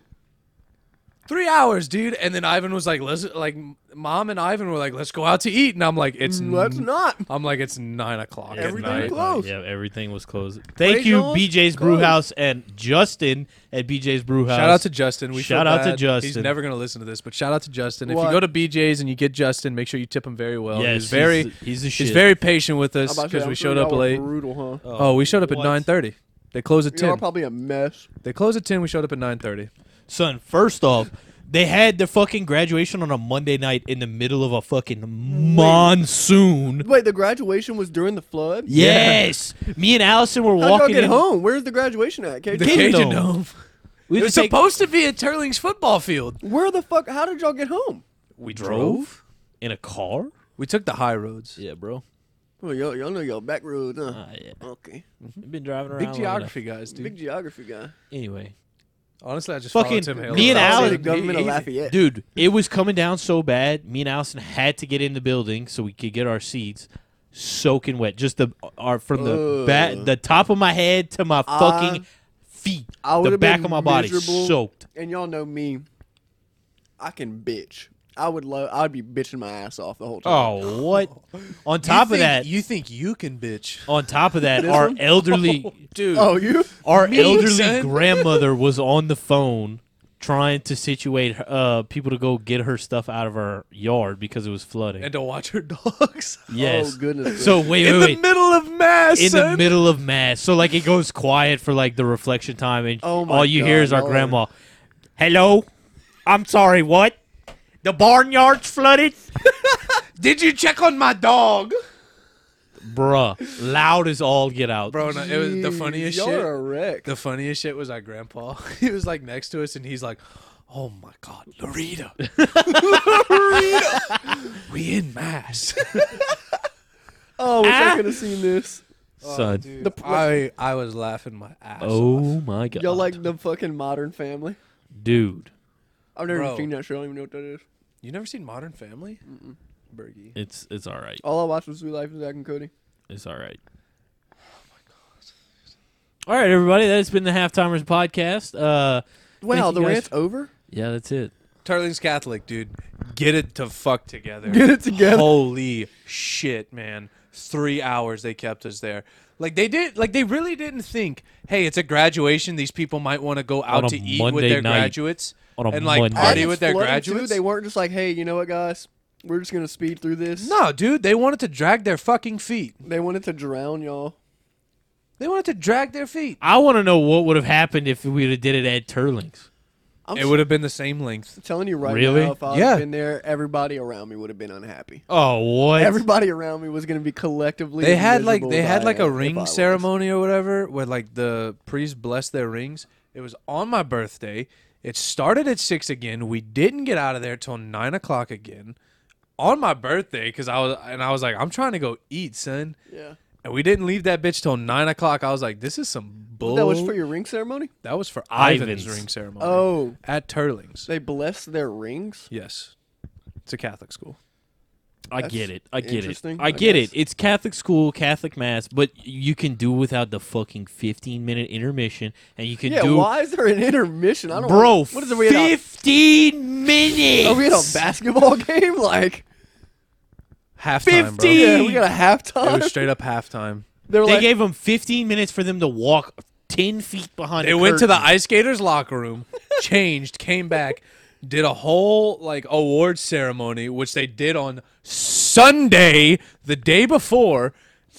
B: Three hours, dude. And then Ivan was like, "Let's like, mom and Ivan were like, let's go out to eat," and I'm like, "It's
D: Let's
B: n-
D: not.
B: I'm like, it's nine o'clock at
D: Mm, Everything
B: night."
D: closed. Close.
C: Yeah, everything was closed. Thank
D: Praise
C: you,
D: God,
C: BJ's
D: closed.
C: Brewhouse and Justin at BJ's Brewhouse.
B: Shout out to Justin. We feel
C: Shout out to
B: bad. He's
C: Justin.
B: never gonna listen to this, but shout out to Justin. If you
D: What?
B: go to BJ's and you get Justin, make sure you tip him very well.
C: Yes,
B: he's very
C: Oh, he's the- he's the
B: he's
C: shit.
B: very patient with
D: I'm
B: us
D: about to say,
B: because
D: I'm
B: we
D: sure
B: showed up
D: y'all were
B: late.
D: Brutal, huh?
B: Oh, we showed up at
C: What?
B: nine thirty. They close at
D: Y'all are
B: ten.
D: probably a mess.
B: They close at ten. We showed up at nine thirty.
C: Son, first off, they had their fucking graduation on a Monday night in the middle of a fucking monsoon.
D: Wait, the graduation was during the flood.
C: Yes. Me and Allison were
D: How'd y'all
C: walking
D: get
C: in.
D: home? Where's the graduation at? KJ?
B: The
C: Cajun
B: Cajun
C: Dome.
B: Dome.
C: We
B: It was
C: just take-
B: supposed to be at Turling's football field.
D: Where the fuck? How did y'all get home?
B: We
C: drove? in a car.
B: We took the high roads.
C: Yeah, bro.
D: Well, y'all, y'all know y'all back roads, huh?
C: Uh, yeah.
D: Okay.
C: I've been driving around.
B: Big
C: long
B: geography guys, dude.
D: Big geography guy.
C: enough. Anyway,
B: Honestly, I just followed
C: Fucking
B: Tim Hale.
C: me and
B: That was
C: Alan-
B: it.
D: The government
B: He-
D: of
B: he-
D: Lafayette.
C: dude, it was coming down so bad. Me and Allison had to get in the building so we could get our seats. soaking wet. Just the or from the
D: Ugh.
C: back, the top of my head to my fucking feet,
D: I
C: the
D: would've
C: back
D: been
C: of my body
D: miserable.
C: soaked.
D: And y'all know me. I can bitch. I would love. I'd be bitching my ass off the whole time.
C: Oh, what? On top of that,
B: you think you can bitch?
C: on top of that,
D: This
C: our
D: one?
C: elderly dude,
D: oh, you?
C: our
B: me,
C: elderly
B: son?
C: grandmother was on the phone trying to situate uh, people to go get her stuff out of her yard because it was flooding.
B: And to watch her dogs
C: yes.
D: Oh goodness.
C: So wait,
B: in
C: wait,
B: the
C: wait.
B: middle of mass.
C: in the
B: son.
C: middle of mass. So like it goes quiet for like the reflection time, and
D: Oh my
C: all you hear
D: God,
C: is our
D: Lord.
C: grandma. Hello, I'm sorry. What? The barnyard's flooded,
B: Did you check on my dog,
C: bruh. Loud as all get out.
B: bro? No, it was the funniest
D: Y'all
B: shit.
D: are a wreck.
B: The funniest shit was our grandpa. He was like next to us, and he's like, "Oh my god, Loretta, Loretta, we in mass."
D: oh, wish
C: Ah.
D: I could have seen this.
C: Son.
D: The pl-
B: I I was laughing my ass off.
C: Oh my god.
D: Y'all like the fucking Modern Family?
C: dude?
D: I've never
B: Bro.
D: seen that show. I don't even know what that is.
B: You never seen Modern Family? Bergie.
C: It's it's all right.
D: All I watched was Sweet Life of Zack and Cody.
C: It's all right. All right, everybody. That's been the Halftimers podcast. Uh,
D: Wow,
C: thank you
D: the
C: guys-
D: rant's over.
C: Yeah, that's it.
B: Tarling's Catholic, dude. Get it to fuck together.
D: Get it together.
B: Holy shit, man. Three hours they kept us there. Like they did like they really didn't think, hey, it's a graduation, these people might want to go out
C: a
B: to eat
C: Monday
B: with their
C: night.
B: graduates
C: On a
B: and like
C: Monday.
B: party
D: As
B: with
D: it's
B: their
D: flooding, too,
B: graduates.
D: they weren't just like, hey, you know what, guys? We're just gonna speed through this.
B: no, dude, they wanted to drag their fucking feet.
D: They wanted to drown y'all.
B: They wanted to drag their feet.
C: I want to know what would have happened if we'd have did it at Turlings.
D: I'm
B: It would have been the same length.
D: telling you right
C: Really?
D: now, if I'd
B: Yeah.
D: been there, everybody around me would have been unhappy.
C: Oh, what?
D: Everybody around me was gonna be collectively.
B: They had like
D: miserable
B: they
D: as
B: had
D: I
B: like
D: am
B: a
D: if I
B: ring
D: was.
B: ceremony or whatever where like the priest blessed their rings. It was on my birthday. It started at six again. We didn't get out of there till nine o'clock again on my birthday because I was and I was like, I'm trying to go eat, son.
D: Yeah.
B: And we didn't leave that bitch till nine o'clock. I was like, this is some bull.
D: That was for your ring ceremony.
B: that was for
C: Ivan's.
B: Ivan's ring ceremony.
D: Oh,
B: at Turling's.
D: they blessed their rings.
B: yes, it's a Catholic school.
C: I
D: That's
C: get it. I get it.
D: interesting,
C: I
D: I
C: get it.
D: guess.
C: It's Catholic school, Catholic mass, but you can do without the fucking 15 minute intermission, and you can
D: Yeah.
C: do.
D: Why is there an intermission? I don't.
C: Bro,
D: What is it? We had
C: 15 minutes.
D: a, are we at a basketball game? Like,
B: Halftime, bro.
C: 15.
B: It
D: yeah, we got a halftime.
B: was straight up halftime.
D: they were
C: they
D: like,
C: gave them 15 minutes for them to walk 10 feet behind.
B: They
C: a
B: went to the
C: curtain.
B: ice skaters locker room, changed, came back, did a whole like award ceremony, which they did on Sunday, the day before,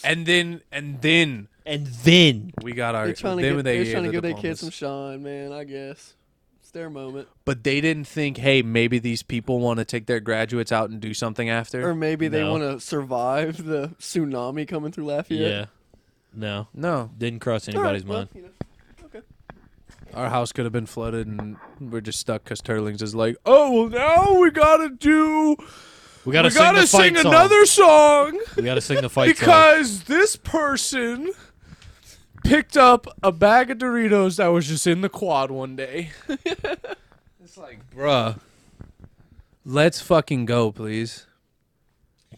B: and then and then
C: and then
B: we got our.
D: they're trying to
B: then
D: give,
B: they
D: they're trying to
B: the
D: give their kids some
B: diplomas.
D: shine, man. I guess it's their moment,
B: but they didn't think, hey, maybe these people want to take their graduates out and do something after.
D: or maybe they
C: No.
D: want to survive the tsunami coming through Lafayette.
C: yeah, no,
B: no,
C: didn't cross
D: All right,
C: anybody's
D: well,
C: mind.
D: you know.
B: our house could have been flooded, and we're just stuck because Turlings is like, oh, well, now we gotta do,
C: We gotta
B: we
C: sing,
B: gotta
C: the fight
B: sing
C: song.
B: another song.
C: We gotta sing the fight song.
B: because this person picked up a bag of Doritos that was just in the quad one day. it's like, bruh, let's fucking go, please.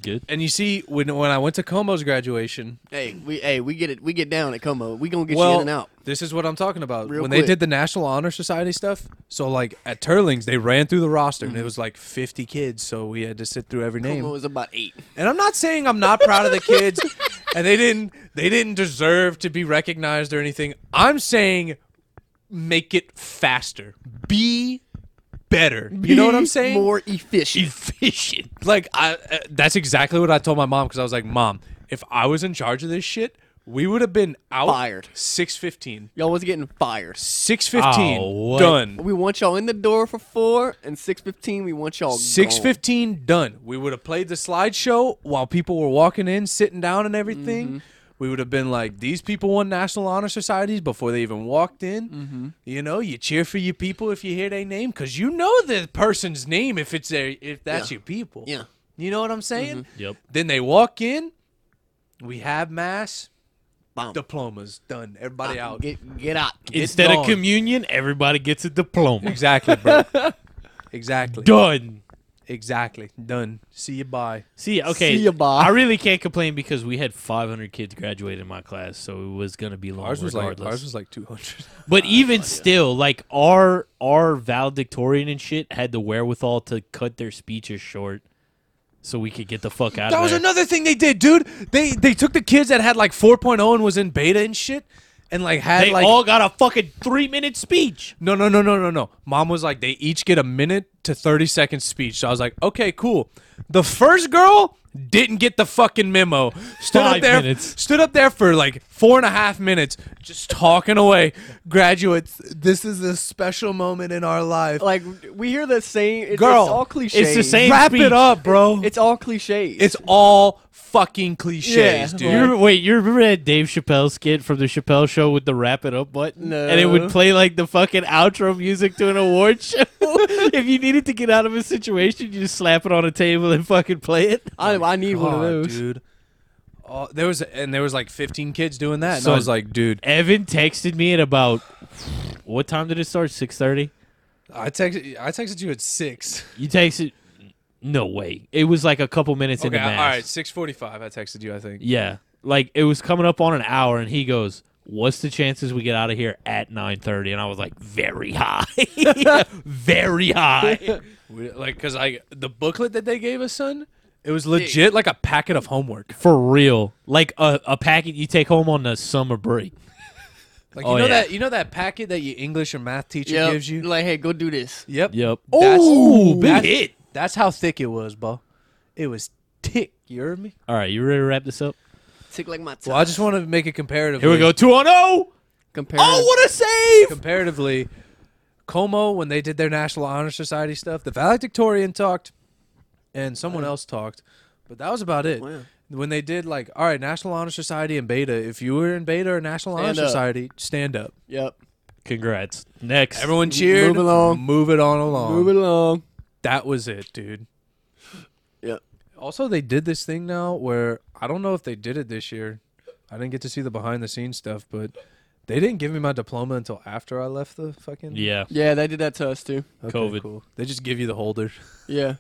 C: Good.
B: And you see, when when I went to Como's graduation,
D: Hey, we hey we get it we get down at Como. We gonna get you
B: well,
D: in and out.
B: this is what I'm talking about.
D: Real
B: when they
D: quick.
B: did the National Honor Society stuff, so like at Turlings, they ran through the roster and it was like 50 kids, so we had to sit through every name.
D: Como was about eight.
B: And I'm not saying I'm not proud of the kids and they didn't they didn't deserve to be recognized or anything. I'm saying make it faster. Be better. You know what I'm
D: Be
B: saying?
D: More efficient.
C: Efficient.
B: like I uh, that's exactly what I told my mom cuz I was like, "Mom, if I was in charge of this shit, we would have been out
D: Fired.
B: 6:15.
D: Y'all was getting fired.
B: 6:15
C: Oh, what?
B: done.
D: We want y'all in the door for four, and six fifteen we want y'all.
B: Six
D: gone.
B: fifteen done. We would have played the slideshow while people were walking in, sitting down, and everything.
D: Mm-hmm.
B: We would have been like, these people won National Honor Societies before they even walked in.
D: Mm-hmm.
B: You know, you cheer for your people if you hear their name because you know the person's name if it's their if that's
D: Yeah.
B: your people.
D: Yeah. Mm-hmm.
B: you know what I'm saying.
C: Yep.
B: Then they walk in. We have mass
D: Bam.
B: diplomas done. Everybody out.
D: Get get out.
C: Instead of
B: gone.
C: communion, everybody gets a diploma.
B: exactly, bro. exactly.
C: Done.
B: Exactly. Done. See you. Bye.
C: See, okay.
D: See ya, bye.
C: I really can't complain because we had 500 kids graduate in my class, so it was going to be long
B: Ours was like
C: regardless.
B: ours was like 200.
C: but even still, like our our valedictorian and shit had the wherewithal to cut their speeches short, so we could get the fuck out
B: That
C: of
B: was
C: there.
B: another thing they did, dude. They they took the kids that had like 4.0 and was in beta and shit, and like had
C: they
B: like
C: all got a fucking three minute speech.
B: no no no no no no. Mom was like they each get a minute to 30 second speech. So I was like, okay, cool. The first girl didn't get the fucking memo. Stood up
C: Five
B: there,
C: minutes.
B: stood up there for like four and a half minutes, just talking away. Graduates, this is a special moment in our life.
D: Like we hear that saying, it's,
B: Girl,
D: it's all cliche.
C: it's the same
B: Wrap
C: speech.
B: it up, bro.
D: It's all cliches.
B: It's all fucking cliches,
D: Yeah,
B: dude.
C: You remember, wait, you remember that Dave Chappelle skit from the Chappelle Show with the wrap it up button,
D: No.
C: and it would play like the fucking outro music to an award show. if you needed to get out of a situation, you just slap it on a table and fucking play it.
D: I, I need one
B: God,
D: of those.
B: dude. Oh, there was and there was like 15 kids doing that, and I
C: Son.
B: was like, dude,
C: Evan texted me at about what time did it start? Six thirty.
B: I texted I texted you at six.
C: You texted? No way. It was like a couple minutes in
B: Okay,
C: the
B: all
C: mass.
B: right, 6:45. I texted you, I think.
C: Yeah, like it was coming up on an hour, and he goes, "What's the chances we get out of here at 9.30? And I was like, "Very high, very high."
B: We, like, cause I the booklet that they gave us, son, it was legit like a packet of homework.
C: For real, like a, a packet you take home on the summer break.
B: Like
C: Oh,
B: you know
C: yeah.
B: that you know that packet that your English or math teacher
D: Yep.
B: gives you.
D: Like, hey, go do this.
B: yep.
C: Yep.
B: That's-
C: Ooh, big
B: that's-
C: hit.
B: That's how thick it was, bro. It was thick. You heard me?
C: All right, you ready to wrap this up?
D: Tick like my. Toes.
B: Well, I just want to make it comparative.
C: Here we go, two on zero.
D: Compare.
C: Oh, what a save!
B: comparatively, Como when they did their National Honor Society stuff, the valedictorian talked, and someone else talked, but that was about it.
D: Wow.
B: When they did like, all right, National Honor Society and Beta. If you were in Beta or National
D: Stand
B: Honor
D: up.
B: Society, stand up.
D: Yep.
C: Congrats. Next,
B: Everyone cheered.
D: move along.
B: Move it on along.
D: Move it along.
B: That was it, dude.
D: Yep.
B: Also, they did this thing now where I don't know if they did it this year. I didn't get to see the behind the scenes stuff, but they didn't give me my diploma until after I left the fucking
C: yeah,
D: Yeah, they did that to us too.
B: Okay,
C: COVID.
B: Cool. They just give you the holder.
D: Yeah.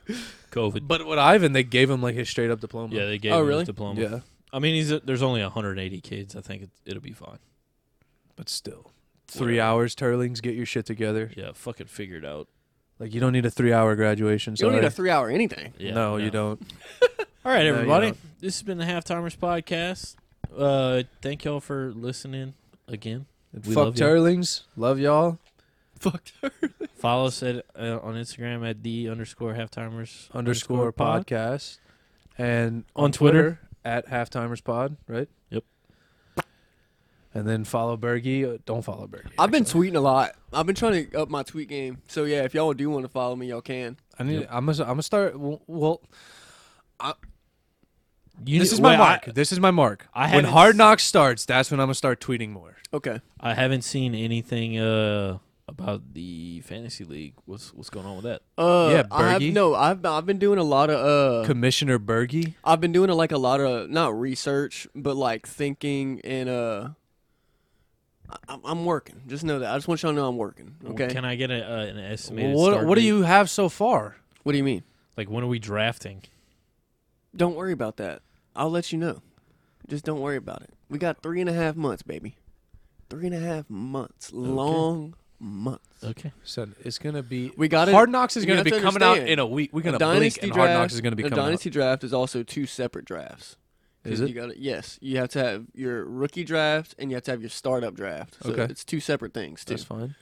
C: COVID.
B: But what Ivan, they gave him like his straight up diploma.
C: Yeah, they gave
D: Oh,
C: him
D: really?
C: his diploma.
B: yeah.
C: I mean, he's there's only 180 kids. I think it, it'll be fine.
B: But still, three hours turlings get your shit together.
C: Yeah, fucking figured out.
B: Like you don't need a three hour graduation.
D: You don't need
B: sorry.
D: a three-hour anything.
C: Yeah,
B: no, you don't.
C: All right,
B: No, you
C: everybody.
B: don't.
C: This has been the Half Timers podcast. Uh, thank y'all for listening again. We
B: Fuck
C: love y'all.
B: turlings. Love y'all.
D: Fucked.
C: Follow us at uh, on Instagram at the underscore Half Timers
B: Underscore podcast. And
C: On Twitter.
B: at halftimers pod, right?
C: Yep.
B: And then follow Bergie. Uh, Don't follow Bergie.
D: I've been tweeting a lot. I've been trying to up my tweet game. So yeah, if y'all do want to follow me, y'all can.
B: I need.
C: Yep.
B: I'm gonna. I'm gonna start. Well, well
C: You
B: this
C: need-
B: is my
C: wait,
B: mark. this is my mark.
C: I
B: when
C: haven't
B: Hard
C: s-
B: Knocks starts, that's when I'm gonna start tweeting more.
D: Okay.
C: I, I haven't seen anything uh about the fantasy league. What's what's going on with that?
D: Uh,
B: Yeah,
D: I've,
B: Bergie.
D: no, I've I've been doing a lot of uh,
C: Oh.
B: Commissioner Bergie.
D: I've been doing like a lot of not research, but like thinking and uh, I- I'm, I'm working. Just know that. I just want y'all to know I'm working. Okay.
C: Can I get a, uh, an estimated?
B: What,
C: start
B: what do
C: date?
B: you have so far?
D: what do you mean?
C: like? When are we drafting?
D: Don't worry about that. I'll let you know. Just don't worry about it. We got three and a half months, baby. Three and a half months. Long months.
C: Okay.
B: Son, it's gonna be.
D: We gotta-
B: Hard Knocks is
D: you
B: gonna
D: have
B: be
D: to
B: coming out
D: understand.
B: in a week. We're gonna
D: A
B: blink, and Hard Knocks is gonna be
D: a
B: coming
D: dynasty draft is also two separate drafts. 'Cause
B: Is it?
D: You gotta, yes, you have to have your rookie draft and you have to have your startup draft. So
B: Okay.
D: it's two separate things
B: out.
D: too.
B: That's fine.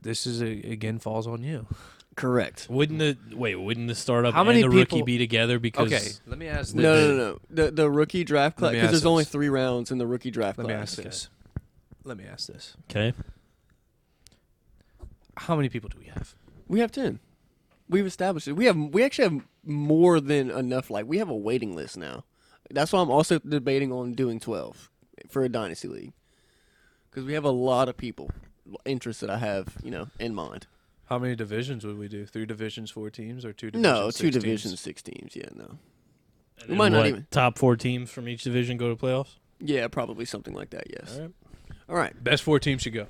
B: This is a, again falls on you.
D: Correct.
C: Wouldn't the wait? Wouldn't the startup
B: How
C: and
B: many
C: the
B: people-
C: rookie be together? Because
B: Okay, let me ask this.
D: No, no, no, no. The the rookie draft
B: Let
D: class
B: me
D: because
B: ask
D: there's only
B: this.
D: three rounds in the rookie draft
B: Let me
D: class.
B: ask this. Let me ask this.
C: okay.
B: How many people do we have?
D: We have ten. We've established it. We have we actually have more than enough. Like we have a waiting list now. That's why I'm also debating on doing twelve for a dynasty league because we have a lot of people interests that I have you know in mind.
B: How many divisions would we do? Three divisions, four teams, or two? divisions,
D: No, two
B: six teams?
D: divisions, six teams. Yeah, no. We
C: And
D: might not
C: what,
D: even.
C: top four teams from each division go to playoffs.
D: Yeah, probably something like that. Yes.
C: All right.
D: All right.
B: Best four teams should go.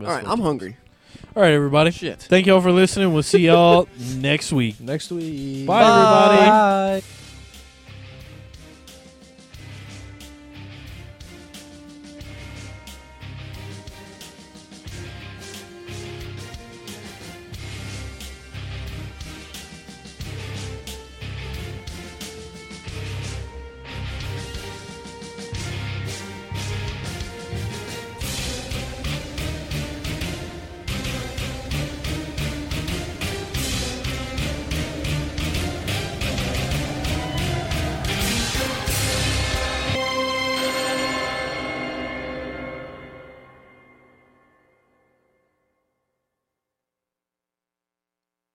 D: All right. I'm hungry.
C: All right, everybody.
D: Shit.
C: Thank y'all for listening. We'll see y'all next week.
B: Next week.
C: Bye. everybody.
E: Bye.